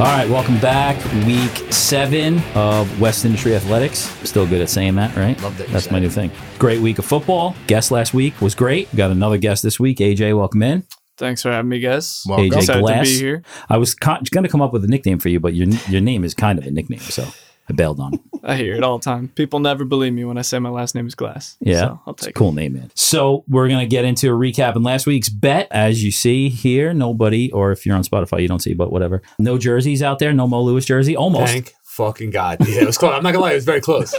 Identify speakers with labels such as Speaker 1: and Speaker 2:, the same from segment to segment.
Speaker 1: All right, welcome back. Week seven of West Industry Athletics. Still good at saying that, right?
Speaker 2: Love that you
Speaker 1: That's
Speaker 2: said
Speaker 1: my new thing. Great week of football. Guest last week was great. Got another guest this week. AJ, welcome in.
Speaker 3: Thanks for having me, guys.
Speaker 2: Welcome.
Speaker 1: AJ
Speaker 3: Excited
Speaker 1: Glass.
Speaker 3: to be here.
Speaker 1: I was con- going to come up with a nickname for you, but your your name is kind of a nickname, so I bailed on it.
Speaker 3: I hear it all the time. People never believe me when I say my last name is Glass.
Speaker 1: Yeah,
Speaker 3: so I'll
Speaker 1: it's a
Speaker 3: take
Speaker 1: cool name, man. So we're gonna get into a recap in last week's bet. As you see here, nobody, or if you're on Spotify, you don't see, but whatever. No jerseys out there. No Mo Lewis jersey. Almost.
Speaker 4: Thank fucking God. Yeah, it was close. I'm not gonna lie, it was very close.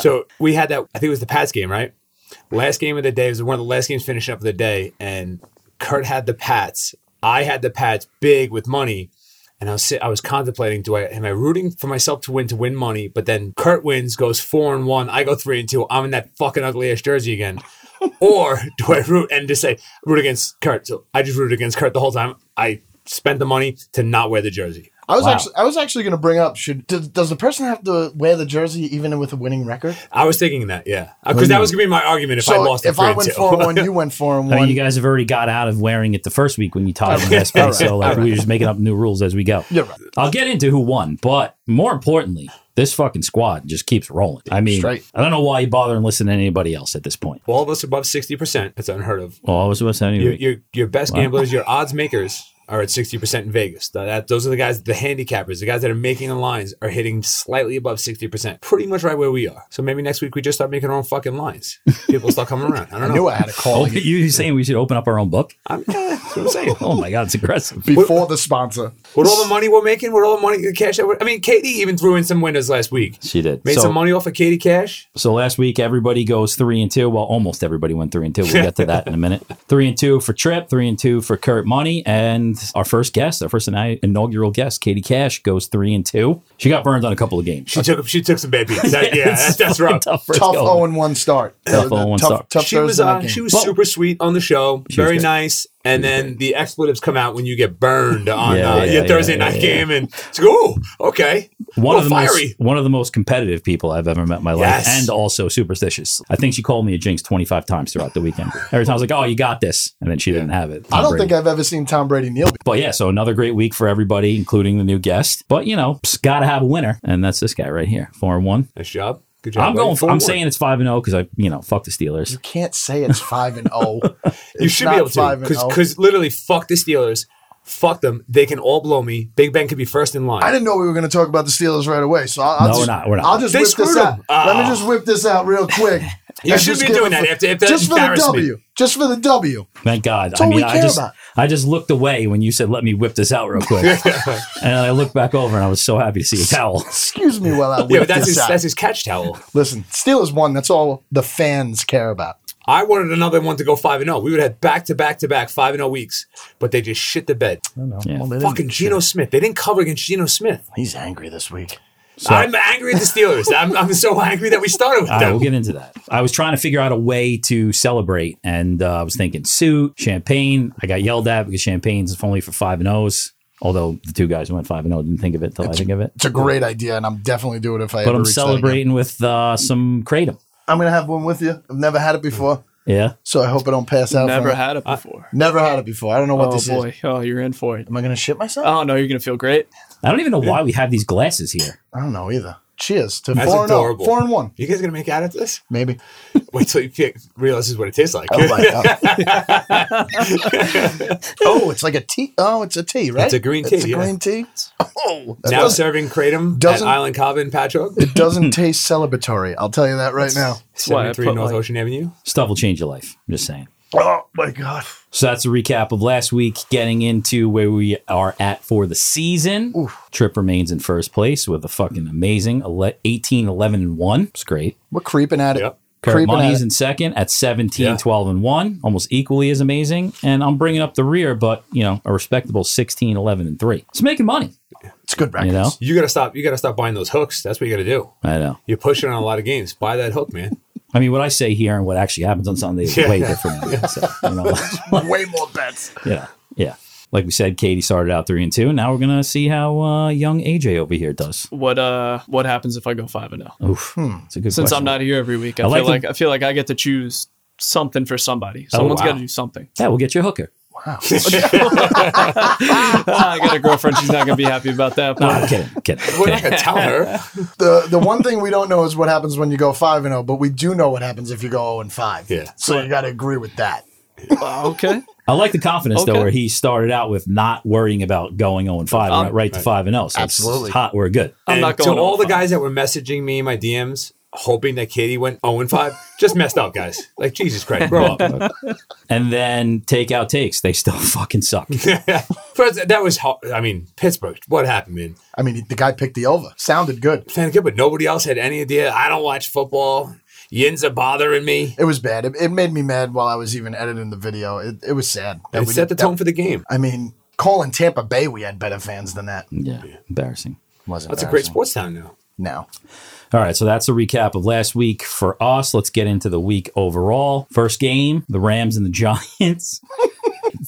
Speaker 4: so we had that, I think it was the Pats game, right? Last game of the day it was one of the last games finishing up of the day, and Kurt had the Pats. I had the Pats big with money. And I was sit- I was contemplating, do I am I rooting for myself to win to win money? But then Kurt wins, goes four and one, I go three and two, I'm in that fucking ugly ass jersey again. or do I root and just say root against Kurt? So I just rooted against Kurt the whole time. I spent the money to not wear the jersey.
Speaker 5: I was
Speaker 1: Wow.
Speaker 5: actually I was actually going to bring up should does, does the person have to wear the jersey even with a winning record?
Speaker 4: I was thinking that, yeah,
Speaker 5: do
Speaker 4: because
Speaker 5: you
Speaker 4: that
Speaker 5: mean?
Speaker 4: was gonna be my argument if
Speaker 5: so
Speaker 4: I lost.
Speaker 5: if
Speaker 4: the
Speaker 5: I went four and one, you went four and
Speaker 1: I mean,
Speaker 5: one.
Speaker 1: you guys have already got out of wearing it the first week when you tied in last place. So like we're just making up new rules as we go.
Speaker 5: Yeah, right.
Speaker 1: I'll get into who won, but more importantly, this fucking squad just keeps rolling. I mean,
Speaker 5: Straight.
Speaker 1: I don't know why you bother and listen to anybody else at this point.
Speaker 4: all of us above sixty percent. That's unheard of.
Speaker 1: Well, I was about to say
Speaker 4: Your
Speaker 1: anyway.
Speaker 4: your, your best gamblers, your odds makers, are at sixty percent in Vegas. Th- that- those are the guys, the handicappers, the guys that are making the lines are hitting slightly above sixty percent, pretty much right where we are. So maybe next week we just start making our own fucking lines. People start coming around. I
Speaker 5: I
Speaker 4: don't know.
Speaker 5: knew I had a call
Speaker 1: Oh, you saying we should open up our own book?
Speaker 4: I'm, yeah, that's what I'm saying.
Speaker 1: Oh my god, it's aggressive.
Speaker 5: before the sponsor.
Speaker 4: With all the money we're making, with all the money, the cash that we're, I mean, Katie even threw in some windows last week.
Speaker 1: She did.
Speaker 4: Made
Speaker 1: So-
Speaker 4: some money off of Katie Cash.
Speaker 1: So last week, everybody goes three and two. Well, almost everybody went three and two. We'll get to that in a minute. Three and two for Trip, three and two for Kurt Money. And our first guest, our first ini- inaugural guest, Katie Cash, goes three and two. She got burned on a couple of games.
Speaker 4: She took she took some bad beats. That- yeah,
Speaker 1: It's
Speaker 4: that's, that's
Speaker 1: fucking
Speaker 4: rough.
Speaker 1: Tough first
Speaker 5: Tough
Speaker 1: go.
Speaker 5: zero and one start.
Speaker 1: Tough
Speaker 5: The- the
Speaker 1: 0-1
Speaker 5: tough,
Speaker 1: start.
Speaker 5: Tough
Speaker 4: she
Speaker 5: Thursday
Speaker 4: was
Speaker 5: night
Speaker 4: uh,
Speaker 5: game.
Speaker 4: she was
Speaker 1: Well-
Speaker 4: super sweet on the show,
Speaker 1: was
Speaker 4: very
Speaker 1: great.
Speaker 4: nice. And then the expletives come out when you get burned on
Speaker 1: Yeah,
Speaker 4: uh,
Speaker 1: yeah,
Speaker 4: your
Speaker 1: yeah,
Speaker 4: Thursday
Speaker 1: yeah,
Speaker 4: night
Speaker 1: yeah.
Speaker 4: game, and it's like, oh, okay,
Speaker 1: one
Speaker 4: A
Speaker 1: of the
Speaker 4: little
Speaker 1: most one of the most competitive people I've ever met in my life,
Speaker 4: Oh, Yes.
Speaker 1: and also superstitious. I think she called me a jinx twenty five times throughout the weekend. Every time I was like, "Oh, you got this," and then she didn't have it.
Speaker 5: I don't
Speaker 1: Brady.
Speaker 5: think I've ever seen Tom Brady kneel.
Speaker 1: But yeah, so another great week for everybody, including the new guest. But you know, psst, gotta have a winner, and that's this guy right here, four and one.
Speaker 4: nice job, good job.
Speaker 1: I'm
Speaker 4: buddy.
Speaker 1: going. For,
Speaker 4: Four
Speaker 1: I'm
Speaker 4: more.
Speaker 1: saying it's five and zero because I, you know, fuck the Steelers.
Speaker 5: You can't say it's five and oh. zero.
Speaker 4: you should be able to
Speaker 1: oh.
Speaker 4: because literally fuck the Steelers, fuck them. They can all blow me. Big Ben could be first in line.
Speaker 5: I didn't know we were going to talk about the Steelers right away, so I'll,
Speaker 1: No,
Speaker 5: I'll just,
Speaker 1: we're not, we're not.
Speaker 5: I'll just
Speaker 4: They
Speaker 5: whip this
Speaker 4: screwed
Speaker 5: out.
Speaker 4: 'em. Ah.
Speaker 5: Let me just whip this out real quick.
Speaker 4: You
Speaker 5: And
Speaker 4: shouldn't be
Speaker 5: just give
Speaker 4: doing
Speaker 5: it
Speaker 4: that
Speaker 5: for-
Speaker 4: after- if that
Speaker 5: just for the
Speaker 4: embarrassed me.
Speaker 5: W. Just for the W.
Speaker 1: Thank God.
Speaker 5: That's all we
Speaker 1: I
Speaker 5: care
Speaker 1: just,
Speaker 5: about.
Speaker 1: I just looked away when you said, "Let me whip this out real quick," and I looked back over and I was so happy to see a towel.
Speaker 5: Excuse me while I whip
Speaker 4: yeah, but that's
Speaker 5: this
Speaker 4: his,
Speaker 5: out.
Speaker 4: that's his catch towel.
Speaker 5: Listen, Steelers won. That's all the fans care about.
Speaker 4: I wanted another one to go five and zero. We would have had back to back to back five and zero weeks, but they just shit the bed.
Speaker 1: Yeah.
Speaker 5: Well, they didn't-
Speaker 4: Fucking Geno Smith. They didn't cover against Geno Smith.
Speaker 5: He's angry this week.
Speaker 4: I'm angry at the Steelers. I'm, I'm so angry that we started with
Speaker 1: All right,
Speaker 4: them.
Speaker 1: we'll get into that. I was trying to figure out a way to celebrate, and uh, I was thinking suit, champagne. I got yelled at because champagne's only for five and O's. Although the two guys who went five and zero didn't think of it till I think of it.
Speaker 5: It's a great idea, and I'm definitely doing it if I
Speaker 1: But
Speaker 5: ever
Speaker 1: I'm
Speaker 5: reach that again.
Speaker 1: celebrating with uh, some kratom.
Speaker 5: I'm gonna have one with you. I've never had it before,
Speaker 1: Yeah,
Speaker 5: so I hope I don't pass out.
Speaker 3: it. Never
Speaker 5: from it.
Speaker 3: had it before.
Speaker 5: Never had it before. I don't know what
Speaker 3: oh
Speaker 5: this
Speaker 3: boy.
Speaker 5: is.
Speaker 3: Oh, you're in for it.
Speaker 5: Am I gonna shit myself?
Speaker 3: Oh no, you're gonna feel great.
Speaker 1: I don't even know why we have these glasses here.
Speaker 5: I don't know either. Cheers to
Speaker 4: That's
Speaker 5: four and oh,
Speaker 4: adorable.
Speaker 5: four and one,
Speaker 4: You guys gonna make out at this?
Speaker 5: maybe.
Speaker 4: Wait till you pick, realizes what it tastes like.
Speaker 5: Oh my god. oh, it's like a tea. Oh, it's a tea, right?
Speaker 4: It's a green
Speaker 5: It's
Speaker 4: tea,
Speaker 5: a
Speaker 4: yeah.
Speaker 5: green tea. Oh, that
Speaker 4: now
Speaker 5: doesn't,
Speaker 4: serving kratom
Speaker 5: doesn't-
Speaker 4: at Island Cava in Patchogue,
Speaker 5: it doesn't taste celebratory. I'll tell you that right now.
Speaker 3: That's why I
Speaker 4: 73
Speaker 3: put,
Speaker 4: North
Speaker 3: like-
Speaker 4: Ocean Avenue.
Speaker 1: Stuff will change your life. I'm just saying.
Speaker 5: Oh my god.
Speaker 1: So that's a recap of last week, getting into where we are at for the season. Trip remains in first place with a fucking amazing ele- 18, 11, and 1. It's great.
Speaker 5: We're creeping at it.
Speaker 4: Yep.
Speaker 1: Kurt
Speaker 5: Creeping at
Speaker 1: Money's
Speaker 5: it.
Speaker 1: in second at 17,
Speaker 4: Yeah.
Speaker 1: 12, and 1, almost equally as amazing. And I'm bringing up the rear, but, you know, a respectable 16, 11, and 3. It's making money,
Speaker 5: It's good records.
Speaker 1: you know?
Speaker 4: You gotta stop. You gotta stop buying those hooks. That's what you gotta do.
Speaker 1: I know.
Speaker 4: You're pushing on a lot of games. Buy that hook, man.
Speaker 1: I mean, what I say here and what actually happens on Sunday is
Speaker 4: Yeah.
Speaker 1: way different. So, you know,
Speaker 5: Way more bets.
Speaker 1: yeah. Yeah. Like we said, Katie started out 3 and 2. Now we're going to see how uh, young AJ over here does.
Speaker 3: What uh what happens if I go five and oh?
Speaker 1: Oof. It's a good
Speaker 3: Since
Speaker 1: question.
Speaker 3: I'm not here every week, I,
Speaker 1: I like
Speaker 3: feel
Speaker 1: the-
Speaker 3: like I feel like I get to choose something for somebody. Someone's
Speaker 4: wow.
Speaker 3: gotta do something.
Speaker 1: Yeah, we'll get you a hooker.
Speaker 5: Wow.
Speaker 3: I got a girlfriend. She's not going to be happy about that.
Speaker 1: No,
Speaker 3: But
Speaker 1: I'm kidding. kidding,
Speaker 4: We're not
Speaker 1: kidding.
Speaker 4: gonna tell her.
Speaker 5: the the one thing we don't know is what happens when you go five and zero, but we do know what happens if you go zero and five.
Speaker 4: Yeah.
Speaker 5: So you got to agree with that.
Speaker 3: Uh, okay.
Speaker 1: I like the confidence though,
Speaker 3: Okay.
Speaker 1: where he started out with not worrying about going 0 and 5
Speaker 3: Um,
Speaker 1: right, right to 5 and 0. So
Speaker 5: Absolutely.
Speaker 1: It's hot. We're good.
Speaker 3: I'm
Speaker 4: And
Speaker 3: not
Speaker 4: to
Speaker 3: going
Speaker 4: all the
Speaker 3: 0-5.
Speaker 4: guys that were messaging me in my DMs, hoping that Katie went 0 and 5, just messed up, guys. Like, Jesus Christ, grow up.
Speaker 1: and then takeout takes. They still fucking suck.
Speaker 4: First, that was, hard. I mean, Pittsburgh, what happened, man?
Speaker 5: I mean, the guy picked the over. Sounded good.
Speaker 4: Sounded good, but nobody else had any idea. I don't watch football. Yins are bothering me.
Speaker 5: It was bad. It, it made me mad while I was even editing the video. It, it was sad. that
Speaker 4: It
Speaker 5: we
Speaker 4: set the
Speaker 5: did-
Speaker 4: tone for the game.
Speaker 5: I mean, calling Tampa Bay, we had better fans than that.
Speaker 1: yeah. Embarrassing.
Speaker 5: Wasn't
Speaker 4: That's a great
Speaker 5: embarrassing.
Speaker 4: sports town now.
Speaker 5: No.
Speaker 1: All right, so that's a recap of last week for us. Let's get into the week overall. First game, the Rams and the Giants.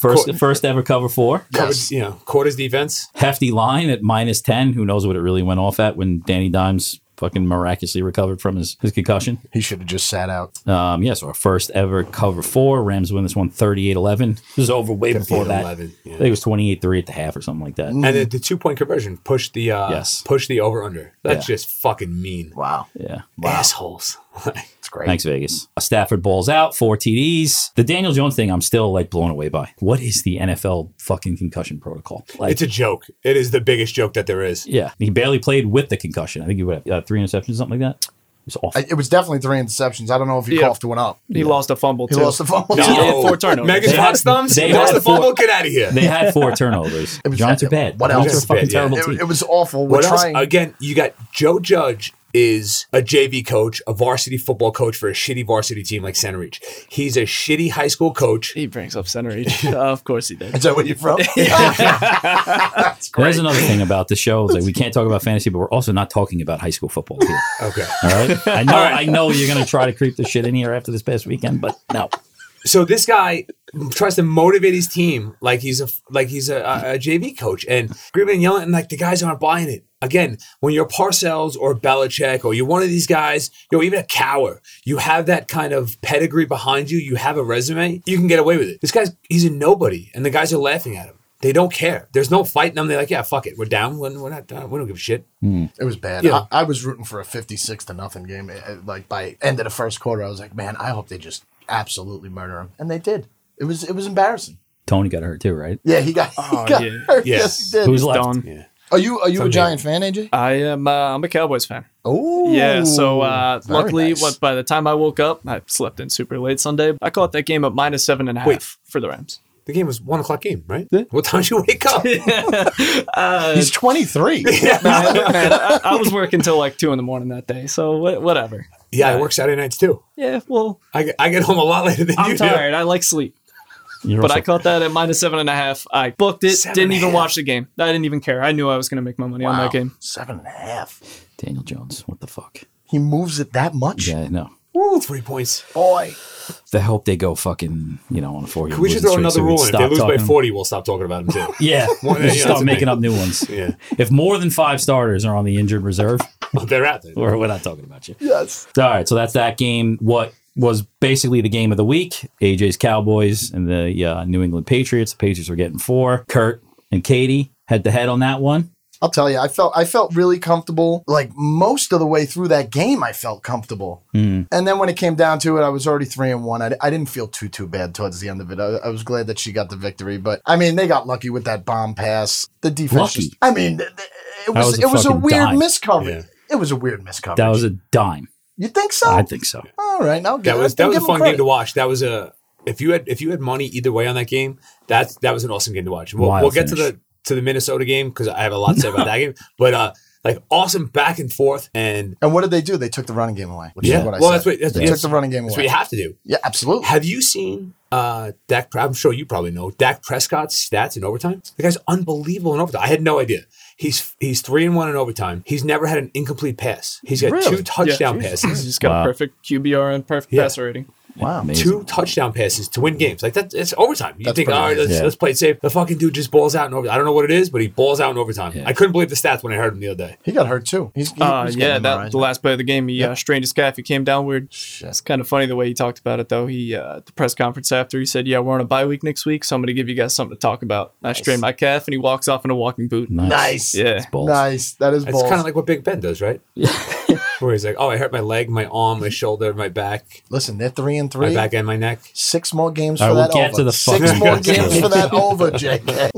Speaker 1: First, first ever cover four.
Speaker 5: Yes.
Speaker 4: Covered, you know, quarters defense.
Speaker 1: Hefty line at minus ten. Who knows what it really went off at when Danny Dimes fucking miraculously recovered from his, his concussion.
Speaker 5: He should have just sat out.
Speaker 1: Um, yeah, so our first ever cover four. Rams win this one 38-11. This is over way before that.
Speaker 4: 11, yeah.
Speaker 1: I think it was 28-3 at the half or something like that.
Speaker 4: And then the two point conversion pushed the uh,
Speaker 1: Yes.
Speaker 4: pushed the over under. That's
Speaker 1: Yeah.
Speaker 4: just fucking mean.
Speaker 5: Wow.
Speaker 1: Yeah.
Speaker 4: Assholes.
Speaker 5: It's great.
Speaker 1: Thanks, Vegas. Stafford balls out, four TDs. The Daniel Jones thing, I'm still like blown away by. What is the NFL fucking concussion protocol? Like,
Speaker 4: it's a joke. It is the biggest joke that there is.
Speaker 1: yeah, he barely played with the concussion. I think he would have uh, three interceptions, something like that. It was awful.
Speaker 5: I, it was definitely three interceptions. I don't know if he
Speaker 3: Yeah.
Speaker 5: coughed one up.
Speaker 3: He lost a fumble,
Speaker 5: He
Speaker 3: too.
Speaker 5: lost the fumble.
Speaker 3: No. had four turnovers.
Speaker 4: Megan
Speaker 1: They
Speaker 4: Fox
Speaker 1: had-
Speaker 4: thumbs.
Speaker 1: they
Speaker 4: That's
Speaker 1: had
Speaker 4: the fumble. Get out of here.
Speaker 1: they had four turnovers.
Speaker 5: was-
Speaker 1: Giants are bad.
Speaker 5: what
Speaker 1: Giants
Speaker 5: else?
Speaker 1: are a fucking
Speaker 4: Bad, yeah.
Speaker 1: terrible team.
Speaker 5: It, it was awful. We're
Speaker 4: What else?
Speaker 5: trying.
Speaker 4: Again, you got Joe Judge is a JV coach, a varsity football coach for a shitty varsity team like Center Reach. He's a shitty high school coach.
Speaker 3: He brings up center each. of course he did.
Speaker 5: Is that where you're from?
Speaker 1: There's another thing about the show. It's like we can't talk about fantasy, but we're also not talking about high school football here.
Speaker 4: Okay.
Speaker 1: All right. I know.
Speaker 4: All right.
Speaker 1: I know you're gonna try to creep the shit in here after this past weekend, but no.
Speaker 4: so this guy tries to motivate his team like he's a like he's a, a, a JV coach, and Green Bay and yelling, and like the guys aren't buying it. Again, when you're Parcells or Belichick or you're one of these guys, you know, even a cower, you have that kind of pedigree behind you. You have a resume, you can get away with it. This guy's he's a nobody, and the guys are laughing at him. They don't care. There's no fight in them. They're like, yeah, fuck it, we're down. We're we're not done. We don't give a shit.
Speaker 5: It was bad.
Speaker 4: Yeah.
Speaker 5: I, I was rooting for a 56 to nothing game. It- it- like by end of the first quarter, I was like, man, I hope they just absolutely murder him. And they did. It was it was embarrassing.
Speaker 1: Tony got hurt too, right?
Speaker 5: Yeah, he got, he got
Speaker 3: Oh, yeah.
Speaker 5: hurt.
Speaker 4: Yeah.
Speaker 5: Yes, he did.
Speaker 1: Who's left?
Speaker 3: Done.
Speaker 5: are you are you
Speaker 4: Someday.
Speaker 5: a Giant fan, AJ?
Speaker 3: I am. Uh, I'm a Cowboys fan.
Speaker 5: Oh,
Speaker 3: Yeah. So uh,
Speaker 5: very
Speaker 3: luckily,
Speaker 5: nice.
Speaker 3: what by the time I woke up, I slept in super late Sunday. I caught that game at minus seven and a half
Speaker 4: Wait.
Speaker 3: for the Rams.
Speaker 4: The game was one o'clock game, right? What time did you wake up?
Speaker 5: he's 23.
Speaker 3: I, I was working till like two in the morning that day, so wha- whatever.
Speaker 4: yeah, I work Saturday nights too.
Speaker 3: Yeah. Well,
Speaker 4: I get, I get home a lot later than you
Speaker 3: I'm
Speaker 4: do.
Speaker 3: tired. I like sleep,
Speaker 1: You're
Speaker 3: but
Speaker 1: also-
Speaker 3: I caught that at minus seven and a half. I booked it. did
Speaker 4: Seven
Speaker 3: didn't
Speaker 4: and a
Speaker 3: even
Speaker 4: half.
Speaker 3: watch the game. I didn't even care. I knew I was going to make my money on
Speaker 5: Wow.
Speaker 3: that game.
Speaker 5: Seven and a half.
Speaker 1: Daniel Jones. What the fuck?
Speaker 5: He moves it that much.
Speaker 1: Yeah, I know.
Speaker 4: Woo, three points.
Speaker 5: Boy,
Speaker 1: I hope they go fucking, you know, on a four year
Speaker 4: Oh, Can we should throw another rule in? If they lose by 40, we'll stop talking about them too.
Speaker 1: Yeah.
Speaker 4: One-
Speaker 1: we
Speaker 4: yeah,
Speaker 1: should
Speaker 4: that's
Speaker 1: start
Speaker 4: a
Speaker 1: making
Speaker 4: big-
Speaker 1: up new ones.
Speaker 4: yeah.
Speaker 1: If more than five starters are on the injured reserve,
Speaker 4: They're out there.
Speaker 1: or we're not talking about you.
Speaker 5: yes.
Speaker 1: All right. So that's that game. What was basically the game of the week AJ's Cowboys and the uh, New England Patriots. The Patriots were getting four. Kurt and Katie head to head on that one.
Speaker 5: I'll tell you, I felt I felt really comfortable. Like most of the way through that game, I felt comfortable.
Speaker 1: Mm.
Speaker 5: And then when it came down to it, I was already three and one. I, I didn't feel too too bad towards the end of it. I, I was glad that she got the victory, but I mean, they got lucky with that bomb pass. The defense.
Speaker 1: Lucky.
Speaker 5: just- I mean, th- th-
Speaker 1: That
Speaker 5: it was,
Speaker 1: was a
Speaker 5: it was a
Speaker 1: fucking
Speaker 5: weird
Speaker 1: dime.
Speaker 5: miscovery.
Speaker 4: Yeah.
Speaker 5: It was a weird miscovery.
Speaker 1: That was a dime.
Speaker 5: you think so?
Speaker 1: I think so.
Speaker 5: All right, now
Speaker 4: That was that was a fun game to watch. That was a if you had if you had money either way on that game, that that was an awesome game to watch. We'll,
Speaker 1: Wild
Speaker 4: we'll get to
Speaker 1: finish.
Speaker 4: the to the Minnesota game because I have a lot to say about that game. But uh like awesome back and forth and
Speaker 5: And what did they do? They took the running game away. Which
Speaker 4: yeah.
Speaker 5: is what I
Speaker 4: well,
Speaker 5: said.
Speaker 4: that's what that's,
Speaker 5: they
Speaker 4: that's-
Speaker 5: took the running game
Speaker 4: that's
Speaker 5: away.
Speaker 4: what you have to do.
Speaker 5: yeah, absolutely.
Speaker 4: Have you seen uh Dak? I'm sure you probably know Dak Prescott's stats in overtime. The guy's unbelievable in overtime. I had no idea. He's he's three and one in overtime. He's never had an incomplete pass. He's got
Speaker 5: Really?
Speaker 4: two touchdown
Speaker 3: Yeah.
Speaker 4: passes.
Speaker 3: He's just got
Speaker 1: Wow.
Speaker 3: perfect QBR and perfect
Speaker 4: Yeah.
Speaker 3: passer rating.
Speaker 5: Wow.
Speaker 1: Amazing.
Speaker 4: Two touchdown passes to win games. Like that's it's overtime. You
Speaker 5: That's
Speaker 4: think,
Speaker 5: pretty
Speaker 4: all right,
Speaker 5: amazing.
Speaker 4: let's,
Speaker 1: Yeah.
Speaker 4: let's play it safe. The fucking dude just balls out in overtime. I don't know what it is, but he balls out in overtime. I couldn't believe the stats when I heard him the other day.
Speaker 5: He got hurt too. He's, he,
Speaker 3: Uh,
Speaker 5: he's getting
Speaker 3: yeah, that,
Speaker 5: MRIs.
Speaker 3: the last play of the game, he uh, strained his calf. He came down weird. It's kind of funny the way he talked about it, though. He uh, at the press conference after he said, "Yeah, we're on a bye week next week, so I'm going to give you guys something to talk about." I strained my calf, and he walks off in a walking boot.
Speaker 1: Nice.
Speaker 5: Nice.
Speaker 3: Yeah,
Speaker 1: Balls.
Speaker 5: Nice. That is
Speaker 4: It's
Speaker 5: balls.
Speaker 4: kind of like what Big Ben does, right? Yeah. Where he's like, oh, I hurt my leg, my arm, my shoulder, my back,
Speaker 5: Listen, they're three
Speaker 4: my
Speaker 5: and three.
Speaker 4: back and my neck.
Speaker 5: Six more games
Speaker 1: All
Speaker 5: for
Speaker 1: right,
Speaker 5: that
Speaker 1: we'll get
Speaker 5: over.
Speaker 1: to the
Speaker 5: Six
Speaker 1: fucking-
Speaker 5: more games for that over, JK.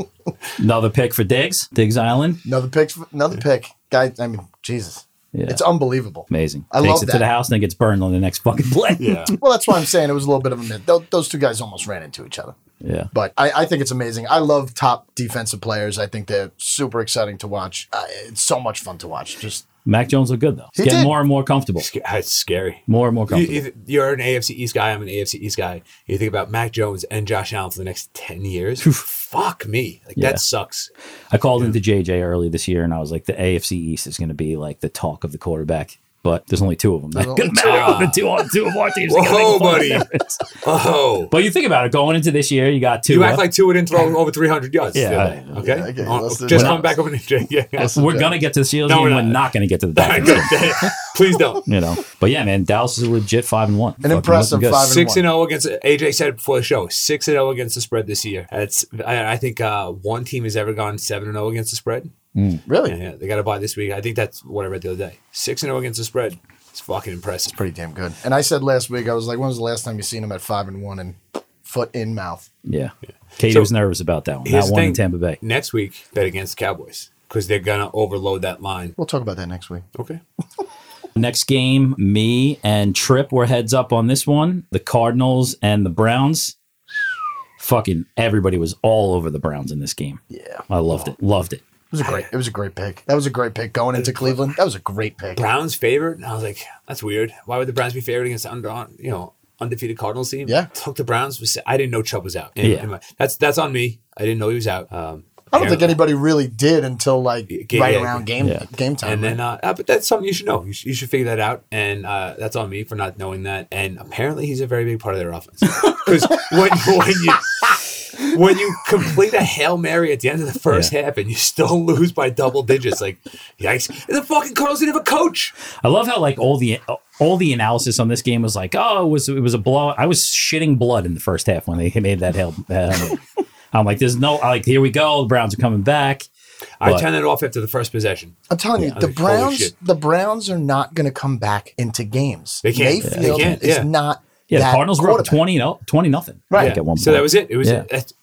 Speaker 1: Another pick for Diggs. Diggs Island.
Speaker 5: Another pick. Another pick. Guy, I mean, Jesus.
Speaker 1: Yeah.
Speaker 5: It's unbelievable.
Speaker 1: Amazing.
Speaker 5: I
Speaker 1: Takes
Speaker 5: love
Speaker 1: it
Speaker 5: that.
Speaker 1: to the house and then gets burned on the next fucking play.
Speaker 4: Yeah.
Speaker 5: Well, that's why I'm saying it was a little bit of a myth. Tho- Those two guys almost ran into each other.
Speaker 1: yeah.
Speaker 5: But I, I think it's amazing. I love top defensive players. I think they're super exciting to watch. Uh, it's so much fun to watch. Just
Speaker 1: Mac Jones looked good though.
Speaker 5: He
Speaker 1: He's getting
Speaker 5: did.
Speaker 1: more and more comfortable.
Speaker 4: Sc- It's scary.
Speaker 1: More and more comfortable.
Speaker 4: You, you're an AFC East guy. I'm an AFC East guy. You think about Mac Jones and Josh Allen for the next 10 years. Fuck me. Like,
Speaker 1: Yeah.
Speaker 4: that sucks.
Speaker 1: I called into JJ early this year and I was like, the AFC East is going to be like the talk of the quarterback. But there's only two of them. That
Speaker 5: There's
Speaker 1: could
Speaker 5: only
Speaker 1: matter. The two, on- two of our teams. gonna make
Speaker 4: Whoa,
Speaker 1: a fucking
Speaker 4: buddy.
Speaker 1: difference.
Speaker 4: Oh.
Speaker 1: But you think about it, going into this year, you got two.
Speaker 4: You act like Tua didn't throw over 300 yards.
Speaker 1: Yeah.
Speaker 4: the other day, Okay.
Speaker 5: Yeah, okay,
Speaker 4: Uh,
Speaker 5: let's do-
Speaker 4: just
Speaker 5: we're
Speaker 4: come
Speaker 5: not-
Speaker 4: back over to yeah. yeah.
Speaker 1: we're gonna get to the Steelers
Speaker 4: No,
Speaker 1: game.
Speaker 4: we're
Speaker 1: We're
Speaker 4: not.
Speaker 1: not gonna get to the
Speaker 4: All right,
Speaker 1: Dolphins.
Speaker 4: good. Please don't.
Speaker 1: you know, but yeah, man, Dallas is a legit five and one. Fucking
Speaker 5: impressive
Speaker 1: looking good.
Speaker 5: five and-
Speaker 4: Six and zero against AJ said before the show. Six and zero against the spread this year. That's I, I think uh, one team has ever gone seven and zero against the spread.
Speaker 5: really,
Speaker 4: Yeah, yeah, they got a buy this week. I think that's what I read the other day. Six and zero against the spread. It's fucking impressive.
Speaker 5: pretty damn good. And I said last week, I was like, when was the last time you seen him at five and one and foot in mouth?
Speaker 1: Yeah, Katie
Speaker 4: So-
Speaker 1: was nervous about that one.
Speaker 4: Here's
Speaker 1: That
Speaker 4: the
Speaker 1: one in
Speaker 4: thing.
Speaker 1: Tampa Bay.
Speaker 4: Next week, bet against the Cowboys because they're gonna overload that line.
Speaker 5: We'll talk about that next week.
Speaker 4: Okay.
Speaker 1: Next game, me and Trip were heads up on this one. The Cardinals and the Browns. Fucking everybody was all over the Browns in this game.
Speaker 5: Yeah,
Speaker 1: I loved it. Loved it.
Speaker 5: it was a great. It was a great pick. That was a great pick going into Cleveland. That was a great pick.
Speaker 4: Browns favored, and I was like, that's weird. Why would the Browns be favored against the under, you know, undefeated Cardinals team?
Speaker 5: Yeah.
Speaker 4: Took the Browns. Was, I didn't know Chubb was out. And-
Speaker 1: Yeah.
Speaker 4: and my- that's that's on me. I didn't know he was out. Um,
Speaker 5: I don't think
Speaker 4: apparently.
Speaker 5: anybody really did until like
Speaker 4: Ga-
Speaker 5: right
Speaker 4: yeah,
Speaker 5: around game
Speaker 1: yeah.
Speaker 5: game time.
Speaker 4: And then, uh, uh, but that's something you should know. You, sh- you should figure that out, and uh, that's on me for not knowing that. And apparently, he's a very big part of their offense because when, when you when you complete a hail mary at the end of the first half and you still lose by double digits, like yikes! And the fucking Cardinals didn't have a coach.
Speaker 1: I love how like all the all the analysis on this game was like, oh, it was it was a blowout. I was shitting blood in the first half when they made that hell. that helmet. I'm like, there's no like, here we go. The Browns are coming back.
Speaker 4: I
Speaker 1: But-
Speaker 4: turned it off after the first possession.
Speaker 5: I'm telling you,
Speaker 4: Yeah.
Speaker 5: the
Speaker 4: Like, holy
Speaker 5: Browns,
Speaker 4: shit.
Speaker 5: the Browns are not going to come back into games.
Speaker 4: They can't. Yeah. They
Speaker 5: Mayfield
Speaker 4: can't,
Speaker 5: is
Speaker 4: yeah.
Speaker 5: not.
Speaker 1: Yeah,
Speaker 5: that
Speaker 1: the Cardinals were up
Speaker 5: quarterback.
Speaker 1: 20, no, 20 nothing.
Speaker 5: Right.
Speaker 1: Like, at one point.
Speaker 4: So that was it. It was
Speaker 1: Yeah.
Speaker 4: that's-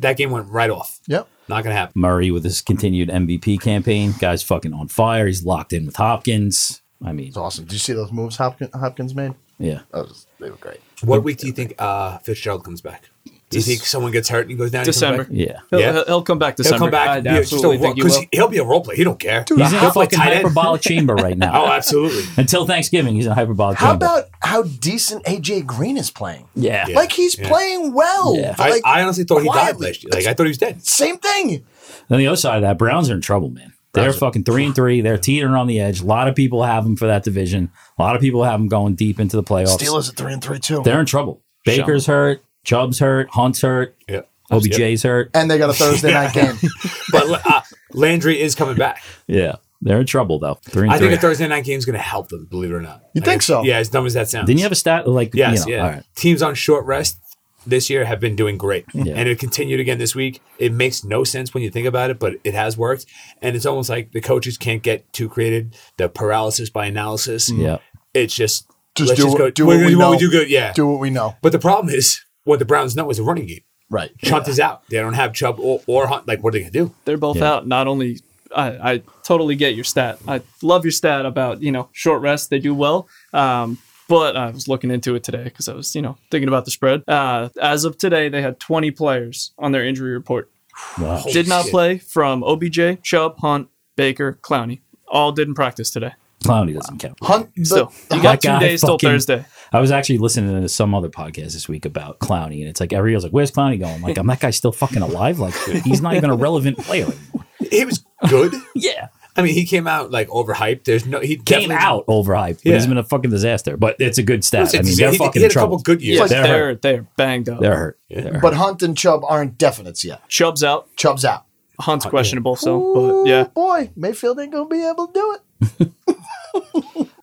Speaker 4: that game went right off.
Speaker 5: Yep.
Speaker 4: Not gonna happen.
Speaker 1: Murray with his continued MVP campaign. Guy's fucking on fire. He's locked in with Hopkins. I mean,
Speaker 5: It's awesome. Did you see those moves Hopkins, Hopkins made?
Speaker 1: yeah.
Speaker 5: That was, they were great.
Speaker 4: What week do you think uh, Fitzgerald comes back? Do you think someone gets hurt and he goes down? he comes
Speaker 3: December.
Speaker 4: back?
Speaker 1: Yeah.
Speaker 3: He'll,
Speaker 4: Yeah.
Speaker 3: he'll- he'll come back
Speaker 4: He'll
Speaker 3: December.
Speaker 4: come back.
Speaker 3: I
Speaker 4: and be still
Speaker 3: absolutely think he
Speaker 4: because
Speaker 3: will.
Speaker 4: he, will be a role player. He don't care.
Speaker 1: He's in a
Speaker 4: He'll play
Speaker 1: fucking
Speaker 4: tight end.
Speaker 1: hyperbolic chamber right now.
Speaker 4: Oh, absolutely.
Speaker 1: Until Thanksgiving, he's in a hyperbolic
Speaker 5: How
Speaker 1: chamber.
Speaker 5: about how decent AJ Green is playing?
Speaker 1: Yeah.
Speaker 5: Like he's
Speaker 4: Yeah.
Speaker 5: playing well.
Speaker 1: Yeah.
Speaker 5: Like,
Speaker 4: I, I honestly thought he died
Speaker 5: quietly.
Speaker 4: last year. Like I thought he was dead.
Speaker 5: Same thing.
Speaker 1: On the other side of that, Browns are in trouble, man. They're
Speaker 5: Browns are-
Speaker 1: fucking three and three. They're teetering on the edge. A lot of people have them for that division. A lot of people have them going deep into the playoffs.
Speaker 5: Steelers at three and three too,
Speaker 1: They're in trouble. Baker's hurt. Chubb's hurt. Hunt's hurt.
Speaker 4: Yeah.
Speaker 1: OBJ's hurt.
Speaker 5: and they got a Thursday night game.
Speaker 4: But uh, Landry is coming back.
Speaker 1: Yeah. They're in trouble, though. Three and
Speaker 4: I
Speaker 1: three.
Speaker 4: think a Thursday night game is going to help them. Believe it or not.
Speaker 5: You
Speaker 4: Like,
Speaker 5: think so?
Speaker 4: Yeah. As dumb as that sounds.
Speaker 1: Didn't you have a stat? Like,
Speaker 4: Yes.
Speaker 1: you know,
Speaker 4: yeah.
Speaker 1: all right.
Speaker 4: Teams on short rest this year have been doing great, and it continued again this week. It makes no sense when you think about it, but it has worked. And it's almost like the coaches can't get too creative. The paralysis by analysis.
Speaker 1: Yeah.
Speaker 4: It's just
Speaker 5: Just
Speaker 4: let's
Speaker 5: do
Speaker 4: just
Speaker 5: what-
Speaker 4: go
Speaker 5: do what we know.
Speaker 4: do good. Yeah.
Speaker 5: Do what we know.
Speaker 4: But the problem is what the Browns know is a running game.
Speaker 5: Right.
Speaker 4: Chubb is out. They don't have Chubb or, or Hunt. Like, what are they going to do?
Speaker 3: They're both out. Not only I, I totally get your stat. I love your stat about you know short rest. They do well. Um, but I was looking into it today because I was you know thinking about the spread. Uh, as of today, they had 20 players on their injury report.
Speaker 1: Wow.
Speaker 4: Holy
Speaker 3: Did not
Speaker 4: shit.
Speaker 3: play from OBJ, Chubb, Hunt, Baker, Clowney. All didn't practice today.
Speaker 1: Clowney doesn't count.
Speaker 5: Hunt. The,
Speaker 3: So you
Speaker 1: That
Speaker 3: got two
Speaker 1: guy
Speaker 3: days till
Speaker 1: fucking-
Speaker 3: Thursday.
Speaker 1: I was actually listening to some other podcast this week about Clowney, and it's like every year I was like, "Where's Clowney going?" Like, I'm that guy's still fucking alive. Like, he's not even a relevant player. anymore.
Speaker 4: He was good.
Speaker 1: Yeah,
Speaker 4: I mean, he came out like overhyped. There's no he
Speaker 1: Came
Speaker 4: definitely-
Speaker 1: out overhyped, but
Speaker 4: Yeah.
Speaker 1: he's been a fucking disaster. But it's a good
Speaker 4: He
Speaker 1: stat.
Speaker 4: was a
Speaker 1: I mean,
Speaker 4: disaster.
Speaker 1: they're
Speaker 4: he,
Speaker 1: fucking
Speaker 4: he had a couple
Speaker 1: trouble.
Speaker 4: good years.
Speaker 3: Like,
Speaker 1: they're
Speaker 3: they're they're banged up.
Speaker 1: They're hurt.
Speaker 4: Yeah.
Speaker 1: They're hurt.
Speaker 5: But Hunt and Chubb aren't definites yet.
Speaker 3: Chubb's out.
Speaker 5: Chubb's out.
Speaker 3: Hunt's questionable. So, but yeah,
Speaker 5: Ooh, boy, Mayfield ain't gonna be able to do it.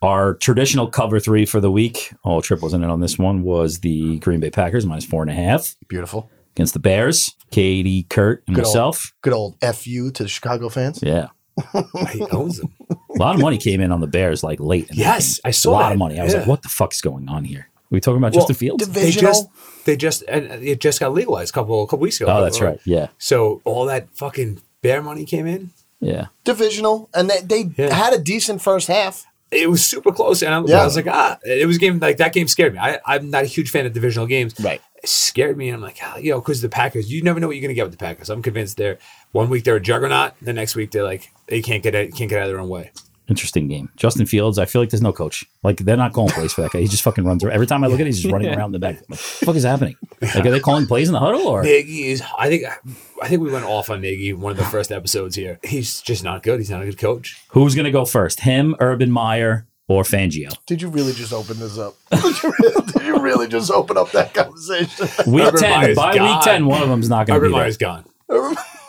Speaker 1: Our traditional cover three for the week, all triples in it on this one, was the Green Bay Packers minus four and a half
Speaker 5: Beautiful.
Speaker 1: against the Bears. Katie, Kurt, and
Speaker 5: Good old-
Speaker 1: myself.
Speaker 5: Good old FU to the Chicago fans.
Speaker 1: Yeah.
Speaker 4: he owns them.
Speaker 1: A lot of money came in on the Bears like late. in the
Speaker 4: Yes,
Speaker 1: game.
Speaker 4: I saw
Speaker 1: A lot
Speaker 4: that.
Speaker 1: of money. I was
Speaker 4: Yeah.
Speaker 1: like, what the fuck's going on here? we talking about
Speaker 4: Well,
Speaker 1: Justin Fields?
Speaker 5: divi-
Speaker 4: They
Speaker 5: Divisional?
Speaker 4: just they just and it just got legalized a couple a couple weeks ago. Uh,
Speaker 1: oh, that's right. Yeah.
Speaker 4: So all that fucking bear money came in.
Speaker 1: Yeah.
Speaker 5: Divisional, and they, they
Speaker 4: Yeah.
Speaker 5: had a decent first half.
Speaker 4: It was super close, and I,
Speaker 5: Yeah.
Speaker 4: I was like, ah, it was a game like that. Game scared me. I, I'm not a huge fan of divisional games.
Speaker 5: Right.
Speaker 4: It scared me. And I'm like, ah, you know, because the Packers, you never know what you're gonna get with the Packers. I'm convinced they're one week they're a juggernaut, the next week they're like they can't get out, can't get out of their own way.
Speaker 1: Interesting game. Justin Fields, I feel like there's no coach. Like, they're not calling plays for that guy. He just fucking runs around. Every time I look at it, he's just running around in the back. Like, what the fuck is happening? Like, are they calling plays in the huddle or?
Speaker 4: Nagy
Speaker 5: E.
Speaker 4: is. I think. I think we went off on Nagy in one of the first episodes here. He's just not good. He's not a good coach.
Speaker 1: Who's going to go first? Him, Urban Meyer, or Fangio?
Speaker 5: Did you really just open this up? Did you really, did you really just open up that conversation?
Speaker 1: Week
Speaker 4: Urban
Speaker 1: 10.
Speaker 4: Meyer's
Speaker 1: by
Speaker 4: gone.
Speaker 1: week 10, one of them's not going to
Speaker 4: Urban
Speaker 1: be there.
Speaker 4: Meyer's gone.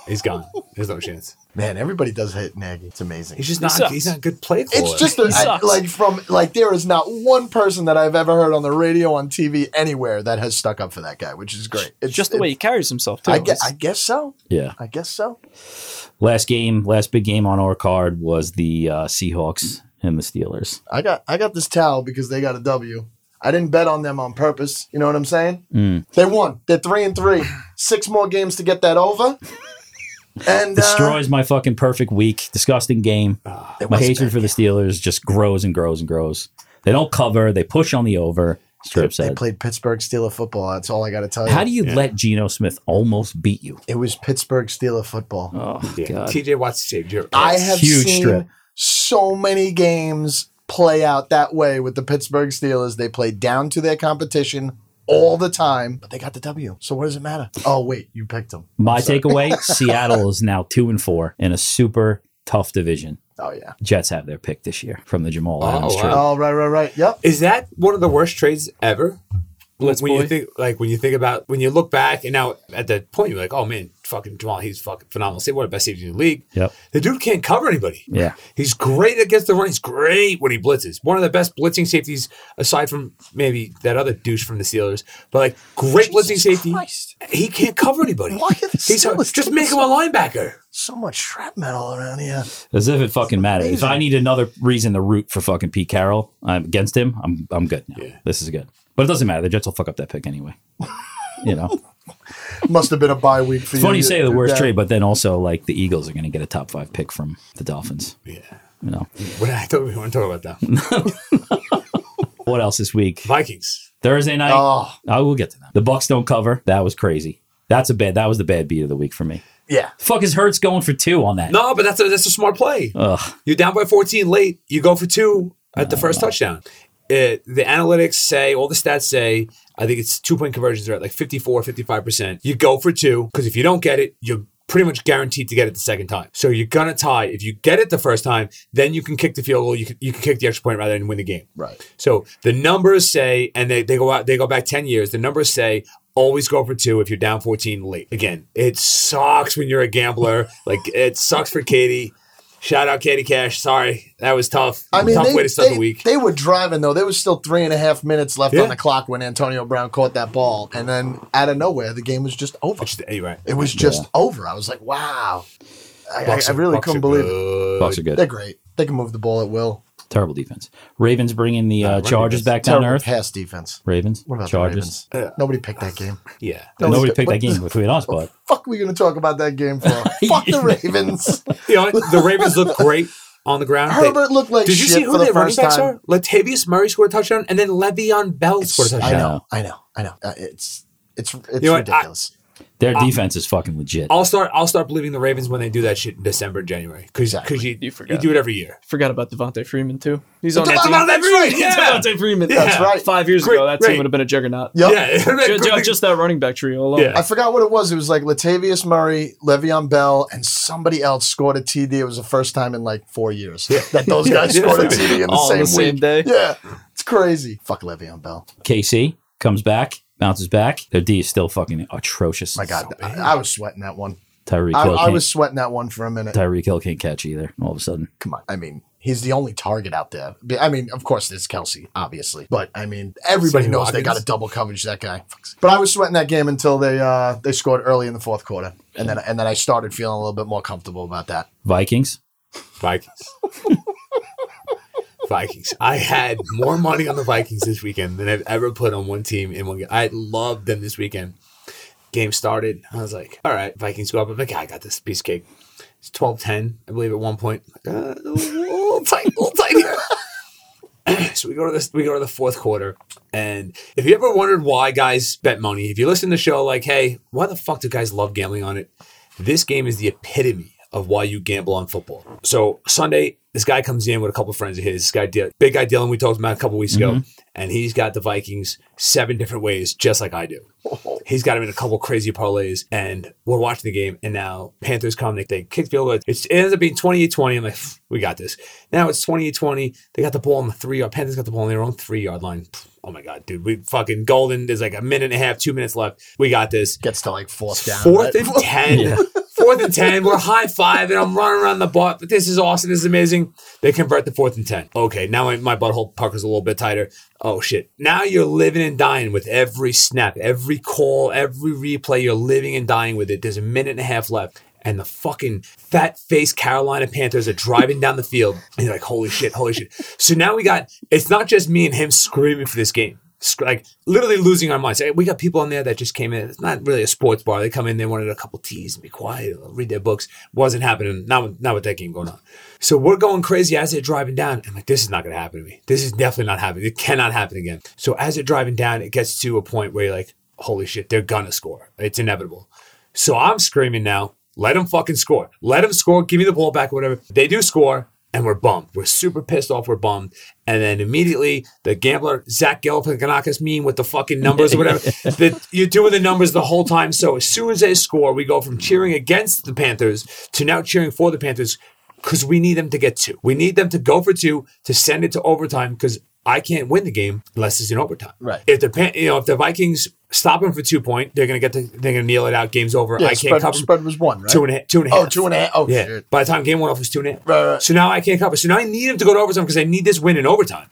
Speaker 4: He's gone. There's no chance.
Speaker 5: Man, everybody does hate Nagy. It's amazing.
Speaker 4: He's just
Speaker 3: He
Speaker 4: not.
Speaker 3: sucks.
Speaker 4: he's not a good play caller.
Speaker 5: It's just a, I,
Speaker 3: sucks.
Speaker 5: like from like there is not one person that I've ever heard on the radio, on TV, anywhere that has stuck up for that guy, which is great. It's
Speaker 3: just the way he
Speaker 5: it's-
Speaker 3: carries himself. Too.
Speaker 5: I guess,
Speaker 3: It's-
Speaker 5: I guess so.
Speaker 1: Yeah.
Speaker 5: I guess so.
Speaker 1: Last game, last big game on our card was the uh, Seahawks and the Steelers.
Speaker 5: I got I got this towel because they got a W. I didn't bet on them on purpose. You know what I'm saying?
Speaker 1: Mm.
Speaker 5: They won. They're three and three. Six more games to get that over. And uh,
Speaker 1: Destroys my fucking perfect week. Disgusting game.
Speaker 5: it
Speaker 1: my
Speaker 5: was
Speaker 1: hatred
Speaker 5: bad.
Speaker 1: for the Steelers just grows and grows and grows. They don't cover. They push on the over. Strip
Speaker 5: they
Speaker 1: said.
Speaker 5: played Pittsburgh Steeler football. That's all I got to tell you.
Speaker 1: How do you let Geno Smith almost beat you?
Speaker 5: it was Pittsburgh Steeler football.
Speaker 1: Oh
Speaker 4: Yeah.
Speaker 1: god.
Speaker 4: TJ Watt saved your.
Speaker 5: I have
Speaker 1: huge
Speaker 5: seen
Speaker 1: strip.
Speaker 5: so many games play out that way with the Pittsburgh Steelers. They play down to their competition all the time, but they got the W. So what does it matter? Oh wait, you picked them.
Speaker 1: My takeaway: Seattle is now two and four in a super tough division.
Speaker 5: Oh yeah.
Speaker 1: Jets have their pick this year from the Jamal Adams
Speaker 4: wow.
Speaker 1: trade.
Speaker 5: Oh right, right, right. Yep.
Speaker 4: Is that one of the worst trades ever?
Speaker 3: Blitz
Speaker 4: when
Speaker 3: boy.
Speaker 4: you think, like, when you think about, when you look back, and now at that point, you're like, oh man, fucking Jamal, he's fucking phenomenal. Say one of the best safeties in the league.
Speaker 1: Yep.
Speaker 4: The dude can't cover anybody.
Speaker 1: Yeah.
Speaker 4: He's great against the run. He's great when he blitzes. One of the best blitzing safeties, aside from maybe that other douche from the Steelers. But like, great blitzing safety.
Speaker 5: Christ.
Speaker 4: He can't cover anybody.
Speaker 5: Why are the
Speaker 4: He's a,
Speaker 5: Steelers
Speaker 4: just
Speaker 5: doing
Speaker 4: make him a linebacker.
Speaker 5: So much shrap metal around here.
Speaker 1: As if it fucking mattered. If I need another reason to root for fucking Pete Carroll I'm against him, I'm I'm good now. This is good. But it doesn't matter. The Jets will fuck up that pick anyway. You know,
Speaker 5: Must have been a bye week for
Speaker 1: it's
Speaker 5: you.
Speaker 1: funny you say the worst
Speaker 5: Yeah.
Speaker 1: trade, but then also like the Eagles are going to get a top five pick from the Dolphins.
Speaker 4: Yeah.
Speaker 1: You know,
Speaker 4: What I thought we want to talk about that.
Speaker 1: what else this week?
Speaker 4: Vikings.
Speaker 1: Thursday night.
Speaker 5: Oh
Speaker 1: I will get to them. The Bucks don't cover. That was crazy. That's a bad. That was the bad beat of the week for me.
Speaker 5: yeah.
Speaker 1: Fuck is Hurts going for two on that?
Speaker 4: No, but that's a that's a smart play.
Speaker 1: Ugh.
Speaker 4: You're down by 14 late. You go for two at the first touchdown. It, the analytics say, all the stats say, I think it's two point conversions are at like 54, 55%. You go for two because if you don't get it, you're pretty much guaranteed to get it the second time. So you're going to tie. If you get it the first time, then you can kick the field goal. You can, you can kick the extra point rather than win the game.
Speaker 5: Right.
Speaker 4: So the numbers say, and they, they go out, they go back 10 years. The numbers say, always go for two if you're down 14 late. Again, it sucks when you're a gambler. like it sucks for Katie. Shout out Katie Cash. Sorry. That was tough.
Speaker 5: I mean,
Speaker 4: tough
Speaker 5: they,
Speaker 4: way to start
Speaker 5: they-
Speaker 4: the week.
Speaker 5: they were driving though. There was still three and a half minutes left
Speaker 4: Yeah.
Speaker 5: on the clock when Antonio Brown caught that ball, and then out of nowhere, the game was just over.
Speaker 4: Just- you're right.
Speaker 5: It was just over. I was like, wow. I, I,
Speaker 4: Bucks
Speaker 5: I
Speaker 4: are-
Speaker 5: really
Speaker 4: Bucks
Speaker 5: couldn't
Speaker 4: are
Speaker 5: believe it.
Speaker 4: good.
Speaker 1: Bucks are
Speaker 5: They're
Speaker 1: good.
Speaker 5: great. They can move the ball at will.
Speaker 1: Terrible defense. Ravens bringing the uh,
Speaker 4: run
Speaker 1: Chargers
Speaker 4: defense.
Speaker 1: back down to
Speaker 5: Terrible
Speaker 1: earth.
Speaker 5: pass defense.
Speaker 1: Ravens.
Speaker 5: What about
Speaker 1: Chargers.
Speaker 5: the Ravens?
Speaker 4: Yeah.
Speaker 5: Nobody picked that game.
Speaker 4: Yeah.
Speaker 1: Nobody
Speaker 5: What
Speaker 1: picked that
Speaker 5: the-
Speaker 1: game between us, but
Speaker 5: Fuck, we gonna talk about that game for? Fuck the Ravens.
Speaker 4: You know, the Ravens look great on the ground. They-
Speaker 5: Herbert looked like
Speaker 4: did you
Speaker 5: shit
Speaker 4: see who
Speaker 5: for the
Speaker 4: their running
Speaker 5: first
Speaker 4: backs
Speaker 5: time.
Speaker 4: are? Latavius Murray scored a touchdown, and then Le'Veon Bell scored a touchdown.
Speaker 5: I know, I know, I know. Uh, it's it's it's
Speaker 4: You know what, I-
Speaker 5: ridiculous.
Speaker 1: Their defense is fucking legit.
Speaker 4: I'll start. I'll start believing the Ravens when they do that shit in December, and January, because
Speaker 5: Exactly.
Speaker 4: you,
Speaker 3: You
Speaker 4: you,
Speaker 3: forgot.
Speaker 4: do it every year.
Speaker 3: Forgot about Devontae Freeman too. He's on that
Speaker 4: Devontae
Speaker 3: team.
Speaker 4: Freeman, yeah.
Speaker 3: Devontae Freeman.
Speaker 4: That's
Speaker 5: right.
Speaker 3: Five years
Speaker 4: Great,
Speaker 3: ago, that
Speaker 4: great.
Speaker 3: team would have been a juggernaut.
Speaker 5: Yep.
Speaker 4: Yeah,
Speaker 3: Ju- ju- Just, that running back trio alone.
Speaker 4: Yeah.
Speaker 5: I forgot what it was. It was like Latavius Murray, Le'Veon Bell, and somebody else scored a TD. It was the first time in like four years that those guys
Speaker 4: Yeah.
Speaker 5: scored a TD in the
Speaker 3: All on
Speaker 5: same
Speaker 3: the same
Speaker 5: week.
Speaker 3: day.
Speaker 5: Yeah, it's crazy. Fuck Le'Veon Bell.
Speaker 1: KC comes back, bounces back. Their D is still fucking atrocious.
Speaker 5: My God, I, I was sweating that one.
Speaker 1: Tyreek
Speaker 5: I,
Speaker 1: Hill,
Speaker 5: I
Speaker 1: can't-
Speaker 5: was sweating that one for a minute.
Speaker 1: Tyreek Hill can't catch either. All of a sudden,
Speaker 5: Come on, I mean. He's the only target out there. I mean, of course, there's Kelsey, obviously, but I mean, everybody
Speaker 4: Sammy
Speaker 5: knows they
Speaker 4: Watkins.
Speaker 5: got to double coverage that guy. But I was sweating that game until they uh, they scored early in the fourth quarter, and then and then I started feeling a little bit more comfortable about that.
Speaker 1: Vikings.
Speaker 4: Vikings. Vikings. I had more money on the Vikings this weekend than I've ever put on one team in one game. I loved them this weekend. Game started. I was like, all right, Vikings go up. I'm like, "Yeah, I got this piece of cake. It's 12 10, I believe, at one point. Like, uh, a little tight, a little tight here. so we go to this, we go to the fourth quarter. And if you ever wondered why guys bet money, if you listen to the show, like, hey, why the fuck do guys love gambling on it? This game is the epitome of why you gamble on football. So Sunday, this guy comes in with a couple of friends of his. This guy, Dil- big guy Dylan, we talked about a couple weeks ago, and he's got the Vikings seven different ways, just like I do. He's got him in a couple crazy parlays, and we're watching the game. And now Panthers come, they, they kick field goal. It's, it ends up being 28 20. I'm like, "Pff, we got this. Now it's 28 20. They got the ball on the three yard. Panthers got the ball on their own three yard line. Pff, Oh my God, dude. We fucking golden. There's like a minute and a half, two minutes left. We got this.
Speaker 5: Gets to like fourth down.
Speaker 4: Fourth
Speaker 5: right?
Speaker 4: and ten. Fourth and ten. We're high five, and I'm running around the ball. But this is awesome. This is amazing. They convert the fourth and ten. Okay, now my, my butthole puckers a little bit tighter. Oh shit! Now you're living and dying with every snap, every call, every replay. You're living and dying with it. There's a minute and a half left. And the fucking fat faced Carolina Panthers are driving down the field. And you're like, holy shit, holy shit. So now we got, it's not just me and him screaming for this game sc- like literally losing our minds. Hey, We got people in there that just came in. It's not really a sports bar. They come in, they wanted a couple teas and be quiet, read their books. Wasn't happening. Not with, not with that game going on. So we're going crazy as they're driving down. I'm like, this is not going to happen to me. This is definitely not happening. It cannot happen again. So as they're driving down, it gets to a point where you're like, holy shit, they're gonna score. It's inevitable. So I'm screaming now. Let them fucking score. Let them score. Give me the ball back, whatever. They do score, and we're bummed. We're super pissed off. We're bummed. And then immediately the gambler, Zach Galifianakis meme with the fucking numbers or whatever. that you're doing the numbers the whole time. So as soon as they score, we go from cheering against the Panthers to now cheering for the Panthers because we need them to get two. We need them to go for two to send it to overtime because I can't win the game unless it's in overtime.
Speaker 5: Right.
Speaker 4: If the Pan- you know if the Vikings stop them for two point, they're gonna get the, they're gonna kneel it out. Game's over.
Speaker 5: Yeah,
Speaker 4: I can't
Speaker 5: spread,
Speaker 4: cover
Speaker 5: spread was one, right?
Speaker 4: two and a, two and a half.
Speaker 5: Oh, two and a half. Oh,
Speaker 4: Yeah.
Speaker 5: shit.
Speaker 4: By the time game went off, it was two and a half.
Speaker 5: Right, right.
Speaker 4: So now I can't cover. So now I need them to go to overtime because I need this win in overtime.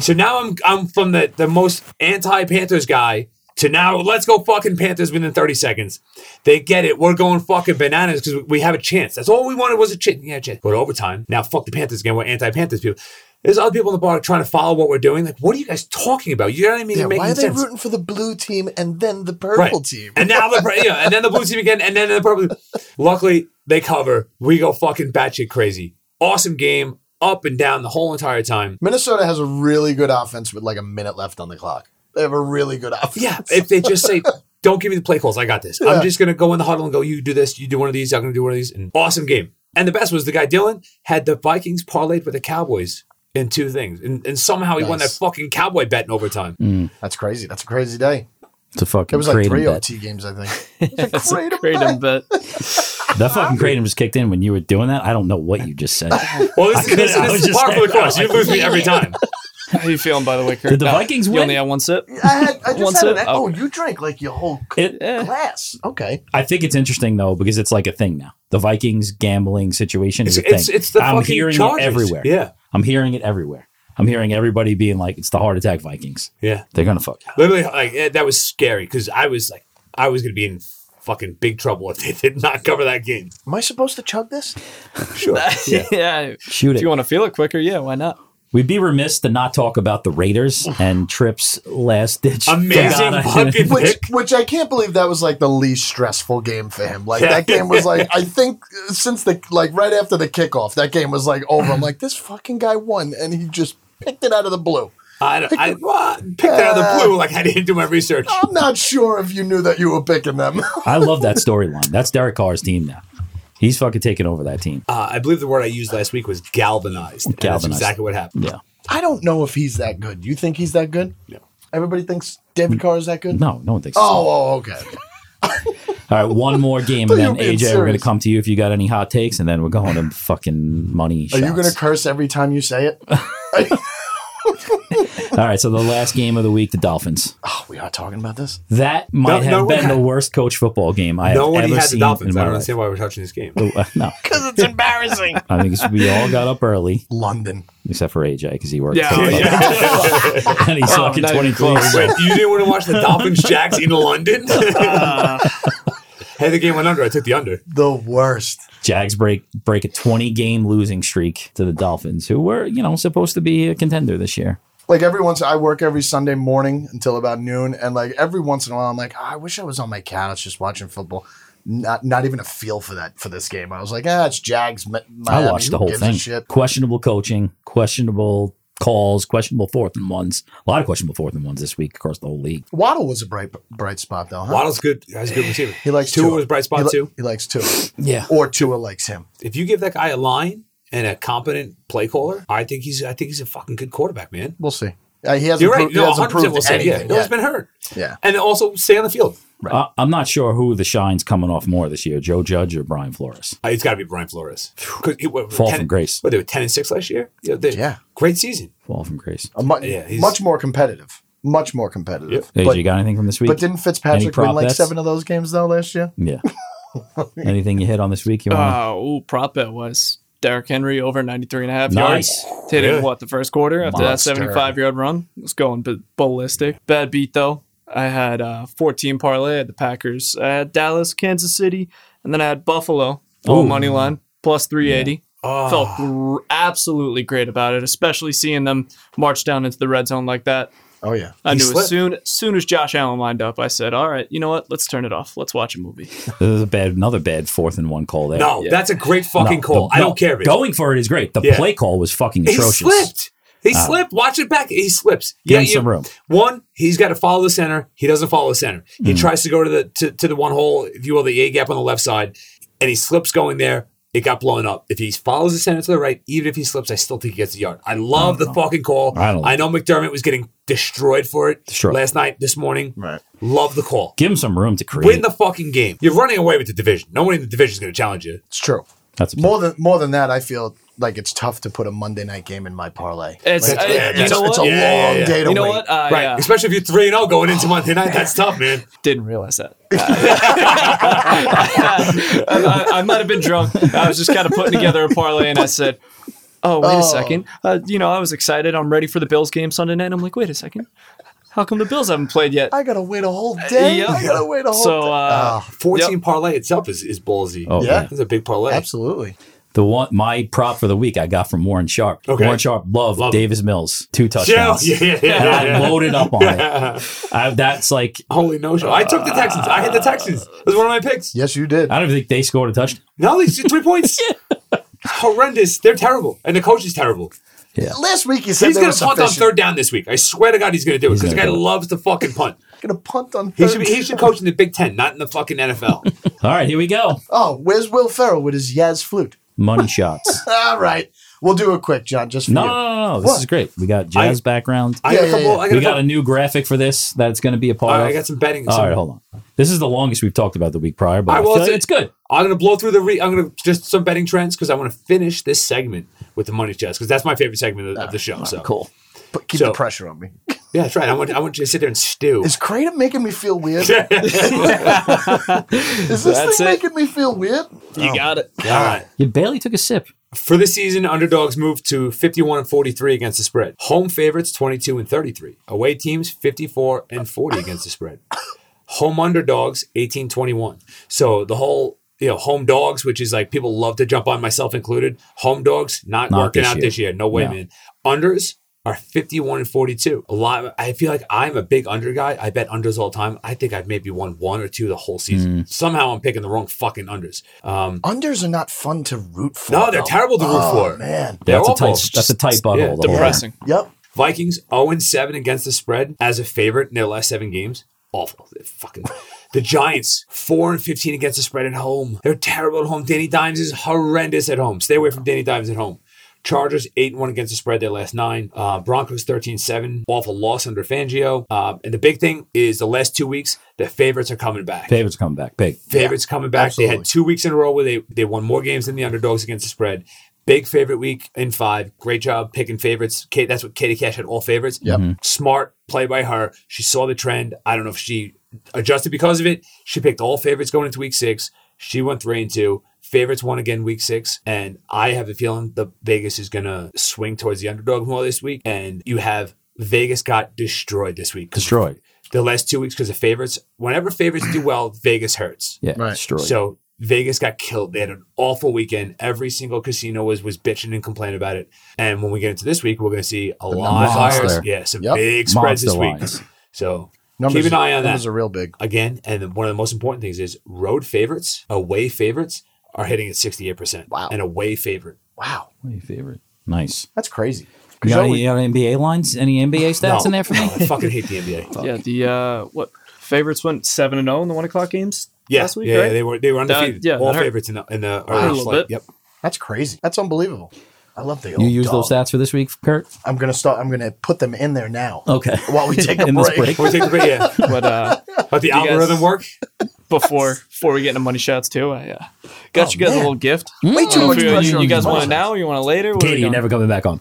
Speaker 4: So now I'm I'm from the the most anti Panthers guy to now let's go fucking Panthers within 30 seconds. They get it. We're going fucking bananas because we have a chance. That's all we wanted was a chance. Yeah, chance. Go to overtime. Now fuck the Panthers again. We're anti Panthers people. There's other people in the bar trying to follow what we're doing. Like, what are you guys talking about? You know what I mean?
Speaker 5: Yeah,
Speaker 4: It makes
Speaker 5: why are they
Speaker 4: sense.
Speaker 5: rooting for the blue team and then the purple team?
Speaker 4: And now the you know, and then the blue team again, and then the purple. Luckily, they cover. We go fucking batshit crazy. Awesome game, up and down the whole entire time.
Speaker 5: Minnesota has a really good offense with like a minute left on the clock. They have a really good offense.
Speaker 4: Yeah, if they just say, "Don't give me the play calls, I got this." I'm just gonna go in the huddle and go, "You do this, you do one of these, I'm gonna do one of these." And awesome game. And the best was the guy Dylan had the Vikings parlayed with the Cowboys in two things, and, and somehow he won that
Speaker 5: Nice.
Speaker 4: fucking Cowboy bet in overtime.
Speaker 1: Mm.
Speaker 5: That's crazy. That's a crazy day.
Speaker 1: It's a fucking
Speaker 5: It was like
Speaker 1: kratom
Speaker 5: three
Speaker 1: bet.
Speaker 5: OT games, I think.
Speaker 3: That's a
Speaker 5: Kratom
Speaker 3: kratom bet.
Speaker 1: That fucking kratom was kicked in when you were doing that. I don't know what you just said.
Speaker 4: Well, this,
Speaker 1: I
Speaker 4: is, this,
Speaker 1: couldn't- I
Speaker 4: this
Speaker 1: was
Speaker 4: is
Speaker 1: just
Speaker 4: par for the
Speaker 1: saying,
Speaker 4: course.
Speaker 1: I
Speaker 4: You
Speaker 1: was
Speaker 4: lose me every time.
Speaker 3: How you feeling, by the way, Kurt?
Speaker 1: Did the Vikings
Speaker 3: you
Speaker 1: win?
Speaker 3: only had one sip.
Speaker 5: I had, I
Speaker 3: One
Speaker 5: just had an,
Speaker 3: sip.
Speaker 5: oh, you drank like your whole c-
Speaker 1: It-
Speaker 5: glass. Okay.
Speaker 1: I think it's interesting though because it's like a thing now. The Vikings gambling situation is
Speaker 4: It's,
Speaker 1: a thing.
Speaker 4: it's, it's the
Speaker 1: I'm
Speaker 4: fucking
Speaker 1: hearing
Speaker 4: Chargers.
Speaker 1: it everywhere.
Speaker 4: Yeah,
Speaker 1: I'm hearing it everywhere. I'm hearing everybody being like, "It's the heart attack Vikings.
Speaker 4: yeah.
Speaker 1: They're gonna fuck." you."
Speaker 4: Literally, like eh, that was scary because I was like, I was gonna be in fucking big trouble if they did not cover that game.
Speaker 5: Am I supposed to chug this?
Speaker 4: Sure.
Speaker 3: yeah.
Speaker 4: yeah.
Speaker 1: Shoot
Speaker 3: If
Speaker 1: it.
Speaker 3: you want to feel it quicker, yeah, why not?
Speaker 1: We'd be remiss to not talk about the Raiders and Tripp's last ditch.
Speaker 4: Amazing fucking
Speaker 5: Which,
Speaker 4: pick.
Speaker 5: which I can't believe that was like the least stressful game for him. Like
Speaker 4: Yeah.
Speaker 5: that game was like I think uh, since the like right after the kickoff, that game was like over. I'm like this fucking guy won, and he just picked it out of the blue.
Speaker 4: I, don't- I well, picked it out of the blue like I didn't do my research.
Speaker 5: I'm not sure if you knew that you were picking them.
Speaker 1: I love that storyline. That's Derek Carr's team now. He's fucking taking over that team.
Speaker 4: Uh, I believe the word I used last week was galvanized. And
Speaker 1: Galvanized.
Speaker 4: That's exactly what happened.
Speaker 1: Yeah.
Speaker 5: I don't know if he's that good. You think he's that good?
Speaker 4: No.
Speaker 5: Everybody thinks David Carr is that good?
Speaker 1: No, no one thinks. so.
Speaker 5: Oh, oh, okay.
Speaker 1: All right, one more game,
Speaker 5: Thought
Speaker 1: and
Speaker 5: you
Speaker 1: then
Speaker 5: were being
Speaker 1: AJ, we're going to
Speaker 5: serious.
Speaker 1: come to you if you got any hot takes, and then we're going to fucking money.
Speaker 5: Are you
Speaker 1: shots.
Speaker 5: going to curse every time you say it?
Speaker 1: All right, so the last game of the week, the Dolphins.
Speaker 5: Oh, we are talking about this.
Speaker 1: That might have
Speaker 4: no one
Speaker 1: been
Speaker 4: had-
Speaker 1: the worst coach football game I
Speaker 4: No one
Speaker 1: have ever
Speaker 4: had the
Speaker 1: seen
Speaker 4: Dolphins.
Speaker 1: in
Speaker 4: I
Speaker 1: my
Speaker 4: don't
Speaker 1: life.
Speaker 4: understand why we're touching this game.
Speaker 1: Uh, no,
Speaker 2: because it's embarrassing.
Speaker 1: I think it's, we all got up early
Speaker 5: London.
Speaker 1: except for AJ because he worked.
Speaker 3: Yeah,
Speaker 1: so
Speaker 3: oh,
Speaker 1: late. and he's fucking
Speaker 3: not
Speaker 1: twenty
Speaker 3: even close.
Speaker 1: three.
Speaker 4: Wait, you didn't want to watch the Dolphins Jacks in London? hey, the game went under. I took the under.
Speaker 5: The worst.
Speaker 1: Jags break break a twenty game losing streak to the Dolphins, who were you know supposed to be a contender this year.
Speaker 5: Like every once, I work every Sunday morning until about noon, and like every once in a while, I'm like, "Ah, I wish I was on my couch just watching football. Not, not even a feel for that for this game. I was like, ah, it's Jags. Mi- Miami.
Speaker 1: I watched
Speaker 5: Who
Speaker 1: the whole
Speaker 5: gives a
Speaker 1: thing.
Speaker 5: Shit.
Speaker 1: Questionable coaching, questionable calls, questionable fourth and ones. A lot of questionable fourth and ones this week across the whole league.
Speaker 5: Waddle was a bright bright spot though. Huh?
Speaker 4: Waddle's good. That's a good receiver.
Speaker 5: He likes
Speaker 4: Tua
Speaker 5: Tua.
Speaker 4: was bright spot
Speaker 5: he li-
Speaker 4: too.
Speaker 5: He likes Tua,
Speaker 1: Yeah.
Speaker 5: or Tua likes him.
Speaker 4: If you give that guy a line and a competent play caller, I think he's. I think he's a fucking good quarterback, man.
Speaker 5: We'll see. Uh, he hasn't.
Speaker 4: You're
Speaker 5: pro-
Speaker 4: right.
Speaker 5: he
Speaker 4: No, 100
Speaker 5: hasn't
Speaker 4: percent
Speaker 5: proved
Speaker 4: will say yeah.
Speaker 5: anything.
Speaker 4: No,
Speaker 5: yet.
Speaker 4: he's been hurt.
Speaker 5: Yeah.
Speaker 4: and also stay on the field.
Speaker 1: I, I'm not sure who the shine's coming off more this year, Joe Judge or Brian Flores.
Speaker 4: Uh, it's got to be Brian Flores. 'Cause he- what,
Speaker 1: Fall
Speaker 4: 10
Speaker 1: from grace.
Speaker 4: What they were ten and six last year. Yeah, they-
Speaker 5: Yeah.
Speaker 4: great season.
Speaker 1: Fall from grace.
Speaker 5: A mu-
Speaker 4: Yeah, he's-
Speaker 5: much more competitive. Much more competitive.
Speaker 1: AJ,
Speaker 5: But,
Speaker 1: you got anything from this week?
Speaker 5: but didn't
Speaker 1: Any
Speaker 5: Fitzpatrick
Speaker 1: prop
Speaker 5: win like
Speaker 1: bets?
Speaker 5: seven of those games though last year?
Speaker 1: yeah. anything you hit on this week? You want
Speaker 3: Uh, ooh, prop bet was Derrick Henry over 93 and a half
Speaker 1: Nice.
Speaker 3: yards. Hit
Speaker 4: Really?
Speaker 3: in what the first quarter after
Speaker 5: Monster.
Speaker 3: that 75 yard run. It's going b- ballistic. Bad beat though. I had uh, 14 parlay. I had the Packers. I had Dallas, Kansas City, and then I had Buffalo. All
Speaker 1: Ooh.
Speaker 3: money line plus 380.
Speaker 4: Oh,
Speaker 3: Felt gr- absolutely great about it, especially seeing them march down into the red zone like that.
Speaker 5: Oh yeah.
Speaker 3: I
Speaker 4: He
Speaker 3: knew
Speaker 4: slipped.
Speaker 3: as soon as soon as Josh Allen lined up, I said, "All right, you know what? Let's turn it off. Let's watch a movie."
Speaker 1: There's a bad, another bad fourth and one call there.
Speaker 4: no,
Speaker 3: Yeah.
Speaker 4: that's a great fucking
Speaker 1: No,
Speaker 4: call.
Speaker 1: the-
Speaker 4: I
Speaker 1: no,
Speaker 4: don't care. If it-
Speaker 1: Going for it is great. The
Speaker 4: Yeah.
Speaker 1: play call was fucking
Speaker 4: he
Speaker 1: atrocious. Uh,
Speaker 4: slipped. He slipped. Watch it back. He slips.
Speaker 1: Give him some room.
Speaker 4: One, he's got to follow the center. He doesn't follow the center. He tries to go to the to, to the one hole, if you will, the A gap on the left side, and he slips going there. It got blown up. If he follows the center to the right, even if he slips, I still think he gets a yard. I love the fucking call.
Speaker 1: I don't know.
Speaker 4: I know McDermott was getting destroyed for it
Speaker 1: Destroyed.
Speaker 4: last night, this morning.
Speaker 5: Right.
Speaker 4: Love the call.
Speaker 1: Give him some room to create.
Speaker 4: Win the fucking game. You're running away with the division. No one in the division is going to challenge you.
Speaker 5: It's true.
Speaker 1: That's a
Speaker 5: More than more than that, I feel like it's tough to put a Monday night game in my parlay.
Speaker 3: It's,
Speaker 5: Like,
Speaker 3: I-
Speaker 4: yeah,
Speaker 3: you
Speaker 5: it's,
Speaker 3: know
Speaker 5: it's
Speaker 3: what?
Speaker 5: a
Speaker 4: Yeah, yeah,
Speaker 5: long
Speaker 4: yeah.
Speaker 5: day to
Speaker 3: you know
Speaker 5: wait.
Speaker 3: what? I
Speaker 4: Right.
Speaker 3: uh,
Speaker 4: Especially if you're 3 0 going into Monday night. That's tough, man.
Speaker 3: didn't realize that. I, I- I might have been drunk. I was just kind of putting together a parlay, and I said, "Oh, wait
Speaker 5: Oh.
Speaker 3: a second. Uh, you know, I was excited. I'm ready for the Bills game Sunday night. I'm like, wait a second. How come the Bills haven't played yet?
Speaker 5: I Oh, gotta wait a whole day.
Speaker 3: Yeah.
Speaker 5: I gotta wait a whole
Speaker 3: So,
Speaker 5: day. Ah,
Speaker 3: uh,
Speaker 4: 14 parlay itself is, is ballsy.
Speaker 1: Oh,
Speaker 5: yeah.
Speaker 4: That's a big parlay.
Speaker 5: absolutely.
Speaker 1: The one my prop for the week I got from Warren Sharp.
Speaker 4: Okay.
Speaker 1: Warren Sharp loved
Speaker 4: Love it.
Speaker 1: Davis Mills two
Speaker 4: Yeah,
Speaker 1: touchdowns.
Speaker 4: yeah, yeah, yeah,
Speaker 1: And
Speaker 4: yeah.
Speaker 1: I loaded up on it. I, that's like
Speaker 4: Holy no show. I took the Texans. I hit the Texans. It was one of my picks.
Speaker 5: Yes, you did.
Speaker 1: I don't think they scored a touchdown.
Speaker 4: No, these three points. Horrendous. They're terrible. And the coach is terrible.
Speaker 5: Last week you said
Speaker 4: He's
Speaker 5: they were
Speaker 4: going to punt on
Speaker 5: sufficient.
Speaker 4: third down this week. I swear to God he's going to do it because the
Speaker 1: gonna
Speaker 4: guy
Speaker 1: do it.
Speaker 4: loves to fucking punt.
Speaker 5: Gonna punt on
Speaker 4: He
Speaker 5: third.
Speaker 4: should, be, he should coach in the Big Ten, not in the fucking NFL.
Speaker 1: All right, here we go.
Speaker 5: Oh, where's Will Ferrell with his Yaz flute?
Speaker 1: Money shots.
Speaker 5: All right, we'll do it quick, John. Just for
Speaker 1: No,
Speaker 5: you.
Speaker 1: no, no, no. This
Speaker 5: What?
Speaker 1: is great. We got jazz background.
Speaker 4: I got a
Speaker 5: Yeah, yeah,
Speaker 4: couple.
Speaker 5: yeah.
Speaker 4: I got,
Speaker 1: we
Speaker 4: a
Speaker 1: got
Speaker 4: couple,
Speaker 1: a new graphic for this that's going to be a part
Speaker 4: all right,
Speaker 1: of.
Speaker 4: I got some betting.
Speaker 1: All
Speaker 4: some-
Speaker 1: right, hold on. This is the longest we've talked about the week prior, but
Speaker 4: I
Speaker 1: I
Speaker 4: will
Speaker 1: feel
Speaker 4: say-
Speaker 1: it's good.
Speaker 4: I'm going to blow through the. Re- I'm going to just some betting trends because I want to finish this segment with the money chest because that's my favorite segment of, of the show. So
Speaker 1: Ah, Cool.
Speaker 5: But keep
Speaker 4: So-
Speaker 5: the pressure on me.
Speaker 4: Yeah, that's right. I want. I want you to sit there and stew.
Speaker 5: Is Kratom making me feel weird? Is this
Speaker 3: That's
Speaker 5: thing
Speaker 3: it.
Speaker 5: making me feel weird?
Speaker 3: You got it.
Speaker 4: all right.
Speaker 1: You barely took a sip.
Speaker 4: For the season, underdogs moved to 51 and 43 against the spread. Home favorites 22 and 33. Away teams 54 and 40 against the spread. Home underdogs 18 21. So the whole you know home dogs, which is like people love to jump on, myself included. Home dogs not,
Speaker 1: Not
Speaker 4: working
Speaker 1: this
Speaker 4: out
Speaker 1: year.
Speaker 4: this year. No way,
Speaker 1: No.
Speaker 4: man. Unders are 51 and 42. A lot. I feel like I'm a big under guy. I bet unders all the time. I think I've maybe won one or two the whole season. Somehow I'm picking the wrong fucking unders. Um,
Speaker 5: Unders are not fun to root for.
Speaker 4: no, they're
Speaker 5: though.
Speaker 4: terrible to root
Speaker 5: Oh,
Speaker 4: for.
Speaker 5: man.
Speaker 4: They're
Speaker 1: That's a
Speaker 4: awful.
Speaker 1: tight. That's a tight butthole.
Speaker 4: yeah,
Speaker 1: the whole time.
Speaker 3: Depressing.
Speaker 5: Yep.
Speaker 4: Vikings 0 7 against the spread as a favorite in their last seven games. Awful. They're fucking the Giants 4 and 15 against the spread at home. They're terrible at home. Danny Dimes is horrendous at home. Stay away from Danny Dimes at home. Chargers 8 1 against the spread their last nine. Uh, Broncos 13 7. Awful loss under Fangio. Uh, and the big thing is the last two weeks, the favorites are coming back
Speaker 1: Favorites coming back big.
Speaker 4: favorites coming back. They had
Speaker 5: absolutely.
Speaker 4: two weeks in a row where they, they won more games than the underdogs against the spread. Big favorite week in five. Great job picking favorites. Kate, that's what Katie Cash had all favorites.
Speaker 5: Yep.
Speaker 4: Smart play by her. She saw the trend. I don't know if she adjusted because of it. She picked all favorites going into week six. She went three and two. Favorites won again week six. And I have a feeling the Vegas is gonna swing towards the underdog more this week. And you have Vegas got destroyed this week. 'cause
Speaker 1: Destroyed.
Speaker 4: The last two weeks because the favorites, whenever favorites do well, Vegas hurts.
Speaker 1: Yeah,
Speaker 5: Right.
Speaker 1: destroyed.
Speaker 4: So Vegas got killed. They had an awful weekend. Every single casino was was bitching and complaining about it. And when we get into this week, we're going to see a lot of
Speaker 5: numbers
Speaker 4: hires.
Speaker 1: there.
Speaker 4: Yeah, some
Speaker 5: Yep.
Speaker 4: big spreads
Speaker 1: Monster
Speaker 4: this week.
Speaker 1: lines.
Speaker 4: So
Speaker 5: Numbers,
Speaker 4: keep an eye on
Speaker 5: numbers
Speaker 4: that
Speaker 5: are real big.
Speaker 4: again. And then one of the most important things is road favorites, away favorites are hitting at sixty eight percent.
Speaker 5: Wow.
Speaker 4: an away favorite.
Speaker 5: Wow,
Speaker 1: What are your favorite? Nice.
Speaker 5: that's crazy.
Speaker 1: You got, any,
Speaker 5: always-
Speaker 1: you got any NBA lines? Any NBA stats in there for me?
Speaker 4: No, I fucking hate the NBA.
Speaker 3: Yeah, the uh, what favorites went seven and zero in the one o'clock games
Speaker 4: Yeah,
Speaker 3: last week,
Speaker 4: yeah,
Speaker 3: right?
Speaker 4: they were they were
Speaker 3: That-
Speaker 4: undefeated.
Speaker 3: yeah,
Speaker 4: all
Speaker 3: that hurt.
Speaker 4: favorites in the in the
Speaker 3: a
Speaker 4: early
Speaker 3: little
Speaker 4: slate.
Speaker 3: bit.
Speaker 4: Yep.
Speaker 5: That's crazy. That's unbelievable. I love the.
Speaker 1: You
Speaker 5: old
Speaker 1: use
Speaker 5: dog.
Speaker 1: those stats for this week, Kurt?
Speaker 5: I'm gonna start. I'm gonna put them in there now.
Speaker 1: Okay.
Speaker 5: While we take a
Speaker 1: Oh. In this
Speaker 5: break.
Speaker 1: break.
Speaker 4: We'll take the break, yeah.
Speaker 3: but uh,
Speaker 4: Let the
Speaker 3: You guys-
Speaker 4: algorithm work.
Speaker 3: before before we get into money shots too, I uh, got
Speaker 5: Oh,
Speaker 3: you guys
Speaker 5: man.
Speaker 3: a little gift.
Speaker 1: Mm.
Speaker 5: Way
Speaker 3: I don't
Speaker 5: too
Speaker 3: know
Speaker 5: much
Speaker 3: if you,
Speaker 5: pressure.
Speaker 3: you,
Speaker 5: on
Speaker 3: you
Speaker 5: these
Speaker 3: guys want it
Speaker 5: muscles.
Speaker 3: now? Or you want it later? Where are we
Speaker 1: Katie, you're
Speaker 3: going?
Speaker 1: never coming back on.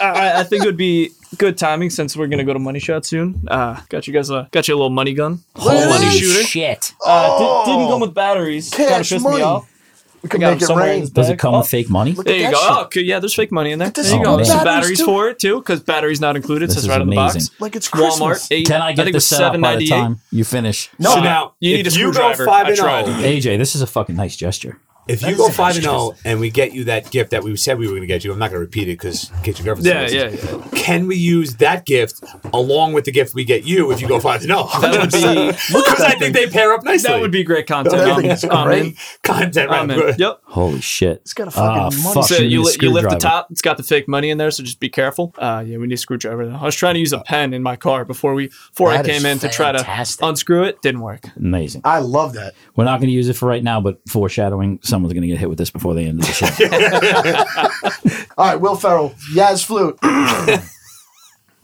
Speaker 3: I, I think it would be good timing since we're gonna go to money shot soon. Uh, got you guys a got you a little money gun,
Speaker 5: at
Speaker 3: money
Speaker 5: this.
Speaker 3: shooter.
Speaker 1: shit.
Speaker 3: Uh, di- didn't come with batteries. Kind of
Speaker 5: Cash
Speaker 3: pissed
Speaker 5: money.
Speaker 3: me off.
Speaker 5: We can
Speaker 3: I got
Speaker 5: make it
Speaker 3: somewhere
Speaker 5: rain.
Speaker 3: in-
Speaker 1: Does it come
Speaker 3: Oh.
Speaker 1: with fake money?
Speaker 5: Look at
Speaker 3: There you
Speaker 5: that
Speaker 3: go.
Speaker 5: shit.
Speaker 3: Oh, okay, yeah, there's fake money in there.
Speaker 5: this
Speaker 3: There you
Speaker 1: shit.
Speaker 3: go.
Speaker 1: Oh,
Speaker 3: Some
Speaker 1: man.
Speaker 5: Batteries,
Speaker 3: batteries
Speaker 5: too.
Speaker 3: for it too, because batteries not included.
Speaker 1: This
Speaker 3: says
Speaker 1: is
Speaker 3: right on the box.
Speaker 1: amazing.
Speaker 5: Like it's Christmas.
Speaker 3: Walmart. Eight,
Speaker 1: Can I get
Speaker 3: think it
Speaker 1: this
Speaker 3: was
Speaker 1: set up by the
Speaker 3: 798.
Speaker 1: time you finish?
Speaker 5: No,
Speaker 4: so now
Speaker 3: you need
Speaker 4: if
Speaker 3: a
Speaker 4: you go
Speaker 3: screwdriver.
Speaker 4: five
Speaker 3: I
Speaker 4: and oh,
Speaker 3: tried.
Speaker 4: zero,
Speaker 1: AJ, this is a fucking nice gesture.
Speaker 4: If you
Speaker 5: is
Speaker 4: go
Speaker 5: a
Speaker 4: five and
Speaker 5: nice
Speaker 4: zero and we get you that gift that we said we were going to get you, I'm not going to repeat it because get your girlfriend.
Speaker 3: Yeah,
Speaker 4: says
Speaker 3: yeah,
Speaker 4: it.
Speaker 3: yeah.
Speaker 4: Can we use that gift along with the gift we get you if you go five and zero?
Speaker 3: That would be
Speaker 4: because I think they pair up nicely.
Speaker 3: that would be great content.
Speaker 5: That
Speaker 3: I'm-
Speaker 5: thing is
Speaker 3: I'm
Speaker 5: great.
Speaker 3: in.
Speaker 4: content.
Speaker 3: I'm
Speaker 4: Right,
Speaker 3: in.
Speaker 4: good.
Speaker 3: Yep.
Speaker 1: Holy shit. Ah, It's
Speaker 5: got a fucking money-
Speaker 1: Oh,
Speaker 3: So you, li- you lift the top. It's got the fake money in there, so just be careful. Uh, yeah, we need a screwdriver. though. I was trying to use a pen in my car before we before
Speaker 5: That
Speaker 3: I
Speaker 5: is
Speaker 3: came in to try
Speaker 5: fantastic.
Speaker 3: to unscrew it. Didn't work.
Speaker 1: Amazing.
Speaker 5: I love that.
Speaker 1: We're not going to use it for right now, but foreshadowing, someone's going to get hit with this before the end of the show.
Speaker 5: All right, Will Ferrell, Yaz flute.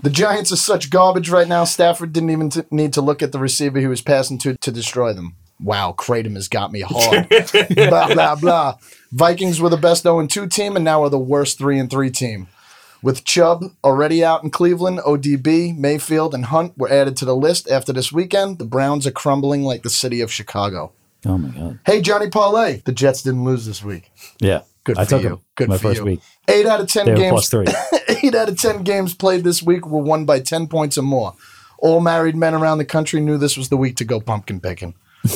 Speaker 5: the Giants are such garbage right now. Stafford didn't even t- need to look at the receiver he was passing to to destroy them. Wow, Kratom has got me hard. blah blah blah. Vikings were the best 0 2 team and now are the worst 3 and 3 team. With Chubb already out in Cleveland, ODB, Mayfield, and Hunt were added to the list after this weekend. The Browns are crumbling like the city of Chicago.
Speaker 1: oh my god.
Speaker 5: Hey, Johnny Parlay, the Jets didn't lose this week.
Speaker 1: Yeah.
Speaker 5: Good
Speaker 1: I
Speaker 5: for
Speaker 1: took
Speaker 5: you.
Speaker 1: them
Speaker 5: Good
Speaker 1: my
Speaker 5: for
Speaker 1: first
Speaker 5: you.
Speaker 1: week.
Speaker 5: Eight out of ten
Speaker 1: They were
Speaker 5: games
Speaker 1: plus three.
Speaker 5: eight out of 10 games played this week were won by 10 points or more. All married men around the country knew this was the week to go pumpkin picking.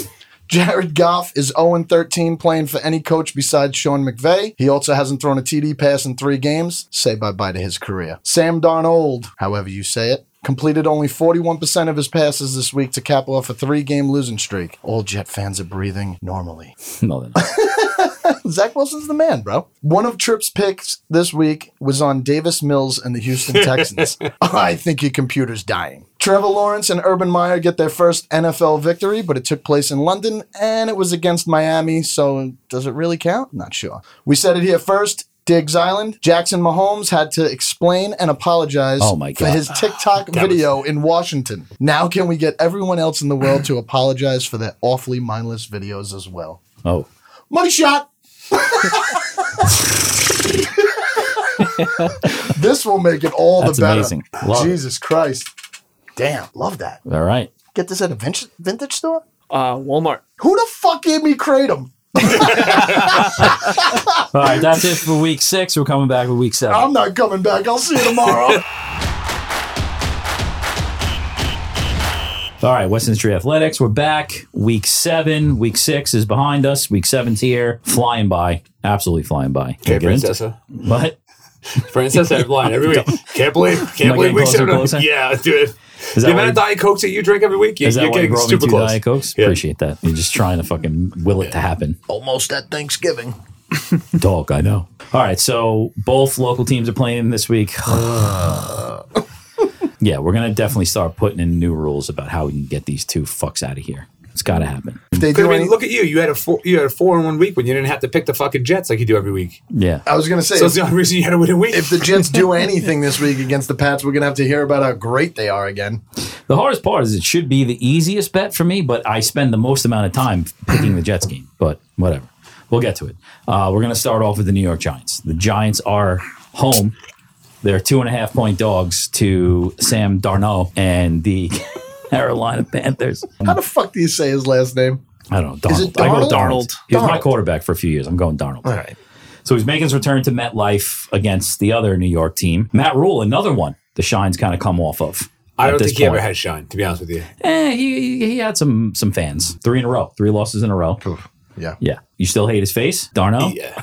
Speaker 5: Jared Goff is 0 13 playing for any coach besides Sean McVay. He also hasn't thrown a TD pass in three games. Say bye bye to his career. Sam Darnold, however you say it, completed only 41% of his passes this week to cap off a three game losing streak. All Jet fans are breathing normally.
Speaker 1: no, they're not.
Speaker 5: Zach Wilson's the man, bro. One of Tripp's picks this week was on Davis Mills and the Houston Texans. I think your computer's dying. Trevor Lawrence and Urban Meyer get their first NFL victory, but it took place in London and it was against Miami, so does it really count? Not sure. We said it here first. Diggs Island, Jackson Mahomes had to explain and apologize
Speaker 1: Oh my
Speaker 5: for
Speaker 1: God.
Speaker 5: his TikTok video in Washington. Now, can we get everyone else in the world to apologize for their awfully mindless videos as well?
Speaker 1: Oh.
Speaker 5: Money shot. this will make it all
Speaker 1: That's
Speaker 5: the better.
Speaker 1: amazing. Love it.
Speaker 5: Jesus Christ. Damn, love that.
Speaker 1: All right.
Speaker 5: Get this at a vintage, vintage store?
Speaker 3: Uh, Walmart.
Speaker 5: Who the fuck gave me Kratom?
Speaker 1: All right. That's it for week six. We're coming back with week seven.
Speaker 4: Um,
Speaker 5: I'm not coming back. I'll see you tomorrow.
Speaker 1: All right, Western Street Athletics. We're back. Week seven, week six is behind us. Week seven's here, flying by, absolutely flying by.
Speaker 4: Okay,
Speaker 1: We'll get into-
Speaker 4: Princessa.
Speaker 1: What
Speaker 4: Princessa blind every week. Can't believe, can't
Speaker 1: Am I getting
Speaker 4: believe we
Speaker 1: closer
Speaker 4: said
Speaker 1: and closer?
Speaker 4: Yeah, dude.
Speaker 1: is
Speaker 4: The
Speaker 1: that? Why,
Speaker 4: amount of
Speaker 1: you-
Speaker 4: Diet Cokes that you drink every week, you,
Speaker 1: is
Speaker 4: you're
Speaker 1: that why you
Speaker 4: getting
Speaker 1: brought me
Speaker 4: super
Speaker 1: two
Speaker 4: close.
Speaker 1: Diet Cokes?
Speaker 4: Yeah.
Speaker 1: Appreciate that. You're just trying to fucking will it to happen.
Speaker 5: Almost at Thanksgiving.
Speaker 1: Dog, I know. All right, so both local teams are playing this week. yeah, we're gonna definitely start putting in new rules about how we can get these two fucks out of here. It's got to happen.
Speaker 5: If they
Speaker 4: 'Cause,
Speaker 5: do
Speaker 4: I
Speaker 5: any,
Speaker 4: mean, look at you. You had a four. You had a four in one week when you didn't have to pick the fucking Jets like you do every week.
Speaker 1: Yeah,
Speaker 5: I was gonna say
Speaker 4: So
Speaker 5: if,
Speaker 4: it's the only reason you had to win a week.
Speaker 5: if the Jets do anything this week against the Pats, we're gonna have to hear about how great they are again.
Speaker 1: the hardest part is it should be the easiest bet for me, but I spend the most amount of time picking the Jets game. But whatever, we'll get to it. Uh, we're gonna start off with the New York Giants. The Giants are home. They're two and a half point dogs to Sam Darnold and the Carolina Panthers.
Speaker 5: How the fuck do you say his last name?
Speaker 1: I don't know. Darnold.
Speaker 5: Is it
Speaker 1: I go
Speaker 5: Darnold?
Speaker 1: Darnold. He was my
Speaker 5: Darnold.
Speaker 1: quarterback for a few years. I'm going Darnold.
Speaker 5: All right.
Speaker 1: So he's making his return to MetLife against the other New York team. Matt Rule, another one. The shine's kind of come off of.
Speaker 4: I
Speaker 1: at
Speaker 4: don't
Speaker 1: this
Speaker 4: think he ever
Speaker 1: point.
Speaker 4: had shine. To be honest with you,
Speaker 1: Eh, he, he had some some fans. Three in a row. Three losses in a row.
Speaker 5: Yeah.
Speaker 1: Yeah. You still hate his face, Darno?
Speaker 4: yeah,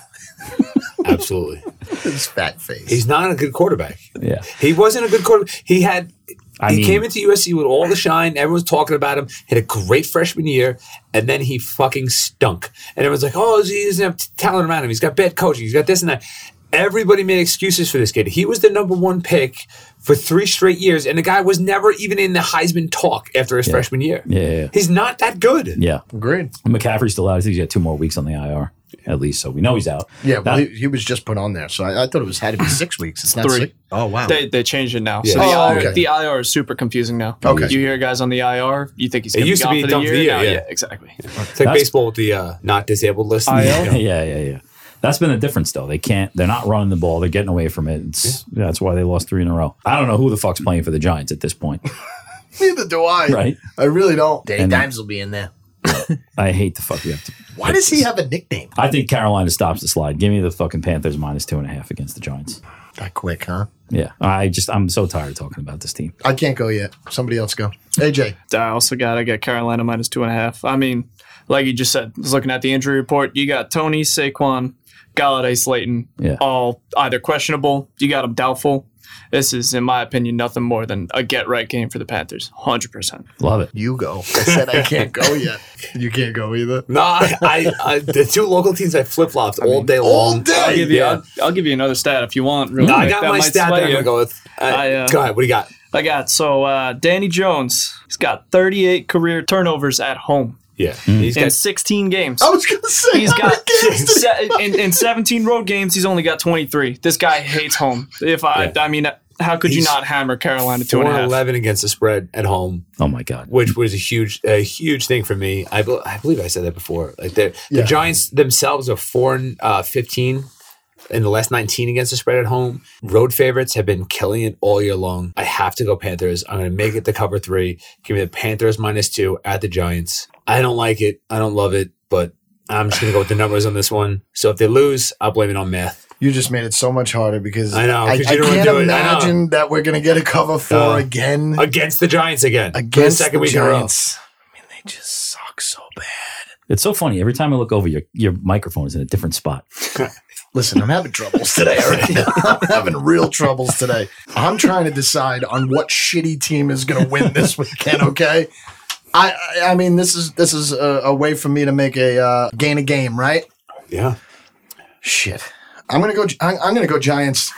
Speaker 4: absolutely.
Speaker 5: His fat face.
Speaker 4: He's not a good quarterback.
Speaker 1: Yeah.
Speaker 4: He wasn't a good quarterback. He had.
Speaker 1: I
Speaker 4: he
Speaker 1: mean-
Speaker 4: came into USC with all the shine. Everyone's talking about him. Had a great freshman year, and then he fucking stunk. And everyone's like, "Oh, he doesn't have t- talent around him. He's got bad coaching. He's got this and that." Everybody made excuses for this kid. He was the number one pick for three straight years, and the guy was never even in the Heisman talk after his freshman year.
Speaker 1: Yeah, yeah, yeah.
Speaker 4: he's not that good.
Speaker 1: Yeah.
Speaker 5: Agreed.
Speaker 1: McCaffrey's still out. I think he's got two more weeks on the IR at least. So we know he's out.
Speaker 5: Yeah, well,
Speaker 1: That-
Speaker 5: he, he was just put on there, so I, I thought it was had to be six weeks. It's not
Speaker 3: Three.
Speaker 5: six. Oh wow.
Speaker 3: They, they changed it now.
Speaker 4: Yeah.
Speaker 3: So the,
Speaker 5: Oh,
Speaker 3: IR,
Speaker 5: okay.
Speaker 3: the IR is super confusing now.
Speaker 5: Okay.
Speaker 3: You hear guys on the IR, you think he's going to be
Speaker 4: used to
Speaker 3: gone
Speaker 4: be
Speaker 3: for
Speaker 4: done
Speaker 3: the year. now-
Speaker 4: yeah.
Speaker 3: yeah. exactly.
Speaker 4: It's like
Speaker 1: That's-
Speaker 4: baseball with the uh, not disabled list.
Speaker 3: IL?
Speaker 4: Yeah.
Speaker 1: yeah, yeah, yeah. That's been the difference, though. They can't. They're not running the ball. They're getting away from it. It's, That's why they lost three in a row. I don't know who the fuck's playing for the Giants at this point,
Speaker 5: Neither do I.
Speaker 1: right?
Speaker 5: I really don't. Danny
Speaker 1: And-
Speaker 5: Dimes will be in there.
Speaker 1: I hate the fuck you have to.
Speaker 5: Why does he have a nickname?
Speaker 1: I think Carolina stops the slide. Give me the fucking Panthers minus two and a half against the Giants.
Speaker 5: That quick, huh?
Speaker 1: Yeah, I just I'm so tired of talking about this team.
Speaker 5: I can't go yet. Somebody else go. AJ.
Speaker 3: I also got I got Carolina minus two and a half. I mean, like you just said, I was looking at the injury report. You got Tony, Saquon, Galladay, Slayton,
Speaker 1: Yeah.
Speaker 3: all either questionable. You got them doubtful. This is, in my opinion, nothing more than a get right game for the Panthers. Hundred percent.
Speaker 1: Love it.
Speaker 5: You go. I said I can't go yet. You can't go either.
Speaker 4: No, I, I, I the two local teams I flip flopped all day long.
Speaker 5: all day!
Speaker 4: I,
Speaker 5: I'll
Speaker 3: Give you, I'll, I'll give you another stat if you want. Real
Speaker 4: no, I
Speaker 3: quick.
Speaker 4: got
Speaker 3: Mm. That
Speaker 4: my
Speaker 3: might
Speaker 4: stat
Speaker 3: sway
Speaker 4: that I'm
Speaker 3: you.
Speaker 4: gonna go with. Uh,
Speaker 3: I, uh,
Speaker 4: go ahead. What do you got?
Speaker 3: I got so uh, Danny Jones. He's got 38 career turnovers at home
Speaker 4: Yeah, he's
Speaker 3: in
Speaker 4: got Oh,
Speaker 3: 16 games.
Speaker 5: I was gonna say
Speaker 3: He's
Speaker 5: how
Speaker 3: got
Speaker 5: many games
Speaker 3: se-
Speaker 5: did-
Speaker 3: in, in 17 road games. He's only got 23. This guy hates home. If I,
Speaker 4: Yeah.
Speaker 3: I mean, how could you
Speaker 4: He's
Speaker 3: not hammer Carolina two
Speaker 4: four
Speaker 3: and a
Speaker 4: and
Speaker 3: half?
Speaker 4: eleven against the spread at home,
Speaker 1: Oh my god.
Speaker 4: which was a huge, a huge thing for me. I, bel I believe I said that before. Like the
Speaker 5: Yeah.
Speaker 4: the Giants themselves are four and uh, fifteen. In the last 19 against the spread at home, road favorites have been killing it all year long. I have to go Panthers. I'm going to make it the cover three. Give me the Panthers minus two at the Giants. I don't like it. I don't love it, but I'm just going to go with the numbers on this one. So if they lose, I'll blame it on math.
Speaker 5: You just made it so much harder because
Speaker 4: I know,
Speaker 5: I,
Speaker 4: 'cause you
Speaker 5: I
Speaker 4: didn't wanna
Speaker 5: can't
Speaker 4: do it. I know.
Speaker 5: imagine that we're gonna get a cover four
Speaker 4: Uh,
Speaker 5: again
Speaker 4: against the Giants again. for the
Speaker 5: against the,
Speaker 4: week in a row.
Speaker 5: Giants. I mean, they just suck so bad.
Speaker 1: It's so funny. Every time I look over, your your microphone is in a different spot.
Speaker 5: Listen, I'm having troubles today. All right? I'm having real troubles today. I'm trying to decide on what shitty team is going to win this weekend. Okay, I I- I mean this is this is a, a way for me to make a uh, gain a game, right?
Speaker 4: Yeah.
Speaker 5: Shit, I'm gonna go. I'm, I'm gonna go Giants.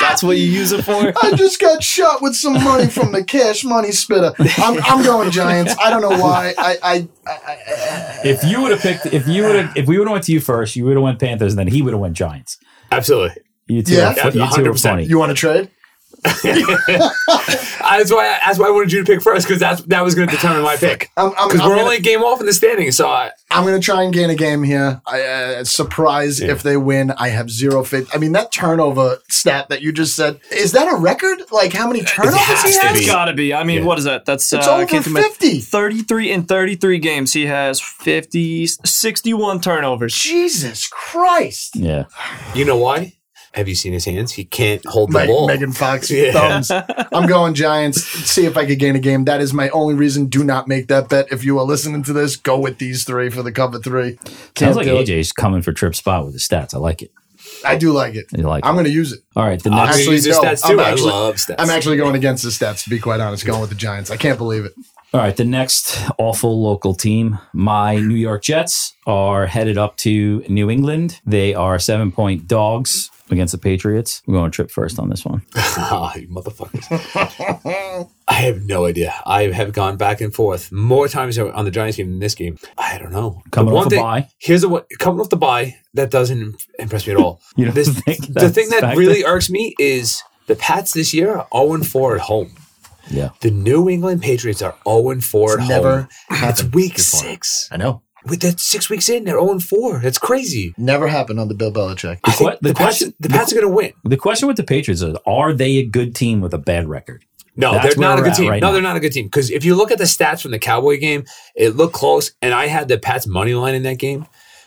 Speaker 3: That's what you use it for.
Speaker 5: I just got shot with some money from the cash money spitter. I'm, I'm going Giants. I don't know why. I, I
Speaker 1: If you would have picked, if you would have, if we would have went to you first, you would have went Panthers, and then he would have went Giants.
Speaker 4: Absolutely.
Speaker 1: You two,
Speaker 5: Yeah.
Speaker 1: are, fu- you two are
Speaker 4: 100%.
Speaker 1: funny.
Speaker 5: you want to trade?
Speaker 4: I- That's why. I, that's why I wanted you to pick first because that's that was going to determine my pick.
Speaker 5: I'm, I'm,
Speaker 4: Because
Speaker 5: I'm
Speaker 4: we're
Speaker 5: gonna-
Speaker 4: only a game off in the standings, so I,
Speaker 5: I'm going to try and gain a game here. I, uh, surprise if they win. I have zero faith. I mean, that turnover stat that you just said is that a record? Like how many turnovers
Speaker 4: has
Speaker 5: he
Speaker 4: to
Speaker 5: has?
Speaker 4: be.
Speaker 3: It's got to be. I mean,
Speaker 4: Yeah.
Speaker 3: what is that? That's
Speaker 5: It's
Speaker 3: uh, I
Speaker 5: over
Speaker 3: can't think of it.
Speaker 5: 50.
Speaker 3: 33 in 33 games. He has 50, 61 turnovers.
Speaker 5: Jesus Christ!
Speaker 1: Yeah.
Speaker 4: you know why? Have you seen his hands? He can't hold the
Speaker 5: Me-
Speaker 4: ball.
Speaker 5: Megan Fox
Speaker 4: Yeah.
Speaker 5: thumbs. I'm going Giants. See if I could gain a game. That is my only reason. Do not make that bet. If you are listening to this, go with these three for the cover three.
Speaker 1: Sounds
Speaker 5: Can't
Speaker 1: like
Speaker 5: do it.
Speaker 1: AJ's coming for trip spot with his stats. I like it.
Speaker 5: I do like it.
Speaker 1: You like it.
Speaker 5: I'm going to use it.
Speaker 1: All right. The
Speaker 4: I'm
Speaker 1: next,
Speaker 4: gonna
Speaker 5: actually,
Speaker 4: use his
Speaker 5: no,
Speaker 4: stats too.
Speaker 5: I'm
Speaker 4: I
Speaker 5: actually-
Speaker 4: love stats.
Speaker 5: I'm actually going against the stats. To be quite honest, going with the Giants. I can't believe it.
Speaker 1: All right, the next awful local team, my New York Jets, are headed up to New England. They are seven point dogs against the Patriots. We're going to trip first on this one.
Speaker 4: Ah, you motherfuckers. I have no idea. I have gone back and forth more times on the Giants game than this game. I don't know.
Speaker 1: Coming
Speaker 4: The
Speaker 1: off
Speaker 4: one
Speaker 1: the
Speaker 4: thing-
Speaker 1: bye.
Speaker 4: Here's the one coming off the buy that doesn't impress me at all.
Speaker 1: You don't
Speaker 4: This-
Speaker 1: think
Speaker 4: the
Speaker 1: that's
Speaker 4: thing that
Speaker 1: factor?
Speaker 4: really irks me is the Pats this year are 0 4 at home.
Speaker 1: Yeah.
Speaker 4: The New England Patriots are 0 4 at
Speaker 5: It's never
Speaker 4: home. It's
Speaker 5: happened
Speaker 4: week
Speaker 5: before.
Speaker 4: six.
Speaker 5: I know.
Speaker 4: With that six weeks in, they're 0 4. That's crazy.
Speaker 5: Never happened under Bill Belichick.
Speaker 4: I think
Speaker 1: que- the
Speaker 4: Pats-
Speaker 1: question-
Speaker 4: the Pats are going to win.
Speaker 1: The question with the Patriots is are they a good team with a bad record?
Speaker 4: No,
Speaker 1: That's
Speaker 4: they're
Speaker 1: where
Speaker 4: not a
Speaker 1: we're
Speaker 4: good
Speaker 1: at
Speaker 4: team.
Speaker 1: right
Speaker 4: no,
Speaker 1: now.
Speaker 4: they're not a good team. Because if you look at the stats from the Cowboy game, it looked close, and I had the Pats money line in that game.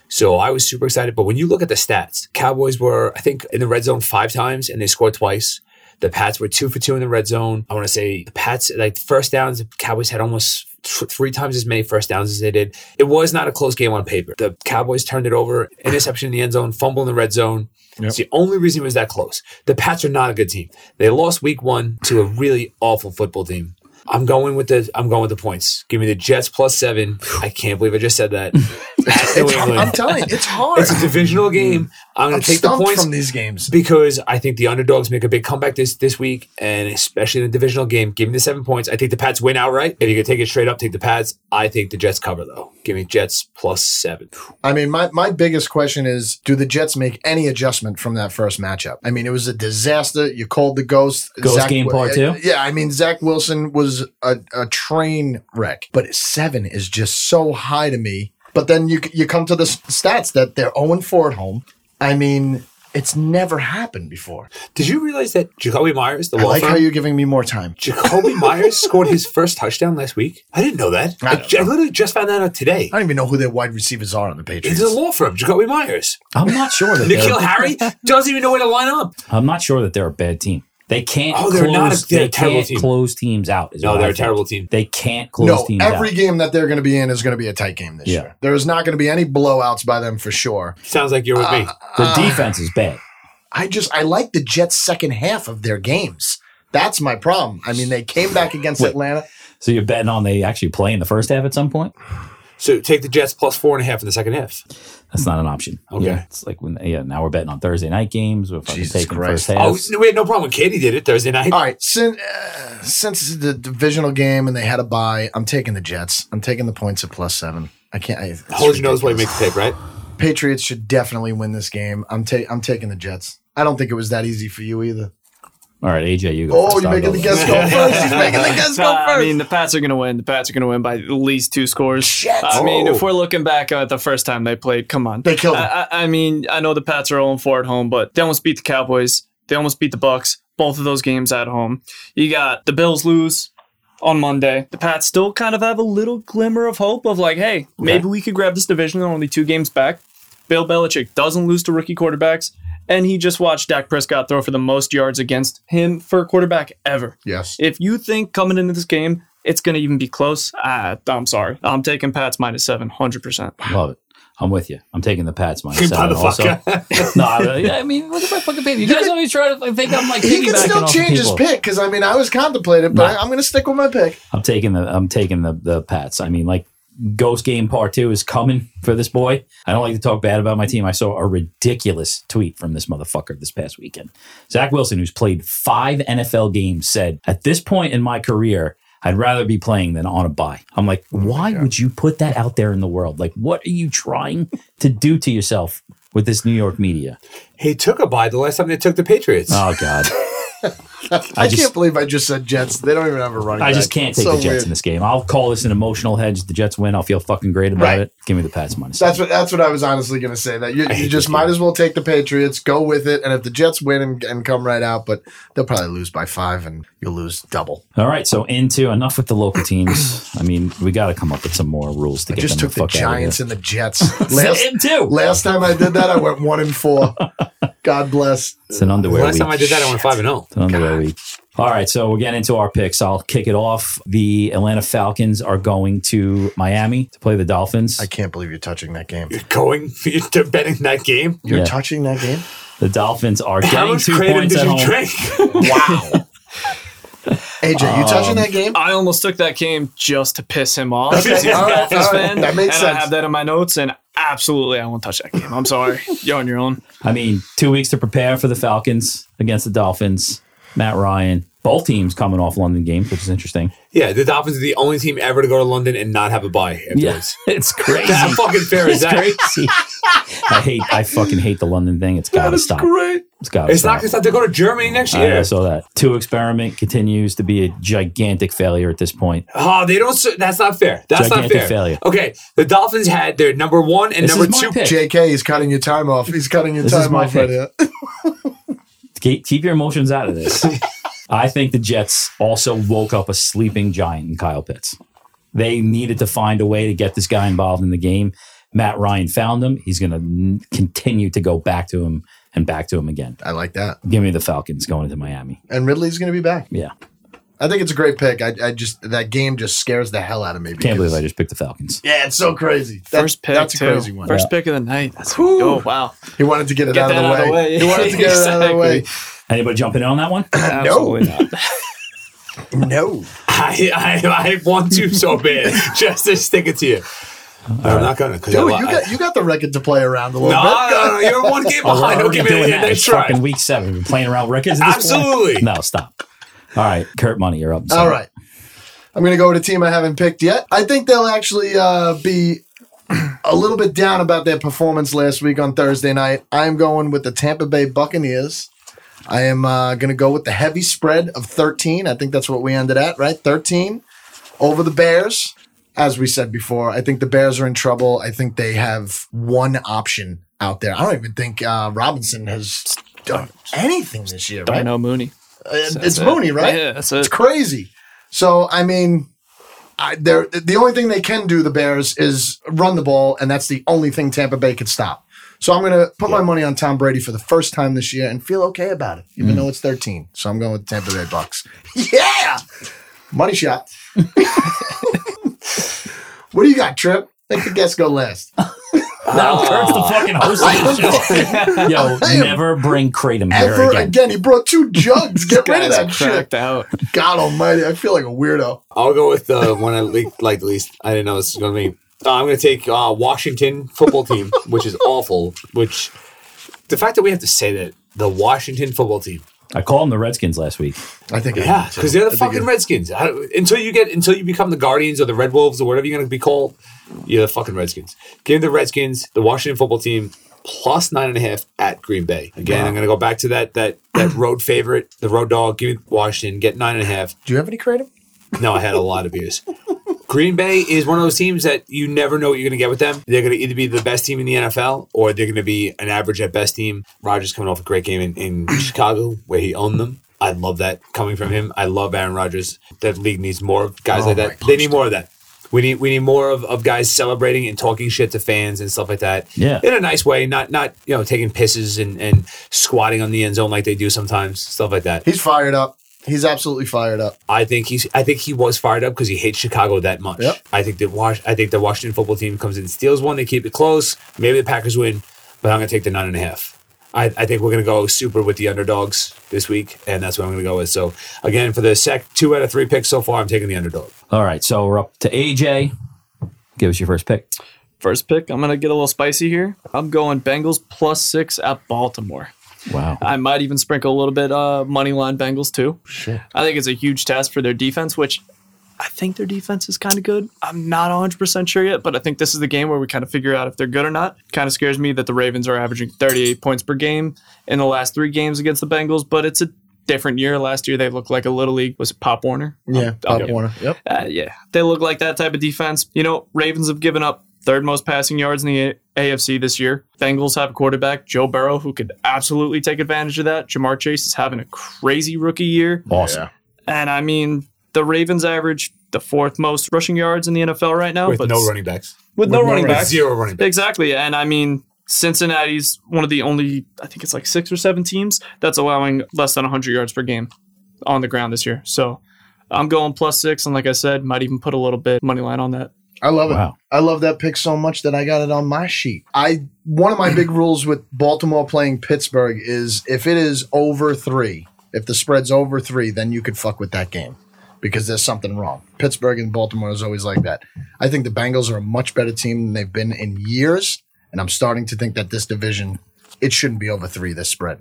Speaker 4: So I was super excited. But when you look at the stats, Cowboys were, I think, in the red zone five times and they scored twice. The Pats were two for two in the red zone. I want to say the Pats, like first downs, the Cowboys had almost th- three times as many first downs as they did. It was not a close game on paper. The Cowboys turned it over, interception in the end zone, fumble in the red zone. It's the only reason it was that close. The Pats are not a good team. They lost week one to a really awful football team. I'm going with the I'm going with the points. Give me the Jets plus seven. I can't believe I just said that. At New
Speaker 5: I'm
Speaker 4: England.
Speaker 5: telling you, it's hard.
Speaker 4: It's a divisional game. I'm
Speaker 5: I'm
Speaker 4: going to take the
Speaker 5: stumped
Speaker 4: points
Speaker 5: from these games.
Speaker 4: because I think the underdogs make a big comeback this this week, and especially in the divisional game. Give me the seven points. I think the Pats win outright. If you could take it straight up, take the Pats. I think the Jets cover though. Give me Jets plus seven.
Speaker 5: I mean, my, my biggest question is do the Jets make any adjustment from that first matchup? I mean, it was a disaster. You called the ghost.
Speaker 1: Ghost game part two?
Speaker 5: Yeah, I mean, Zach Wilson was a, a train wreck, but seven is just so high to me. But then you you come to the s- stats that they're 0 4 at home. I mean, it's never happened before.
Speaker 4: Did you realize that Jacoby Myers, the
Speaker 5: I
Speaker 4: law
Speaker 5: like
Speaker 4: firm,
Speaker 5: how you're giving me more time.
Speaker 4: Jacoby Myers scored his first touchdown last week. I didn't know that. I,
Speaker 5: I don't
Speaker 4: I literally just found that out today.
Speaker 5: I don't even know who their wide receivers are on the Patriots.
Speaker 4: It's a law firm, Jacoby Myers.
Speaker 1: I'm not sure that
Speaker 4: Nikhil
Speaker 1: they're,
Speaker 4: Harry doesn't even know where to line up.
Speaker 1: I'm not sure that they're a bad team. They can't
Speaker 4: Oh, they're
Speaker 1: close,
Speaker 4: not a- they're
Speaker 1: they
Speaker 4: a terrible
Speaker 1: can't
Speaker 4: team.
Speaker 1: close teams out. is
Speaker 4: No,
Speaker 1: what
Speaker 4: they're
Speaker 1: I
Speaker 4: a
Speaker 1: think.
Speaker 4: terrible team.
Speaker 1: They can't close
Speaker 5: No,
Speaker 1: teams
Speaker 5: every
Speaker 1: out.
Speaker 5: game that they're going to be in is going to be a tight game this
Speaker 1: Yeah.
Speaker 5: year. There's not going to be any blowouts by them for sure.
Speaker 4: Sounds like you're with me.
Speaker 1: The defense is bad.
Speaker 5: I just I like the Jets' second half of their games. That's my problem. I mean, they came back against
Speaker 1: Wait.
Speaker 5: Atlanta.
Speaker 1: So you're betting on they actually play in the first half at some point?
Speaker 4: So take the Jets plus four and a half in the second half.
Speaker 1: That's not an option.
Speaker 4: Okay.
Speaker 1: Yeah, it's like when yeah, now we're betting on Thursday night games. We're fucking
Speaker 5: Jesus
Speaker 1: taking
Speaker 5: Christ.
Speaker 1: first half.
Speaker 4: Oh, we had no problem. Katie did it Thursday night.
Speaker 5: All right, since uh, since it's the divisional game and they had a bye, I'm taking the Jets. I'm taking the points at plus seven. I can't. I, it's
Speaker 4: Hold your nose while you make
Speaker 5: ridiculous.
Speaker 4: the pick, right?
Speaker 5: Patriots should definitely win this game. I'm ta- I'm taking the Jets. I don't think it was that easy for you either.
Speaker 1: All right, AJ, you go.
Speaker 5: Oh,
Speaker 1: first.
Speaker 5: you're
Speaker 1: I'll
Speaker 5: making
Speaker 1: go
Speaker 5: the
Speaker 1: last.
Speaker 5: guess go first. He's making the guess
Speaker 3: Uh,
Speaker 5: go first.
Speaker 3: I mean, the Pats are going to win. The Pats are going to win by at least two scores.
Speaker 5: Shit.
Speaker 3: I mean,
Speaker 4: Oh.
Speaker 3: if we're looking back at the first time they played, come on.
Speaker 5: They killed 'em.
Speaker 3: I, I, I mean, I know the Pats are 0 4 at home, but they almost beat the Cowboys. They almost beat the Bucks. Both of those games at home. You got the Bills lose on Monday. The Pats still kind of have a little glimmer of hope of like, hey, maybe we could grab this division. They're only two games back. Bill Belichick doesn't lose to rookie quarterbacks, and he just watched Dak Prescott throw for the most yards against him for a quarterback ever.
Speaker 5: yes.
Speaker 3: If you think coming into this game it's going to even be close, ah, I'm sorry. I'm taking Pats minus seven, hundred percent.
Speaker 1: Love it. I'm with you. I'm taking the Pats minus seven. Also,
Speaker 4: Motherfucker.
Speaker 1: no, I, I mean, look at my fucking paper. You guys always try to think I'm like
Speaker 5: He can
Speaker 1: piggybacking
Speaker 5: still
Speaker 1: off of
Speaker 5: change his
Speaker 1: people.
Speaker 5: pick because I mean I was contemplating, but
Speaker 1: Nah.
Speaker 5: I, I'm going to stick with my pick.
Speaker 1: I'm taking the I'm taking the the Pats. I mean, like Ghost Game Part Two is coming for this boy. I don't like to talk bad about my team. I saw a ridiculous tweet from this motherfucker this past weekend. Zach Wilson, who's played five NFL games, said, "At this point in my career." I'd rather be playing than on a buy. I'm like, why would you put that out there in the world? Like, what are you trying to do to yourself with this New York media?
Speaker 4: He took a bye the last time they took the Patriots.
Speaker 1: Oh God,
Speaker 5: I,
Speaker 1: just-
Speaker 5: can't believe I just said Jets. They don't even have a running.
Speaker 1: I
Speaker 5: back.
Speaker 1: just can't take
Speaker 5: So
Speaker 1: the Jets
Speaker 5: weird.
Speaker 1: in this game. I'll call this an emotional hedge. The Jets win. I'll feel fucking great about
Speaker 5: Right.
Speaker 1: it. Give me the Pats minus.
Speaker 5: That's what that's what I was honestly going to say. That you, you just might as well take the Patriots, go with it, and if the Jets win and, and come right out, but they'll probably lose by five, and you'll lose double.
Speaker 1: All right, so into enough with the local teams. I mean, we got to come up with some more rules to
Speaker 5: I
Speaker 1: get
Speaker 5: just
Speaker 1: them
Speaker 5: took
Speaker 1: the
Speaker 5: the
Speaker 1: fuck
Speaker 5: Giants
Speaker 1: out
Speaker 5: and the Jets. Last,
Speaker 1: Him too.
Speaker 5: last time I did that, I went one and four. God bless.
Speaker 1: It's an
Speaker 4: the
Speaker 1: underwear
Speaker 4: last
Speaker 1: week.
Speaker 4: time I did that, I went five and oh. zero.
Speaker 1: It's an underwear week. All right, so we're getting into our picks. I'll kick it off. The Atlanta Falcons are going to Miami to play the Dolphins.
Speaker 5: I can't believe you're touching that game.
Speaker 4: You're going to betting that game.
Speaker 5: You're
Speaker 1: Yeah.
Speaker 5: touching that game.
Speaker 1: The Dolphins are
Speaker 4: How
Speaker 1: getting
Speaker 4: much
Speaker 1: two
Speaker 4: kratom
Speaker 1: points
Speaker 4: did
Speaker 1: at
Speaker 4: you
Speaker 1: home.
Speaker 4: drink?
Speaker 5: Wow. AJ,
Speaker 1: Um,
Speaker 5: you touching that game?
Speaker 3: I almost took that game just to piss him off.
Speaker 5: Okay,
Speaker 3: He's a
Speaker 5: all right,
Speaker 3: Dolphins
Speaker 5: all right.
Speaker 3: fan,
Speaker 5: That makes
Speaker 3: and
Speaker 5: sense.
Speaker 3: I have that in my notes, and absolutely, I won't touch that game. I'm sorry. You're on your own.
Speaker 1: I mean, two weeks to prepare for the Falcons against the Dolphins. Matt Ryan, both teams coming off London games, which is interesting.
Speaker 4: Yeah, the Dolphins are the only team ever to go to London and not have a bye. Afterwards.
Speaker 1: it's crazy.
Speaker 4: How fucking fair is that?
Speaker 1: crazy. I hate. I fucking hate the London thing. It's gotta stop.
Speaker 4: great.
Speaker 1: It's gotta
Speaker 4: It's not
Speaker 1: stop.
Speaker 4: going to stop. They go to Germany next
Speaker 1: I, I
Speaker 4: year.
Speaker 1: saw that. Two experiment continues to be a gigantic failure at this point.
Speaker 4: Oh, they don't. s- That's not fair. That's
Speaker 1: Gigantic
Speaker 4: not fair.
Speaker 1: failure.
Speaker 4: Okay, the Dolphins had their number one and
Speaker 1: This
Speaker 4: number
Speaker 1: is my
Speaker 4: two.
Speaker 1: pick.
Speaker 5: JK, he's cutting your time off. He's cutting your
Speaker 1: This is
Speaker 5: time
Speaker 1: my
Speaker 5: off right
Speaker 1: pick.
Speaker 5: here.
Speaker 1: Keep, keep your emotions out of this. I think the Jets also woke up a sleeping giant in Kyle Pitts. They needed to find a way to get this guy involved in the game. Matt Ryan found him. He's going to continue to go back to him and back to him again.
Speaker 5: I like that.
Speaker 1: Give me the Falcons going into Miami.
Speaker 5: And Ridley's going to be back.
Speaker 1: Yeah.
Speaker 5: I think it's a great pick. I, I just that game just scares the hell out of me.
Speaker 1: Can't
Speaker 5: because-
Speaker 1: believe I just picked the Falcons.
Speaker 5: Yeah, it's so crazy. That-
Speaker 3: First pick,
Speaker 5: That's a
Speaker 3: too.
Speaker 5: crazy one.
Speaker 3: First pick of the night. That's oh wow.
Speaker 5: He wanted to get it
Speaker 3: Get
Speaker 5: out, of
Speaker 3: that out of
Speaker 5: the
Speaker 3: the
Speaker 5: way.
Speaker 3: way.
Speaker 5: He wanted to get it out of the way.
Speaker 1: Anybody jumping in on that one?
Speaker 3: Absolutely not.
Speaker 5: No.
Speaker 4: I, I, I want to so bad just to stick it to you. No, I'm not going to.
Speaker 5: Dude, you got you got the record to play around a
Speaker 4: no,
Speaker 5: little
Speaker 4: no, no, you're one game behind. Don't give me
Speaker 1: doing
Speaker 4: the
Speaker 1: that.
Speaker 4: next
Speaker 1: It's
Speaker 4: try.
Speaker 1: fucking week seven. We've been playing around records. at this point?
Speaker 4: Absolutely.
Speaker 1: No, stop. All right, Kurt Money, you're up.
Speaker 5: bit. All right. I'm going to go with a team I haven't picked yet. I think they'll actually uh, be a little bit down about their performance last week on Thursday night. I am going with the Tampa Bay Buccaneers. I am uh, going to go with the heavy spread of 13. I think that's what we ended at, right? 13 over the Bears. As we said before, I think the Bears are in trouble. I think they have one option out there. I don't even think uh, Robinson has done anything this year, right?
Speaker 3: Dino Mooney.
Speaker 5: Uh, it's
Speaker 3: That's it.
Speaker 5: Mooney, right?
Speaker 3: Yeah, that's
Speaker 5: It's
Speaker 3: it.
Speaker 5: crazy. So I mean, I, they're the only thing they can do the Bears is run the ball, and that's the only thing Tampa Bay could stop. So I'm going to put my money on Tom Brady for the first time this year and feel okay about it, even though it's 13. So I'm going with Tampa Bay Bucks. yeah, money shot. what do you got, Trip? Let the guests go last.
Speaker 1: Now Kurt's the fucking host of the show. Yo,
Speaker 5: I am-
Speaker 1: never bring Kratom here
Speaker 5: Ever
Speaker 1: again.
Speaker 5: again. he brought two jugs. Get rid of
Speaker 3: Guys
Speaker 5: that
Speaker 3: cracked
Speaker 5: shit.
Speaker 3: out.
Speaker 5: God Almighty, I feel like a weirdo.
Speaker 4: I'll go with the one I le- liked least. I didn't know this was going to be. Uh, I'm going to take uh, Washington football team, which is awful. Which the fact that we have to say that the Washington football team,
Speaker 1: I called them the Redskins last week.
Speaker 5: I think. I
Speaker 4: yeah,
Speaker 5: do, too.
Speaker 4: because they're
Speaker 5: I
Speaker 4: the
Speaker 5: think
Speaker 4: fucking
Speaker 5: it-
Speaker 4: Redskins. I, don't- until you get until you become the Guardians or the Red Wolves or whatever you're going to be called, you're the fucking Redskins. Give the Redskins the Washington football team plus nine and a half at Green Bay. Again, I'm going to go back to that that that road favorite, the road dog. Give me Washington. Get nine and a half.
Speaker 5: Do you have any creative?
Speaker 4: No, I had a lot of beers. Green Bay is one of those teams that you never know what you're going to get with them. They're going to either be the best team in the NFL or they're going to be an average at best team. Rodgers coming off a great game in, in Chicago where he owned them. I love that coming from him. I love Aaron Rodgers. That league needs more of guys
Speaker 5: Oh,
Speaker 4: like
Speaker 5: I
Speaker 4: that.
Speaker 5: punched
Speaker 4: They need more of that. We need we need more of, of guys celebrating and talking shit to fans and stuff like that.
Speaker 1: Yeah.
Speaker 4: In a nice way, not not you know taking pisses and, and squatting on the end zone like they do sometimes, stuff like that.
Speaker 5: He's fired up. He's absolutely fired up.
Speaker 4: I think he's. I think he was fired up because he hates Chicago that much.
Speaker 5: Yep.
Speaker 4: I think that Wash. I think the Washington football team comes in, and steals one, they keep it close. Maybe the Packers win, but I'm gonna take the nine and a half. I, I think we're gonna go super with the underdogs this week, and that's what I'm gonna go with. So again, for the sec, two out of three picks so far, I'm taking the underdog.
Speaker 1: All right, so we're up to AJ. Give us your first pick.
Speaker 3: First pick. I'm gonna get a little spicy here. I'm going Bengals plus six at Baltimore.
Speaker 1: Wow.
Speaker 3: I might even sprinkle a little bit uh, money line Bengals too. I think it's a huge task for their defense, which I think their defense is kind of good. I'm not 100% sure yet, but I think this is the game where we kind of figure out if they're good or not. Kind of scares me that the Ravens are averaging 38 points per game in the last three games against the Bengals, but it's a different year. Last year, they looked like a little league. Was it Pop Warner?
Speaker 5: Yeah, Pop Warner. Yep.
Speaker 3: Uh, yeah, they look like that type of defense. You know, Ravens have given up third most passing yards in the A- AFC this year. Bengals have a quarterback, Joe Burrow, who could absolutely take advantage of that. Jamar Chase is having a crazy rookie year.
Speaker 1: Awesome.
Speaker 3: And I mean, the Ravens average the fourth most rushing yards in the NFL right now.
Speaker 4: With
Speaker 3: Oh, but
Speaker 4: no
Speaker 3: s-
Speaker 4: running backs,
Speaker 3: With, no running backs.
Speaker 4: zero running backs.
Speaker 3: Exactly. And I mean, Cincinnati's one of the only, I think it's like six or seven teams that's allowing less than 100 yards per game on the ground this year. So I'm going plus six. And like I said, might even put a little bit money line on that.
Speaker 5: I love it.
Speaker 1: Wow.
Speaker 5: I love that pick so much that I got it on my sheet. I one of my big rules with Baltimore playing Pittsburgh is if it is over three, if the spread's over three, then you could fuck with that game. because there's something wrong. Pittsburgh and Baltimore is always like that. I think the Bengals are a much better team than they've been in years, and I'm starting to think that this division it shouldn't be over three this spread.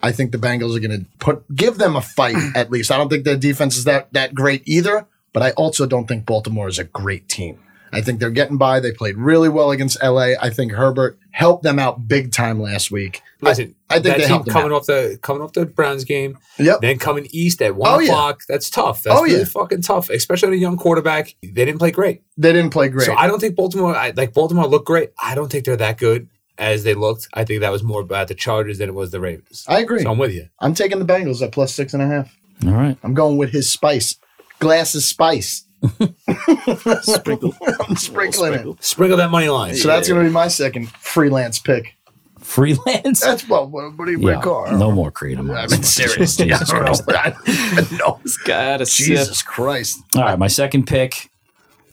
Speaker 5: I think the Bengals are going to put give them a fight at least. I don't think their defense is that that great either, but I also don't think Baltimore is a great team. I think they're getting by. They played really well against LA. I think Herbert helped them out big time last week. I-
Speaker 4: Listen,
Speaker 5: I, think
Speaker 4: that
Speaker 5: they
Speaker 4: team
Speaker 5: helped them
Speaker 4: coming
Speaker 5: out.
Speaker 4: off the coming off the Browns game,
Speaker 5: Yep.
Speaker 4: then coming east at one
Speaker 5: Oh, yeah.
Speaker 4: o'clock. That's tough. That's
Speaker 5: Oh,
Speaker 4: really
Speaker 5: yeah.
Speaker 4: fucking tough, especially on a young quarterback. They didn't play great.
Speaker 5: They didn't play great.
Speaker 4: So I don't think Baltimore, I, like Baltimore, looked great. I don't think they're that good as they looked. I think that was more about the Chargers than it was the Ravens.
Speaker 5: I agree.
Speaker 4: So I'm with you.
Speaker 5: I'm taking the Bengals at plus six and a half.
Speaker 1: All right.
Speaker 5: I'm going with his spice. Glass is spice.
Speaker 2: Sprinkle.
Speaker 5: I'm sprinkling
Speaker 2: Sprinkle.
Speaker 5: it.
Speaker 4: Sprinkle that money line.
Speaker 5: So that's going to be my second freelance pick.
Speaker 1: Freelance.
Speaker 5: That's well, what what do you yeah, car?
Speaker 1: No more creative.
Speaker 5: I
Speaker 1: minds.
Speaker 5: mean, seriously. I
Speaker 1: Jesus
Speaker 5: don't know.
Speaker 1: Christ.
Speaker 5: I don't know.
Speaker 3: This guy had a sip.
Speaker 5: Jesus Christ.
Speaker 1: All right, my second pick,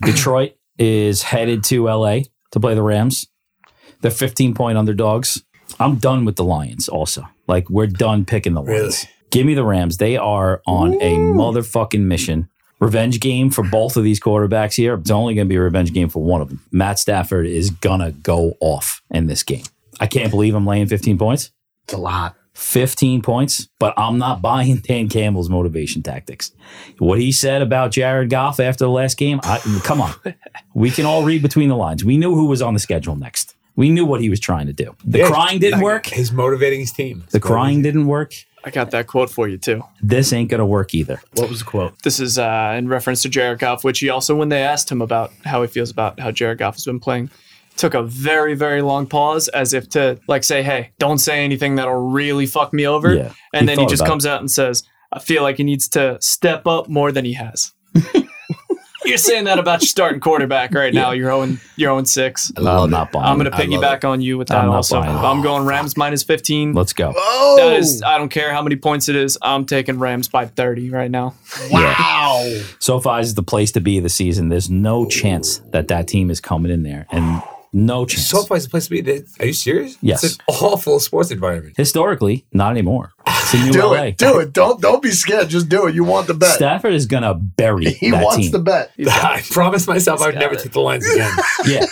Speaker 1: Detroit is headed to LA to play the Rams. They're 15 point underdogs. I'm done with the Lions also. Like we're done picking the Lions.
Speaker 4: Really?
Speaker 1: Give me the Rams. They are on a motherfucking mission. Revenge game for both of these quarterbacks here. It's only going to be a revenge game for one of them. Matt Stafford is going to go off in this game. I can't believe I'm laying 15 points.
Speaker 5: It's a lot.
Speaker 1: 15 points, but I'm not buying Dan Campbell's motivation tactics. What he said about Jared Goff after the last game, I, come on. We can all read between the lines. We knew who was on the schedule next. We knew what he was trying to do. The
Speaker 4: Yeah,
Speaker 1: crying didn't
Speaker 4: like,
Speaker 1: work.
Speaker 4: He's motivating his team.
Speaker 1: The crying didn't work.
Speaker 3: I got that quote for you too.
Speaker 1: This ain't going to work either.
Speaker 5: What was the quote?
Speaker 3: This is uh, in reference to Jared Goff, which he also, when they asked him about how he feels about how Jared Goff has been playing, took a very, very long pause as if to like say, "Hey, don't say anything that'll really fuck me over."
Speaker 1: Yeah,
Speaker 3: and
Speaker 1: he
Speaker 3: then he
Speaker 1: thought
Speaker 3: just
Speaker 1: about
Speaker 3: comes out and says, "I feel like he needs to step up more than he has." You're saying that about your starting quarterback right now. You're own you're own six.
Speaker 1: I'm not buying
Speaker 3: I'm going to
Speaker 1: Um, it.
Speaker 4: I love
Speaker 3: piggyback on you with that
Speaker 1: I'm not
Speaker 3: also.
Speaker 1: buying it.
Speaker 3: I'm going Rams minus 15.
Speaker 1: Let's go.
Speaker 5: Oh,
Speaker 3: That
Speaker 4: uh,
Speaker 3: is, I don't care how many points it is. I'm taking Rams by 30 right now.
Speaker 5: wow.
Speaker 1: SoFi is the place to be this season. There's no chance that that team is coming in there, and no chance.
Speaker 4: So far, it's a place to be. They- Are you serious?
Speaker 1: Yes.
Speaker 4: It's an awful sports environment.
Speaker 1: Historically, not anymore. It's a new
Speaker 5: Do
Speaker 1: LA.
Speaker 5: it. Do it. Don't don't be scared. Just do it. You want the bet.
Speaker 1: Stafford is going to bury
Speaker 5: he
Speaker 1: that
Speaker 5: wants
Speaker 1: team.
Speaker 5: the bet.
Speaker 4: I promised myself I'd
Speaker 3: got
Speaker 4: never
Speaker 3: it.
Speaker 4: take the lines again.
Speaker 1: yeah.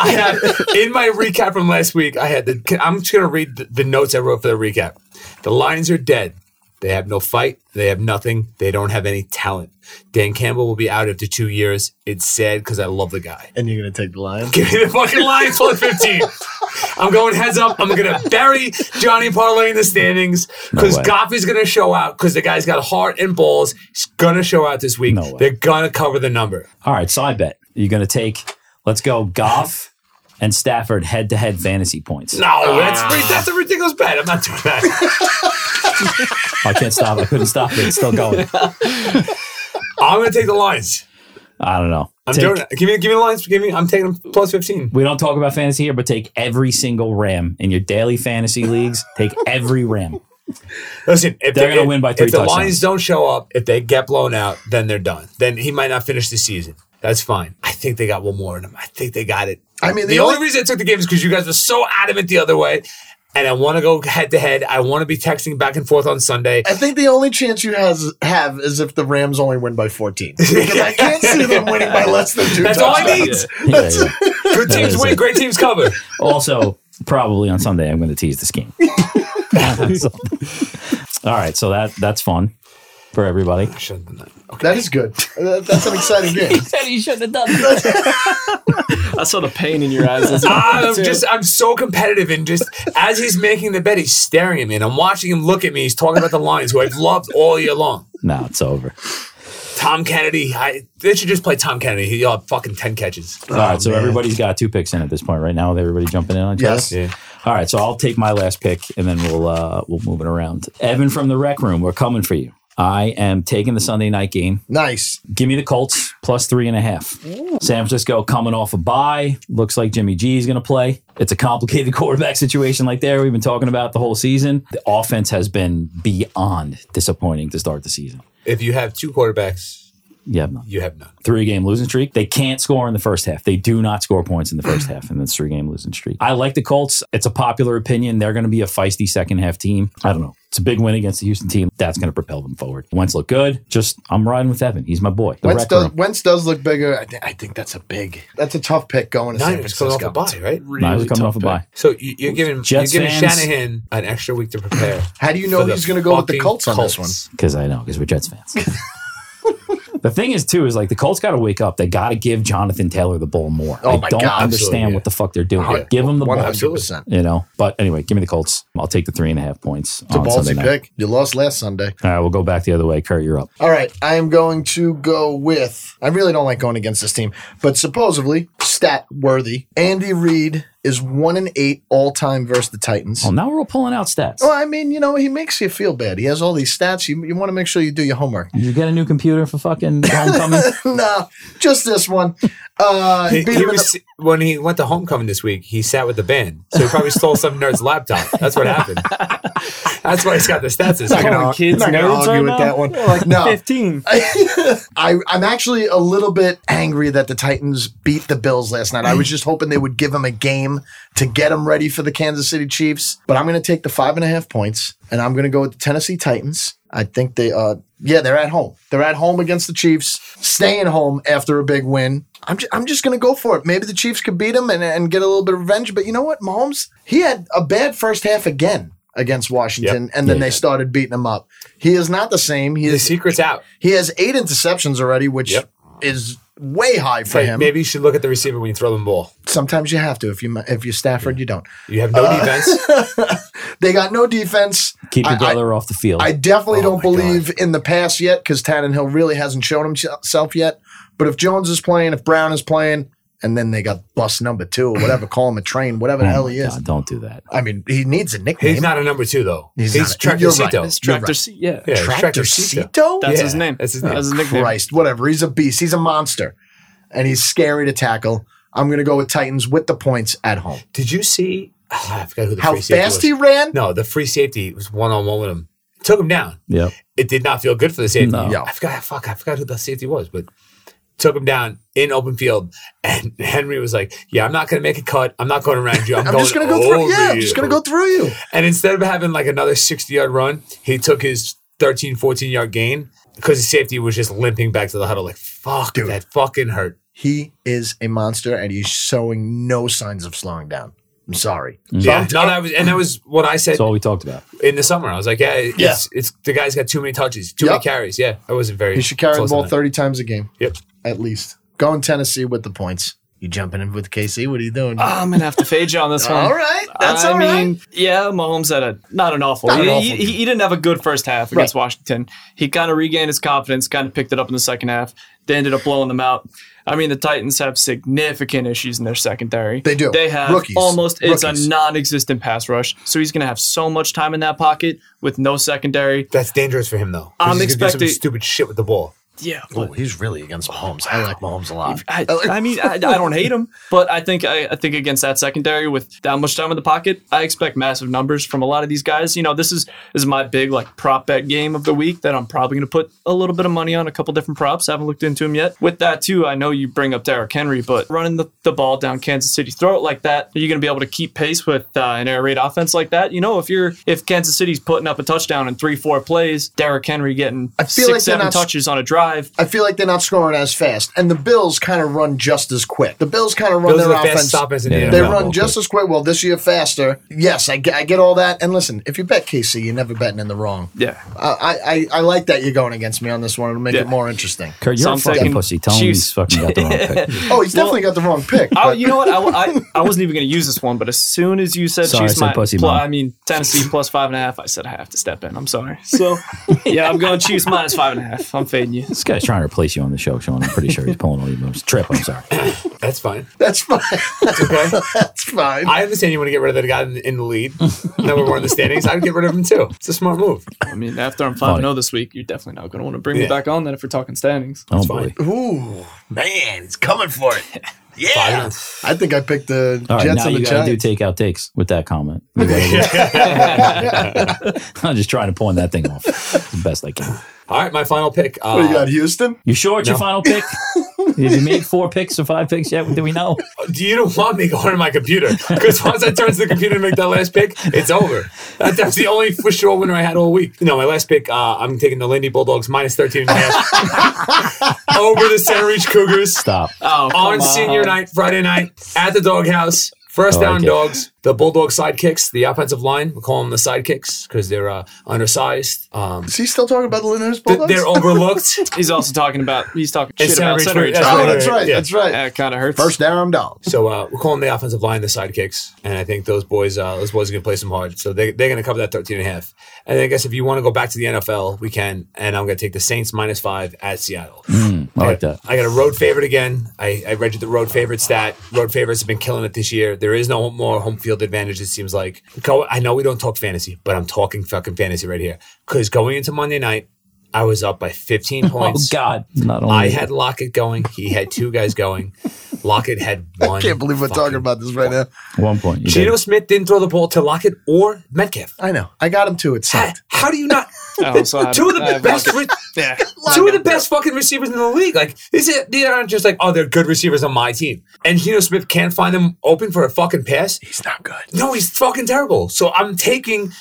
Speaker 4: I had in my recap from last week. I had the. I'm just gonna read the, the notes I wrote for the recap. The Lions are dead. They have no fight. They have nothing. They don't have any talent. Dan Campbell will be out after two years. It's sad because I love the guy.
Speaker 5: And you're going to take the lion?
Speaker 4: Give me the fucking Lions plus fifteen. I'm going heads up. I'm gonna bury Johnny Parlay in the standings because
Speaker 1: way.
Speaker 4: Goff is gonna show out because the guy's got heart and balls. He's gonna show out this week.
Speaker 1: No way.
Speaker 4: They're gonna cover the number.
Speaker 1: All right, so I bet you're going to take. Let's go, Goff and Stafford head to head fantasy points.
Speaker 4: No, that's
Speaker 5: Ah.
Speaker 4: that's a ridiculous bet. I'm not doing that.
Speaker 1: I can't stop. it. I couldn't stop it. It's still going.
Speaker 4: I'm gonna take the Lions.
Speaker 1: I don't know.
Speaker 4: I'm
Speaker 1: Take-
Speaker 4: doing it. Give me, give me the lines. Give me. I'm taking them plus fifteen.
Speaker 1: We don't talk about fantasy here, but take every single Ram in your daily fantasy leagues. Take every Ram.
Speaker 4: Listen, if
Speaker 1: They're gonna win by three
Speaker 4: If the
Speaker 1: touchdowns.
Speaker 4: Lions don't show up, if they get blown out, then they're done. Then he might not finish the season. That's fine. I think they got one more in them. I think they got it.
Speaker 5: I mean,
Speaker 4: the,
Speaker 5: the
Speaker 4: only,
Speaker 5: only-
Speaker 4: reason I took the game is because you guys were so adamant the other way, and I want to go head to head. I want to be texting back and forth on Sunday.
Speaker 5: I think the only chance you has have is if the Rams only win by 14. Because I can't see them winning by less than two.
Speaker 4: That's all I
Speaker 5: touchdowns.
Speaker 4: need.
Speaker 1: Yeah, yeah. That
Speaker 4: Good teams
Speaker 1: is
Speaker 4: win.
Speaker 1: it.
Speaker 4: Great teams cover.
Speaker 1: Also, probably on Sunday, I'm going to tease this game. All right, so that that's fun for everybody.
Speaker 4: I shouldn't have done that.
Speaker 5: That is good. That- That's an exciting game.
Speaker 3: I saw the pain in your eyes. As
Speaker 4: I'm just I'm so competitive and just as he's making the bet, he's staring at me and I'm watching him look at me. He's talking about the Lions, who I've loved all year long.
Speaker 1: No, it's over.
Speaker 4: Tom Kennedy, I, they should just play Tom Kennedy. He'll have fucking ten catches.
Speaker 1: All right, so
Speaker 5: Oh, man.
Speaker 1: everybody's got two picks in at this point right now. With everybody jumping in on each other?
Speaker 5: Yes.
Speaker 1: All right, so I'll take my last pick and then we'll uh, we'll move it around. Evan from the rec room, we're coming for you. I am taking the Sunday night game.
Speaker 5: Nice.
Speaker 1: Give me the Colts plus three and a half. San Francisco coming off a bye. Looks like Jimmy G is going to play. It's a complicated quarterback situation like there. We've been talking about the whole season. The offense has been beyond disappointing to start the season.
Speaker 4: If you have two quarterbacks,
Speaker 1: Yeah,
Speaker 4: you have none.
Speaker 1: three game losing streak. They can't score in the first half. They do not score points in the first half, and that's three game losing streak. I like the Colts. It's a popular opinion. They're going to be a feisty second half team. I don't know. It's a big win against the Houston team. That's going to propel them forward. Wentz looked good. Just I'm riding with Evan. He's my boy. The
Speaker 5: Wentz
Speaker 1: rec room.
Speaker 5: does, Wentz does look bigger. I, thi- I think
Speaker 2: that's a big.
Speaker 5: that's a tough pick going to San
Speaker 4: Niners coming off a
Speaker 5: Francisco.
Speaker 4: bye, right?
Speaker 3: Really
Speaker 1: Niners coming off
Speaker 3: tough
Speaker 1: a
Speaker 3: pick.
Speaker 1: bye.
Speaker 4: So you- you're giving
Speaker 1: Jets
Speaker 4: you're giving
Speaker 1: fans-
Speaker 4: Shanahan an extra week to prepare.
Speaker 5: How do you know
Speaker 4: for the
Speaker 5: he's going to go with the
Speaker 4: fucking
Speaker 5: Colts on this one?
Speaker 4: Colts.
Speaker 1: Because I know, because we're Jets fans. the thing is, too, is like the Colts got to wake up. They got to give Jonathan Taylor the ball more.
Speaker 5: Oh
Speaker 1: I
Speaker 5: my
Speaker 1: don't
Speaker 5: God,
Speaker 1: understand
Speaker 4: absolutely,
Speaker 1: what the fuck they're doing.
Speaker 5: Oh, yeah.
Speaker 1: Give them the
Speaker 5: One
Speaker 1: ball.
Speaker 5: hundred percent.
Speaker 1: You know, but anyway, give me the Colts. I'll take the three and a half points.
Speaker 5: It's a
Speaker 1: on Sunday
Speaker 5: ballsy
Speaker 1: night.
Speaker 5: pick. You lost last Sunday.
Speaker 1: All right, we'll go back the other way. Kurt, you're up.
Speaker 5: All right, I am going to go with. I really don't like going against this team, but supposedly stat worthy. Andy Reid is one and eight all time versus the Titans.
Speaker 4: Oh,
Speaker 1: Well, now we're all pulling out stats.
Speaker 5: Well, I mean, you know, he makes you feel bad. He has all these stats. You, you want to make sure you do your homework.
Speaker 1: Did you get a new computer for fucking homecoming?
Speaker 5: no, just this one. Uh,
Speaker 4: He,
Speaker 5: beat
Speaker 4: he
Speaker 5: him in
Speaker 4: was, when he went to homecoming this week, he sat with the band, so he probably stole some nerd's laptop. That's what happened. That's why he's got the stats. This
Speaker 3: Calling
Speaker 4: week.
Speaker 3: kids
Speaker 5: not gonna
Speaker 3: nerds
Speaker 5: argue
Speaker 3: right
Speaker 5: with
Speaker 3: now?
Speaker 5: that one.
Speaker 3: They're like
Speaker 5: No.
Speaker 3: 15.
Speaker 5: I, I'm actually a little bit angry that the Titans beat the Bills last night. I was just hoping they would give them a game to get them ready for the Kansas City Chiefs. But I'm going to take the five and a half points, and I'm going to go with the Tennessee Titans. I think they, uh, yeah, they're at home. They're at home against the Chiefs, staying home after a big win. I'm, ju- I'm just going to go for it. Maybe the Chiefs could beat them and, and get a little bit of revenge. But you know what? Mahomes, he had a bad first half again against Washington, and then
Speaker 1: Yeah.
Speaker 5: they started beating him up. He is not the same. He
Speaker 4: The
Speaker 5: is
Speaker 4: secret's out.
Speaker 5: he has eight interceptions already, which
Speaker 4: Yep.
Speaker 5: is way high for
Speaker 4: Hey,
Speaker 5: him.
Speaker 4: Maybe you should look at the receiver when you throw them the ball.
Speaker 5: Sometimes you have to if you if you're Stafford, you don't.
Speaker 4: You have no
Speaker 5: Uh,
Speaker 4: defense.
Speaker 5: They got no defense.
Speaker 1: Keep your
Speaker 5: I- I-
Speaker 1: brother off the field.
Speaker 5: I definitely
Speaker 4: Oh
Speaker 5: don't
Speaker 4: my God.
Speaker 5: believe in the pass yet because Tannenhill really hasn't shown himself yet. But if Jones is playing, if Brown is playing, and then they got bus number two or whatever, call him a train, whatever the
Speaker 1: Oh
Speaker 5: hell
Speaker 1: my
Speaker 5: he is.
Speaker 1: God, don't do that.
Speaker 5: I mean, he needs a nickname.
Speaker 4: He's not a number two though.
Speaker 5: He's
Speaker 4: He's,
Speaker 5: not.
Speaker 4: Tractor
Speaker 5: You're right.
Speaker 1: Oh,
Speaker 4: Cito.
Speaker 3: It's
Speaker 5: You're
Speaker 3: Tractor
Speaker 5: right.
Speaker 3: C. Yeah.
Speaker 4: Yeah,
Speaker 5: Tractor
Speaker 4: Cito.
Speaker 5: Cito?
Speaker 3: That's
Speaker 4: Yeah,
Speaker 3: his name.
Speaker 4: that's his name.
Speaker 3: That's his nickname.
Speaker 5: Christ, whatever. He's a beast. He's a monster, and he's scary to tackle. I'm going to go with Titans with the points at home.
Speaker 4: Did you see? Ah, I forgot who the
Speaker 5: How
Speaker 4: free safety
Speaker 5: fast
Speaker 4: was.
Speaker 5: he ran!
Speaker 4: No, the free safety was one on one with him. Took him down.
Speaker 1: Yep.
Speaker 4: It did not feel good for the safety.
Speaker 1: No.
Speaker 5: Yeah.
Speaker 4: I forgot. ah, Fuck, I forgot who the safety was, but took him down in open field. And Henry was like, "Yeah, I'm not going to make a cut. I'm not going around you. I'm,
Speaker 5: I'm
Speaker 4: going
Speaker 5: just gonna go through.
Speaker 4: over
Speaker 5: oh, Yeah, I'm
Speaker 4: you."
Speaker 5: just gonna go through you.
Speaker 4: And instead of having like another 60 yard run, he took his 13, 14 yard gain because his safety was just limping back to the huddle. Like, fuck,
Speaker 5: Dude.
Speaker 4: that fucking hurt.
Speaker 5: He is a monster, and he's showing no signs of slowing down. I'm sorry.
Speaker 4: Yeah, no, that was, and that was what I said
Speaker 1: That's all we talked about.
Speaker 4: in the summer. I was like, yeah, it's,
Speaker 5: Yeah.
Speaker 4: it's the guy's got too many touches, too
Speaker 5: Yep.
Speaker 4: many carries. Yeah, I wasn't very.
Speaker 5: He should carry the
Speaker 4: close
Speaker 5: ball
Speaker 4: on that.
Speaker 5: 30 times a game.
Speaker 4: Yep.
Speaker 5: At least. Going Tennessee with the points. You jumping in with KC? What are you doing?
Speaker 3: Ah, I'm gonna have to fade you on this one.
Speaker 5: all right. That's
Speaker 3: I
Speaker 5: all right.
Speaker 3: mean, yeah, Mahomes had a not an awful.
Speaker 5: Not an
Speaker 3: he,
Speaker 5: awful
Speaker 3: he, he didn't have a good first half against Washington. He kind of regained his confidence, kind of picked it up in the second half. They ended up blowing them out. I mean, the Titans have significant issues in their secondary.
Speaker 5: They do.
Speaker 3: They have
Speaker 5: Rookies.
Speaker 3: almost it's
Speaker 5: Rookies.
Speaker 3: a non-existent pass rush. So he's gonna have so much time in that pocket with no secondary.
Speaker 4: That's dangerous for him though. 'cause he's
Speaker 3: I'm
Speaker 4: gonna do some
Speaker 3: expecting-
Speaker 4: stupid shit with the ball.
Speaker 3: Yeah,
Speaker 5: Oh, he's really against Mahomes. I like Mahomes a lot.
Speaker 3: I, I mean, I, I don't hate him, but I think I, I think against that secondary with that much time in the pocket, I expect massive numbers from a lot of these guys. You know, this is this is my big like prop bet game of the week that I'm probably going to put a little bit of money on a couple different props. I haven't looked into them yet. With that too, I know you bring up Derrick Henry, but running the, the ball down Kansas City's throat like that, are you going to be able to keep pace with uh, an air raid offense like that? You know, if you're if Kansas City's putting up a touchdown in three four plays, Derrick Henry getting
Speaker 5: I
Speaker 3: six
Speaker 5: feel like they're
Speaker 3: seven
Speaker 5: not-
Speaker 3: touches on a drive.
Speaker 5: I feel like they're not scoring as fast, and the Bills kind of run just as quick. The Bills kind of run
Speaker 4: Those are
Speaker 5: their
Speaker 4: the best
Speaker 5: offense.
Speaker 4: stoppers in the
Speaker 1: Yeah.
Speaker 5: They
Speaker 4: NFL.
Speaker 1: Yeah.
Speaker 5: run just as quick. Well, this year faster. Yes, I get, I get all that. And listen, if you bet KC, you're never betting in the wrong.
Speaker 3: Yeah.
Speaker 5: I, I, I like that you're going against me on this one. It'll make
Speaker 3: Yeah.
Speaker 5: it more interesting.
Speaker 1: Kurt, you're
Speaker 3: So
Speaker 1: a
Speaker 3: I'm
Speaker 1: fucking
Speaker 3: taking
Speaker 1: pussy. Tell him he's
Speaker 3: Chiefs.
Speaker 1: fucking got the wrong pick.
Speaker 5: Oh, he's definitely got the wrong pick.
Speaker 4: oh,
Speaker 3: I,
Speaker 5: but-
Speaker 3: Oh, you know what? I, I, I wasn't even going to use this one, but as soon as you said
Speaker 1: Sorry, I
Speaker 3: she's
Speaker 1: said
Speaker 3: my,
Speaker 1: pussy,
Speaker 3: pl-
Speaker 1: Mom.
Speaker 3: I mean Tennessee plus five and a half, I said I have to step in. I'm sorry. So yeah, I'm going Chiefs minus five and a half. I'm fading you.
Speaker 1: This guy's trying to replace you on the show, Sean. I'm pretty sure he's pulling all your moves. Trip, I'm sorry.
Speaker 4: That's fine.
Speaker 5: that's fine.
Speaker 4: Okay.
Speaker 5: That's fine.
Speaker 4: I understand you want to get rid of that guy in, in the lead. Number one in the standings. I would get rid of him too. It's a smart move.
Speaker 3: I mean, after I'm five and zero this week, you're definitely not going to want to bring me
Speaker 4: Yeah.
Speaker 3: back on that if we're talking standings.
Speaker 1: Oh, boy.
Speaker 5: Ooh, man, he's coming for it.
Speaker 4: Five and-
Speaker 5: I think I picked the
Speaker 1: All right,
Speaker 5: Jets
Speaker 1: now
Speaker 5: and the
Speaker 1: you got to do
Speaker 5: Giants.
Speaker 1: take out takes with that comment. You gotta- I'm just trying to pawn that thing off the best I can.
Speaker 4: All right, my final pick. Uh,
Speaker 5: What do you got, Houston?
Speaker 1: You sure it's your final
Speaker 4: No.
Speaker 1: pick? Have you made four picks or five picks yet? Do we know?
Speaker 4: You don't want me going to my computer because once I turn to the computer to make that last pick, it's over. That, that's the only for sure winner I had all week. No, my last pick, uh, I'm taking the Lindy Bulldogs minus 13 and a half over the Center Reach Cougars
Speaker 1: Stop.
Speaker 3: Oh, come
Speaker 4: on senior night, Friday night at the doghouse. First
Speaker 1: I like
Speaker 4: down
Speaker 1: it.
Speaker 4: dogs, the Bulldog sidekicks, the offensive line. We call them the sidekicks because they're uh, undersized. Um,
Speaker 5: Is he still talking about the Linus
Speaker 4: th-
Speaker 5: Bulldogs?
Speaker 4: they're overlooked.
Speaker 3: He's also talking about he's talking
Speaker 4: It's
Speaker 3: shit about
Speaker 4: Saturday
Speaker 3: Saturday.
Speaker 4: Twitter.
Speaker 5: oh, that's right.
Speaker 4: Yeah.
Speaker 5: That's right.
Speaker 3: That kind of hurts.
Speaker 5: First down, dogs.
Speaker 4: So uh, we're calling the offensive line the sidekicks, and I think those boys, uh, those boys are going to play some hard. So they, they're going to cover that 13 and a half. And I guess if you want to go back to the NFL, we can. And I'm going to take the Saints minus five at Seattle.
Speaker 1: I like that.
Speaker 4: I got a road favorite again. I, I read you the road favorite stat. Road favorites have been killing it this year. There is no more home field advantage, it seems like. Go, I know we don't talk fantasy, but I'm talking fucking fantasy right here. Because going into Monday night, I was up by 15
Speaker 1: Oh
Speaker 4: points.
Speaker 1: God! Not only
Speaker 4: I had Lockett going. He had two guys going. Lockett had one.
Speaker 5: I can't believe we're talking
Speaker 4: fucking-
Speaker 5: about this right now.
Speaker 1: one point. you
Speaker 4: Geno
Speaker 1: did.
Speaker 4: Smith didn't throw the ball to Lockett or Metcalf.
Speaker 5: I know. I got him too. It
Speaker 4: How,
Speaker 5: sucked.
Speaker 4: how do you not?
Speaker 3: I also have-
Speaker 4: two of the
Speaker 3: I have
Speaker 4: best.
Speaker 3: Lockett.
Speaker 4: Re-
Speaker 3: Yeah.
Speaker 4: two of the best fucking receivers in the league. Like these, are- these aren't just like oh they're good receivers on my team. And Geno Smith can't find them open for a fucking pass.
Speaker 5: He's not good.
Speaker 4: No, he's fucking terrible. So I'm taking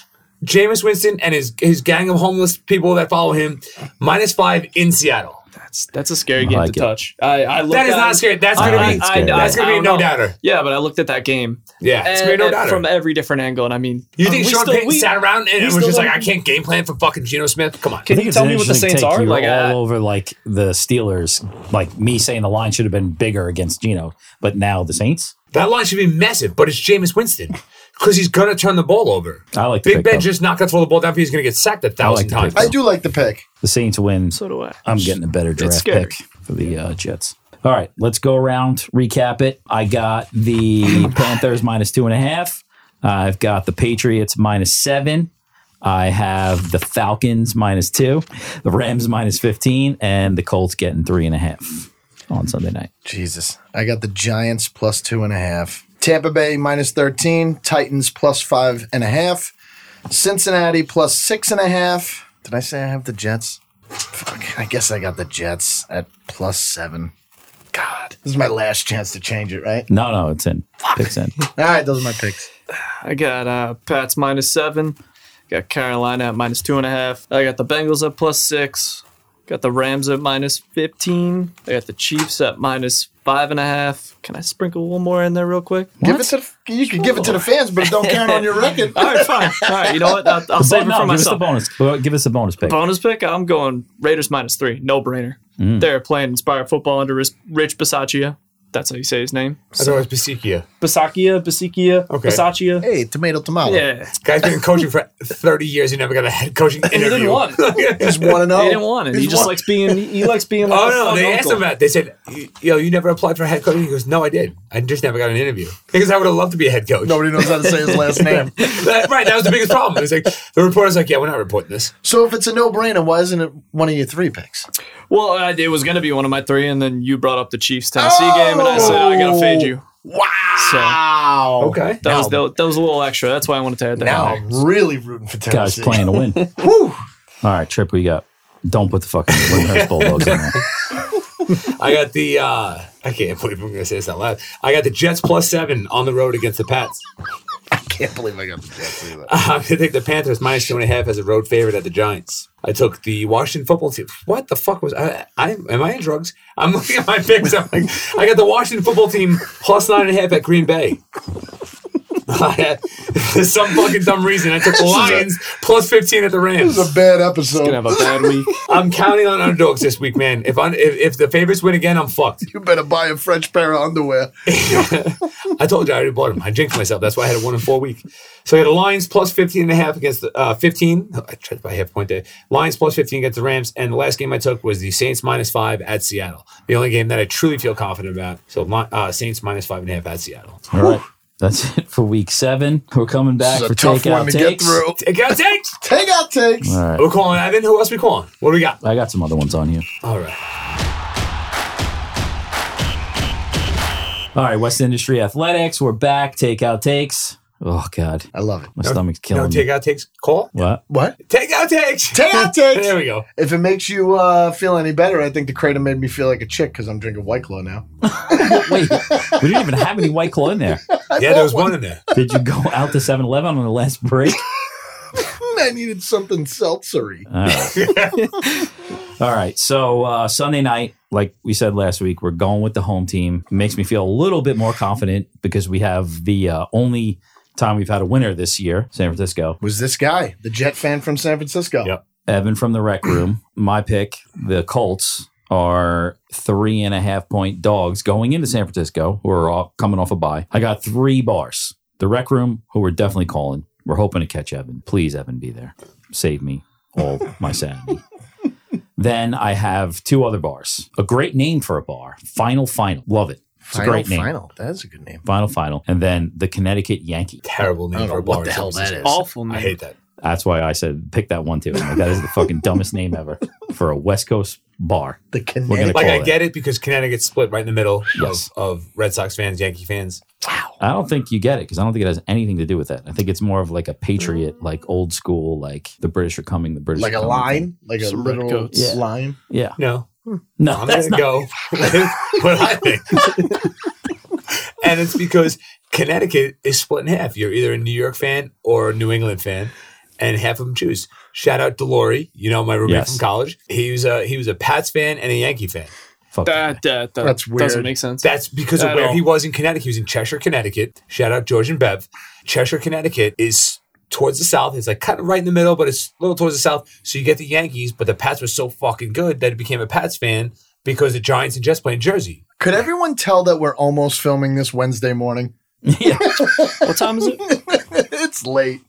Speaker 4: Jameis Winston and his his gang of homeless people that follow him minus five in Seattle.
Speaker 3: That's that's a scary game
Speaker 1: like
Speaker 3: to
Speaker 1: it.
Speaker 3: touch. I, I looked
Speaker 4: That is
Speaker 3: at
Speaker 4: not
Speaker 3: it.
Speaker 4: scary. That's
Speaker 1: I
Speaker 4: gonna
Speaker 1: like
Speaker 4: be
Speaker 1: it. scary.
Speaker 4: that's gonna be
Speaker 3: I don't
Speaker 4: no
Speaker 3: know.
Speaker 4: doubter.
Speaker 3: Yeah, but I looked at that game.
Speaker 4: Yeah, it's gonna be
Speaker 3: And-
Speaker 4: no
Speaker 3: and
Speaker 4: doubter.
Speaker 3: From every different angle, and I mean,
Speaker 4: you
Speaker 3: uh,
Speaker 4: think
Speaker 3: we
Speaker 4: Sean
Speaker 3: still-
Speaker 4: Payton
Speaker 3: we-
Speaker 4: sat around and
Speaker 3: we
Speaker 4: it was
Speaker 3: still
Speaker 4: just like
Speaker 3: don't-
Speaker 4: I can't game plan for fucking Geno Smith? Come on.
Speaker 1: I
Speaker 3: Can
Speaker 1: think
Speaker 3: you
Speaker 1: it's
Speaker 3: tell
Speaker 1: an
Speaker 3: me what the
Speaker 1: interesting
Speaker 3: Saints
Speaker 1: take.
Speaker 3: are?
Speaker 1: You were
Speaker 3: Like, I-
Speaker 1: all over like the Steelers, like me saying the line should have been bigger against Geno, but now the Saints.
Speaker 4: That line should be massive, but it's Jameis Winston because he's gonna turn the ball over.
Speaker 1: I like the
Speaker 4: Big
Speaker 1: pick,
Speaker 4: Ben
Speaker 1: though.
Speaker 4: just not gonna throw the ball down. He's gonna get sacked a thousand
Speaker 1: the pick,
Speaker 4: times.
Speaker 1: though.
Speaker 5: I do like the pick.
Speaker 1: The Saints win.
Speaker 3: So do I.
Speaker 1: I'm getting a better draft
Speaker 3: scary.
Speaker 1: pick for the uh, Jets. All right, let's go around, recap it. I got the Panthers minus two and a half. I've got the Patriots minus seven. I have the Falcons minus two, the Rams minus 15, and the Colts getting three and a half on Sunday night.
Speaker 5: Jesus. I got the Giants plus two and a half. Tampa Bay minus 13. Titans plus five and a half. Cincinnati plus six and a half. Did I say I have the Jets? Fuck. I guess I got the Jets at plus seven. God. This is my last chance to change it, right?
Speaker 1: No, no, it's in. Picks in.
Speaker 5: All right, those are my picks.
Speaker 3: I got uh, Pats minus seven. Got Carolina at minus two and a half. I got the Bengals at plus six. Got the Rams at minus fifteen. I got the Chiefs at minus five and a half. Can I sprinkle one more in there real quick?
Speaker 5: Give it to the, you could give it to the fans, but don't count on your record.
Speaker 3: All right, fine. All right, you know what? I'll, I'll save it
Speaker 1: No,
Speaker 3: for
Speaker 1: give us the
Speaker 3: myself.
Speaker 1: bonus. Well, give us a bonus pick.
Speaker 3: Bonus pick, I'm going Raiders minus three. No brainer.
Speaker 1: Mm-hmm.
Speaker 3: They're playing inspired football under Ris- Rich Bisaccia. That's how you say his name.
Speaker 4: I thought it was Basikia.
Speaker 3: Bisaccia, Bisaccia,
Speaker 4: Okay.
Speaker 3: Bisaccia.
Speaker 5: Hey, tomato, tomato.
Speaker 3: Yeah.
Speaker 4: Guy's been coaching for 30 years. He never got a head coaching
Speaker 3: He
Speaker 4: interview.
Speaker 3: didn't want it.
Speaker 5: He's one and zero.
Speaker 3: He didn't want it. He
Speaker 5: He's
Speaker 3: just
Speaker 5: one-
Speaker 3: likes being. He likes being. Like
Speaker 4: Oh
Speaker 3: a
Speaker 4: no!
Speaker 3: fun
Speaker 4: They asked
Speaker 3: uncle.
Speaker 4: him that. They said, "You- "Yo, you never applied for head coaching." He goes, "No, I did. I just never got an interview because I would have loved to be a head coach."
Speaker 5: Nobody knows how to say his last name.
Speaker 4: That- right? That was the biggest problem. It's like the reporter's like, "Yeah, we're not reporting this."
Speaker 5: So if it's a no-brainer, why isn't it one of your three picks?
Speaker 3: Well, I, it was going to be one of my three, and then you brought up the Chiefs Tennessee game, and I said I got to fade you.
Speaker 5: Wow.
Speaker 4: Okay.
Speaker 3: That was that, was a little extra. That's why I wanted to add that.
Speaker 5: Now
Speaker 3: in
Speaker 5: I'm really rooting for
Speaker 1: Guys
Speaker 5: Tennessee.
Speaker 1: playing to win. All right, Trip, we got. Don't put the fucking Lindenhurst Bulldogs in there.
Speaker 4: I got the. uh I can't believe I'm going to say this out loud. I got the Jets plus seven on the road against the Pats.
Speaker 5: Can't believe I got the Jets either.
Speaker 4: I'm going to take the Panthers minus two and a half as a road favorite at the Giants. I took the Washington football team. What the fuck was I? I am I in drugs? I'm looking at my picks. I'm like, I got the Washington football team plus nine and a half at Green Bay. I had- for some fucking dumb reason, I took the Lions plus 15 at the Rams.
Speaker 5: This is a bad episode.
Speaker 3: Gonna have a bad week.
Speaker 4: I'm counting on underdogs this week, man. If, I, if if the favorites win again, I'm fucked.
Speaker 5: you better buy a fresh pair of underwear.
Speaker 4: I told you I already bought him. I jinxed myself. That's why I had a one in four week. So I had the Lions plus 15 and a half against the uh, 15. I tried to buy half point there. Lions plus 15 against the Rams. And the last game I took was the Saints minus five at Seattle. The only game that I truly feel confident about. So my, uh, Saints minus five and a half at Seattle.
Speaker 1: All right. That's it for week seven. We're coming back
Speaker 5: This is
Speaker 1: for
Speaker 5: a tough
Speaker 1: takeout
Speaker 5: one to get
Speaker 1: takes.
Speaker 5: through.
Speaker 4: Take out takes.
Speaker 5: Take out takes.
Speaker 1: All right.
Speaker 4: We're calling Evan. Who else we calling? What do we got?
Speaker 1: I got some other ones on here.
Speaker 4: All right.
Speaker 1: All right, West Industry Athletics. We're back. Takeout takes. Oh God,
Speaker 5: I love it.
Speaker 1: my stomach's
Speaker 4: No
Speaker 1: killing me.
Speaker 4: takeout takes call.
Speaker 1: What?
Speaker 5: What?
Speaker 4: Takeout takes.
Speaker 5: Take out takes.
Speaker 4: There we go.
Speaker 5: If it makes you uh, feel any better, I think the Kratom made me feel like a chick because I'm drinking White Claw now.
Speaker 1: Wait, we didn't even have any White Claw in there.
Speaker 4: yeah, there was one in there.
Speaker 1: Did you go out to 7-Eleven on the last break?
Speaker 5: I needed something seltzery.
Speaker 1: All right. All right. So uh, Sunday night, like we said last week, we're going with the home team. makes me feel a little bit more confident because we have the uh, only time we've had a winner this year, San Francisco.
Speaker 5: Was this guy the Jet fan from San Francisco?
Speaker 4: Yep.
Speaker 1: Evan from the rec room. My pick, the Colts are three and a half point dogs going into San Francisco, who are all coming off a bye. I got three bars. The rec room, who we're definitely calling. We're hoping to catch Evan. Please, Evan, be there. Save me all my sanity. then I have two other bars. A great name for a bar. Final Final. Love it. It's
Speaker 5: Final,
Speaker 1: a great name.
Speaker 5: Final. That's a good name.
Speaker 1: Final Final. And then the Connecticut Yankee.
Speaker 4: Terrible
Speaker 5: I
Speaker 4: name
Speaker 5: don't
Speaker 4: for a
Speaker 5: know
Speaker 4: bar.
Speaker 5: what the
Speaker 4: in San
Speaker 5: hell that
Speaker 4: Francisco.
Speaker 5: is.
Speaker 3: Awful name.
Speaker 4: I hate that.
Speaker 1: That's why I said pick that one too. I'm like, that is the fucking dumbest name ever for a West Coast bar.
Speaker 5: The
Speaker 1: We're gonna
Speaker 5: Connecticut.
Speaker 4: Like
Speaker 1: call
Speaker 4: I
Speaker 1: it.
Speaker 4: get it because Connecticut's split right in the middle
Speaker 1: Yes.
Speaker 4: of, of Red Sox fans, Yankee fans.
Speaker 1: I don't think you get it because I don't think it has anything to do with that. I think it's more of like a patriot, like old school, like the British are coming, the British
Speaker 5: like
Speaker 1: are
Speaker 5: a
Speaker 1: coming thing.
Speaker 5: line, like a
Speaker 3: Some
Speaker 5: little
Speaker 3: redcoats.
Speaker 1: Yeah.
Speaker 5: line.
Speaker 1: Yeah,
Speaker 4: No,
Speaker 1: no,
Speaker 4: I'm
Speaker 1: that's not.
Speaker 4: gonna go with what I think. and it's because Connecticut is split in half. You're either a New York fan or a New England fan, and half of them choose. Shout out to Lori, you know my roommate
Speaker 1: Yes.
Speaker 4: from college. He was a he was a Pats fan and a Yankee fan.
Speaker 1: Fuck
Speaker 3: That, that, that
Speaker 5: That's
Speaker 3: Doesn't
Speaker 5: weird.
Speaker 3: make sense.
Speaker 4: That's because of
Speaker 3: At
Speaker 4: where
Speaker 3: all.
Speaker 4: he was in Connecticut. He was in Cheshire, Connecticut. Shout out George and Bev. Cheshire, Connecticut is towards the south. It's like kind of right in the middle, but it's a little towards the south. So you get the Yankees, but the Pats were so fucking good that he became a Pats fan because the Giants and Jets play in Jersey.
Speaker 5: Could everyone tell that we're almost filming this Wednesday morning?
Speaker 1: yeah.
Speaker 3: what time is it?
Speaker 5: it's late.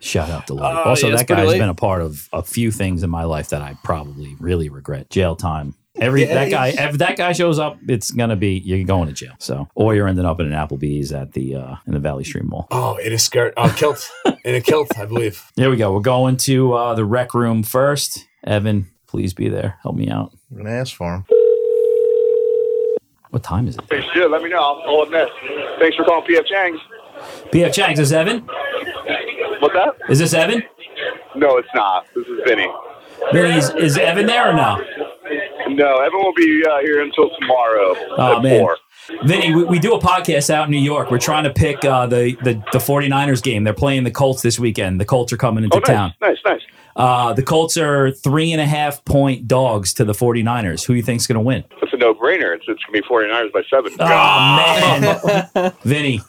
Speaker 1: Shout out to Lori.
Speaker 3: Oh,
Speaker 1: also,
Speaker 3: yeah, it's
Speaker 1: that guy
Speaker 3: pretty
Speaker 1: has
Speaker 3: late.
Speaker 1: been a part of a few things in my life that I probably really regret. Jail time. Every
Speaker 4: Yeah,
Speaker 1: that guy,
Speaker 4: he's-
Speaker 1: if that guy shows up, it's gonna be you're going to jail. So, or you're ending up in an Applebee's at the uh, in the Valley Stream Mall.
Speaker 4: Oh, in a skirt, oh, kilt, in a kilt, I believe.
Speaker 1: There we go. We're going to uh, the rec room first. Evan, please be there. Help me out.
Speaker 5: I'm gonna ask for him.
Speaker 1: What time is it?
Speaker 6: Hey, shit, let me know. I'm on that. Thanks for calling PF Chang's.
Speaker 1: PF Chang, is this Evan?
Speaker 6: What's that?
Speaker 1: Is this Evan?
Speaker 6: No, it's not. This is Vinny.
Speaker 1: Vinny, is, is Evan there or no?
Speaker 6: No, Evan will be uh, here until tomorrow
Speaker 1: Oh,
Speaker 6: at
Speaker 1: man.
Speaker 6: 4.
Speaker 1: Vinny, we, we do a podcast out in New York. We're trying to pick uh, the, the, the 49ers game. They're playing the Colts this weekend. The Colts are coming into
Speaker 6: Oh, nice,
Speaker 1: town.
Speaker 6: nice, nice.
Speaker 1: Uh, the Colts are three and a half point dogs to the 49ers. Who you think's going to win?
Speaker 6: That's a no-brainer. It's, it's going to be 49ers by 7.
Speaker 1: Oh, man. Vinny.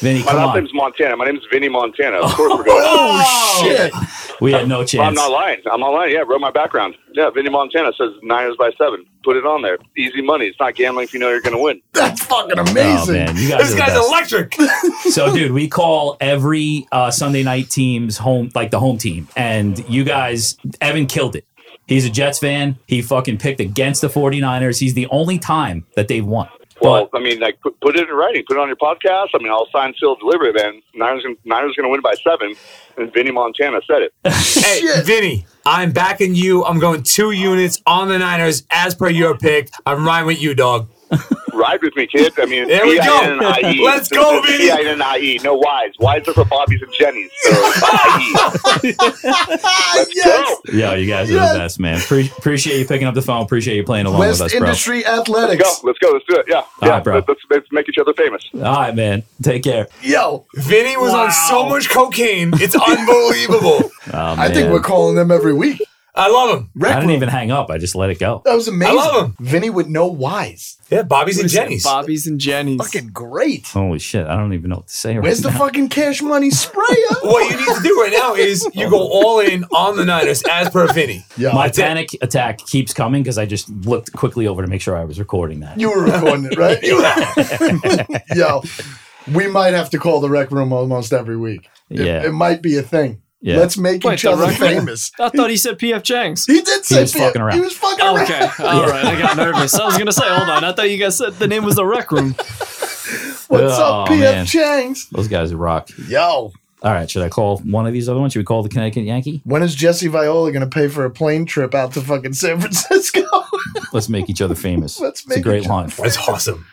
Speaker 1: Vinny,
Speaker 6: My
Speaker 1: come
Speaker 6: last
Speaker 1: on.
Speaker 6: name's Montana. My name's Vinny Montana. Of course we're going.
Speaker 5: Shit.
Speaker 1: We had no
Speaker 6: I'm
Speaker 1: chance.
Speaker 6: not lying. I'm not lying. Yeah, I wrote my background. Yeah, Vinny Montana says Niners by 7. Put it on there. Easy money. It's not gambling if you know you're going to win.
Speaker 5: That's fucking
Speaker 1: Oh,
Speaker 5: amazing.
Speaker 1: man. You guys
Speaker 4: This
Speaker 1: are the
Speaker 4: guy's
Speaker 1: best.
Speaker 4: electric.
Speaker 1: So, dude, we call every uh, Sunday night team's home, like the home team, and you guys, Evan killed it. He's a Jets fan. He fucking picked against the 49ers. He's the only time that they've won.
Speaker 6: Well,
Speaker 1: But
Speaker 6: I mean, like, put, put it in writing. Put it on your podcast. I mean, I'll sign, seal, deliver it, man. Niners, gonna- Niners going to win by 7. And Vinny Montana said it.
Speaker 4: hey, Vinny, I'm backing you. I'm going two units on the Niners as per your pick. I'm riding with you, dog.
Speaker 6: Ride with me, kid. I mean,
Speaker 4: There we go.
Speaker 6: E-I-N-I-E.
Speaker 4: Let's go,
Speaker 6: E
Speaker 4: Vinny.
Speaker 6: E-I-N-I-E. No Y's. Y's are for Bobby's and Jenny's. So, E. I-E.
Speaker 5: Ah, yes.
Speaker 1: yeah, you guys are
Speaker 5: Yes.
Speaker 1: the best, man. Pre- appreciate you picking up the phone. Appreciate you playing along
Speaker 5: West
Speaker 1: with us, bro.
Speaker 5: Industry
Speaker 6: Go.
Speaker 5: Athletics.
Speaker 6: Let's go. Let's do it. Yeah.
Speaker 1: All
Speaker 4: Ah,
Speaker 6: yeah.
Speaker 1: right, bro.
Speaker 6: Let's, let's, let's make each other famous.
Speaker 1: All right, man. Take care.
Speaker 5: Yo,
Speaker 4: Vinny was on so
Speaker 1: Wow.
Speaker 4: much cocaine. It's unbelievable.
Speaker 1: Oh,
Speaker 5: I think
Speaker 1: man.
Speaker 5: we're calling them every week.
Speaker 4: I love him.
Speaker 5: Rec
Speaker 1: I didn't
Speaker 5: room.
Speaker 1: even hang up. I just let it go.
Speaker 5: That was amazing.
Speaker 4: love him.
Speaker 5: Vinny with no whys.
Speaker 4: Yeah, Bobby's and Jenny's.
Speaker 3: Bobby's and Jenny's.
Speaker 5: Fucking great.
Speaker 1: Holy shit! I don't even know what to say.
Speaker 5: Where's
Speaker 1: right
Speaker 5: the
Speaker 1: now.
Speaker 5: fucking cash money sprayer?
Speaker 4: What you need to do right now is you go all in on the Niners as per Vinny.
Speaker 5: Yo,
Speaker 1: My
Speaker 4: That's it.
Speaker 1: panic attack keeps coming because I just looked quickly over to make sure I was recording that.
Speaker 5: you were recording it, right?
Speaker 4: You know,
Speaker 5: Yo, we might have to call the rec room almost every week. It,
Speaker 1: Yeah.
Speaker 5: it might be a thing.
Speaker 1: Yeah.
Speaker 5: Let's make
Speaker 3: Wait,
Speaker 5: each
Speaker 3: the
Speaker 5: other
Speaker 3: rec room?
Speaker 5: famous.
Speaker 3: I thought he said PF Chang's.
Speaker 5: He did say
Speaker 1: was
Speaker 5: P F.
Speaker 1: fucking around.
Speaker 5: He was fucking around.
Speaker 3: Okay, all right. I got nervous. I was gonna say, hold on. I thought you guys said the name was the rec room.
Speaker 5: What's
Speaker 1: Oh,
Speaker 5: up, PF
Speaker 1: man.
Speaker 5: Changs?
Speaker 1: Those guys rock.
Speaker 5: Yo,
Speaker 1: All right, should I call one of these other ones? Should we call the Connecticut Yankee?
Speaker 5: when is Jesse Viola going to pay for a plane trip out to fucking San Francisco?
Speaker 1: Let's make each other famous.
Speaker 5: Let's
Speaker 1: it's a
Speaker 5: make
Speaker 1: great
Speaker 5: each-
Speaker 1: line.
Speaker 4: That's awesome.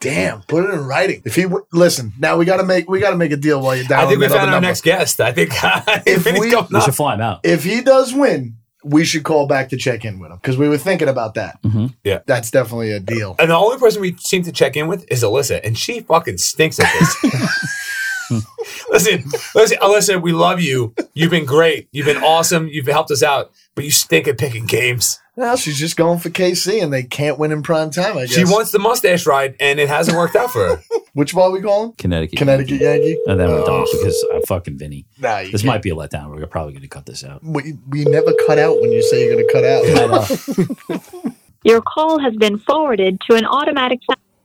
Speaker 5: Damn, put it in writing. If he w- listen, now we got to make we got to make a deal while you're down.
Speaker 4: I think we
Speaker 5: that other
Speaker 4: found our
Speaker 5: number.
Speaker 4: next guest. I think
Speaker 5: If we-
Speaker 1: We should fly him out.
Speaker 5: If he does win, we should call back to check in with him because we were thinking about that.
Speaker 1: Mhm.
Speaker 4: Yeah.
Speaker 5: that's definitely a deal.
Speaker 4: And the only person we seem to check in with is Alyssa, and she fucking stinks at this. listen, listen, Alyssa, we love you. You've been great. You've been awesome. You've helped us out, but you stink at picking games.
Speaker 5: Now she's just going for KC, and they can't win in prime time. I guess.
Speaker 4: She wants the mustache ride, and it hasn't worked out for her.
Speaker 5: which ball we calling?
Speaker 1: Connecticut.
Speaker 5: Connecticut Yankee.
Speaker 1: And then we're done because I'm fucking Vinny.
Speaker 5: Nah, you
Speaker 1: This
Speaker 5: can't.
Speaker 1: might be a letdown. We're probably going to cut this out.
Speaker 5: We, we never cut out when you say you're going to cut out.
Speaker 7: Your call has been forwarded to an automatic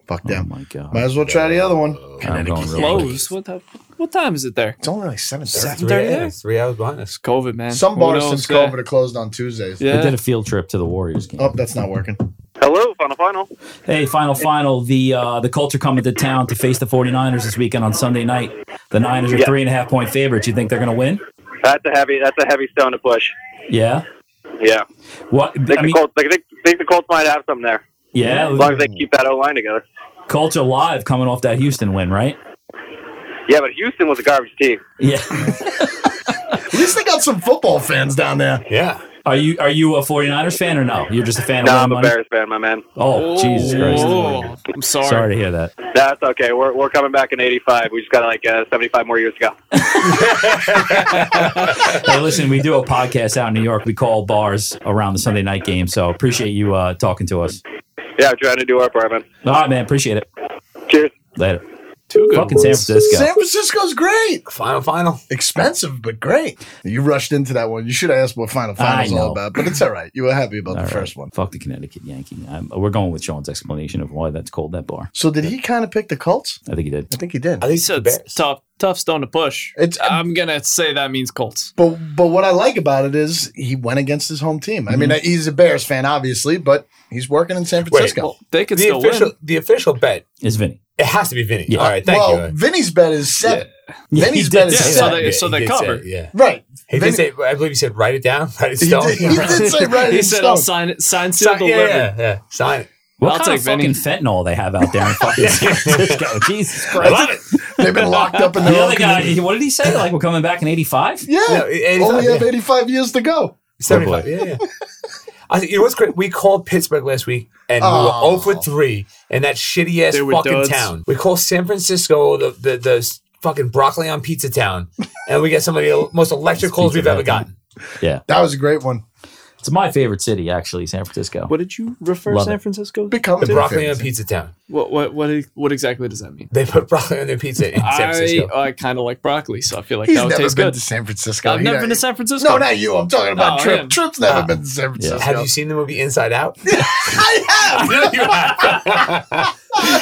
Speaker 5: Fuck
Speaker 1: Oh
Speaker 5: them.
Speaker 1: my God.
Speaker 5: Might as well try the other one.
Speaker 1: I'm going really
Speaker 3: Close. What the, What time is it there?
Speaker 5: It's only like seven thirty.
Speaker 4: Three, hours, three hours behind us.
Speaker 3: It's COVID, man.
Speaker 5: Some
Speaker 3: Who
Speaker 5: bars
Speaker 3: knows?
Speaker 5: since
Speaker 3: Yeah.
Speaker 5: COVID are closed on Tuesdays.
Speaker 1: I
Speaker 3: Yeah.
Speaker 1: did a field trip to the Warriors game.
Speaker 5: Oh, that's not working.
Speaker 6: Hello, final final.
Speaker 1: Hey, final, final. The uh, the Colts are coming to town to face the 49ers this weekend on Sunday night. The Niners are
Speaker 6: Yeah.
Speaker 1: three and a half point favorites. You think they're going to win?
Speaker 6: That's a heavy. That's a heavy stone to push.
Speaker 1: Yeah.
Speaker 6: Yeah,
Speaker 1: What?
Speaker 6: think
Speaker 1: I mean,
Speaker 6: the Colts. Like, think, think the Colts might have something there as long
Speaker 1: yeah.
Speaker 6: as they keep that O line together.
Speaker 1: Colts are live coming off that Houston win, right?
Speaker 6: Yeah, but Houston was a garbage team.
Speaker 1: Yeah.
Speaker 5: At least they got some football fans down there.
Speaker 4: Yeah.
Speaker 1: Are you are you a 49ers fan or no? You're just a fan
Speaker 6: No,
Speaker 1: of
Speaker 6: I'm
Speaker 1: winning
Speaker 6: a
Speaker 1: money?
Speaker 6: Bears fan, my man.
Speaker 1: Oh, Jesus Christ.
Speaker 3: Whoa. Oh, I'm sorry.
Speaker 1: Sorry to hear that.
Speaker 6: That's okay. We're, we're coming back in '85. We just got like uh, 75 more years to go.
Speaker 1: hey, listen, we do a podcast out in New York. We call bars around the Sunday night game. So appreciate you uh, talking to us.
Speaker 6: Yeah, we're trying to do our part, man.
Speaker 1: All right, man. Appreciate it.
Speaker 6: Cheers.
Speaker 1: Later.
Speaker 4: Two good
Speaker 1: Fucking San
Speaker 4: ones.
Speaker 1: Francisco.
Speaker 5: San Francisco's great.
Speaker 4: Final, final.
Speaker 5: Expensive, but great. You rushed into that one. You should have asked what Final Final is
Speaker 1: I know.
Speaker 5: all about, but it's all right. You were happy about
Speaker 1: All
Speaker 5: the
Speaker 1: right.
Speaker 5: first one.
Speaker 1: Fuck the Connecticut Yankee. I'm, we're going with Sean's explanation of why that's called that bar.
Speaker 5: So did he kind of pick the Colts?
Speaker 1: I think he did.
Speaker 5: I think he did.
Speaker 4: I think
Speaker 3: So
Speaker 4: so.
Speaker 3: it's
Speaker 4: Bears.
Speaker 3: tough, tough stone to push.
Speaker 5: It's- uh,
Speaker 3: I'm gonna say that means Colts.
Speaker 5: But but what I like about it is he went against his home team. I mean,
Speaker 1: Mm-hmm.
Speaker 5: he's a Bears fan, obviously, but he's working in San Francisco.
Speaker 3: Well, they could
Speaker 4: The
Speaker 3: still
Speaker 4: official,
Speaker 3: win.
Speaker 4: the official bet.
Speaker 1: It's Vinny.
Speaker 4: It has to be Vinny.
Speaker 1: Yeah.
Speaker 4: All right. Thank
Speaker 5: well,
Speaker 4: you.
Speaker 5: Vinny's bet is seven. Vinny's bet
Speaker 3: Yeah,
Speaker 5: is
Speaker 3: so
Speaker 5: seven.
Speaker 3: they- so
Speaker 4: he
Speaker 3: they
Speaker 4: did say
Speaker 3: cover.
Speaker 4: it, Yeah.
Speaker 5: right.
Speaker 4: He
Speaker 5: Vinny-
Speaker 4: did say, I believe he said, write it down, write it
Speaker 5: He
Speaker 4: down.
Speaker 5: did- he did say right
Speaker 3: He
Speaker 5: in
Speaker 3: said,
Speaker 5: stone.
Speaker 3: "I'll sign it, sign, seal,
Speaker 4: Sign- yeah,
Speaker 3: deliver."
Speaker 4: yeah, yeah. Sign it.
Speaker 1: What
Speaker 3: I'll
Speaker 1: kind of
Speaker 3: take
Speaker 1: fucking
Speaker 3: Vinny.
Speaker 1: fentanyl they have out there in fucking San Francisco? Jesus
Speaker 4: I
Speaker 1: Christ.
Speaker 4: love it.
Speaker 5: They've been locked up in
Speaker 1: The
Speaker 5: their own
Speaker 1: other guy,
Speaker 5: community.
Speaker 1: what did he say? Like, we're coming back in 85?
Speaker 5: Yeah,
Speaker 4: No, 85,
Speaker 5: only have
Speaker 4: yeah.
Speaker 5: 85 years to go.
Speaker 4: 75. Yeah, yeah. I think, you know what's great? We called Pittsburgh last week and we
Speaker 5: Oh.
Speaker 4: were 0 for 3 in that shitty ass
Speaker 3: They were
Speaker 4: fucking
Speaker 3: duds.
Speaker 4: town. We called San Francisco the, the, the fucking broccoli on pizza town and we get some of the most electric calls
Speaker 1: Pizza
Speaker 4: we've ever
Speaker 1: Town.
Speaker 4: gotten.
Speaker 5: That was a great one.
Speaker 1: It's my favorite city, actually, San Francisco.
Speaker 3: What did you refer
Speaker 1: Love
Speaker 3: San
Speaker 1: it.
Speaker 3: Francisco?
Speaker 5: Become
Speaker 4: The broccoli on pizza town.
Speaker 3: What what what what exactly does that mean?
Speaker 4: They put broccoli on their pizza in San
Speaker 3: I
Speaker 4: Francisco.
Speaker 3: I kind of like broccoli, so I feel like
Speaker 5: He's
Speaker 3: that would
Speaker 5: never been
Speaker 3: taste good.
Speaker 5: to San Francisco.
Speaker 3: I've
Speaker 5: He-
Speaker 3: never been to San Francisco.
Speaker 5: No, not you. I'm talking about
Speaker 3: No,
Speaker 5: Trip.
Speaker 3: him.
Speaker 5: Trip's never been to San Francisco.
Speaker 4: Have you seen the movie Inside Out?
Speaker 5: I have.
Speaker 4: you have.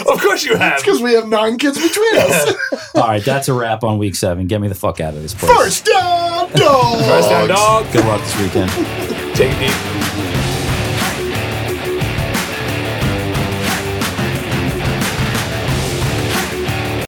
Speaker 4: of course you have.
Speaker 5: It's because we have nine kids between us.
Speaker 1: All right, that's a wrap on week seven. Get me the fuck out of this place.
Speaker 5: First down, dogs.
Speaker 4: First down, dog.
Speaker 1: Good luck this weekend.
Speaker 4: Take it deep.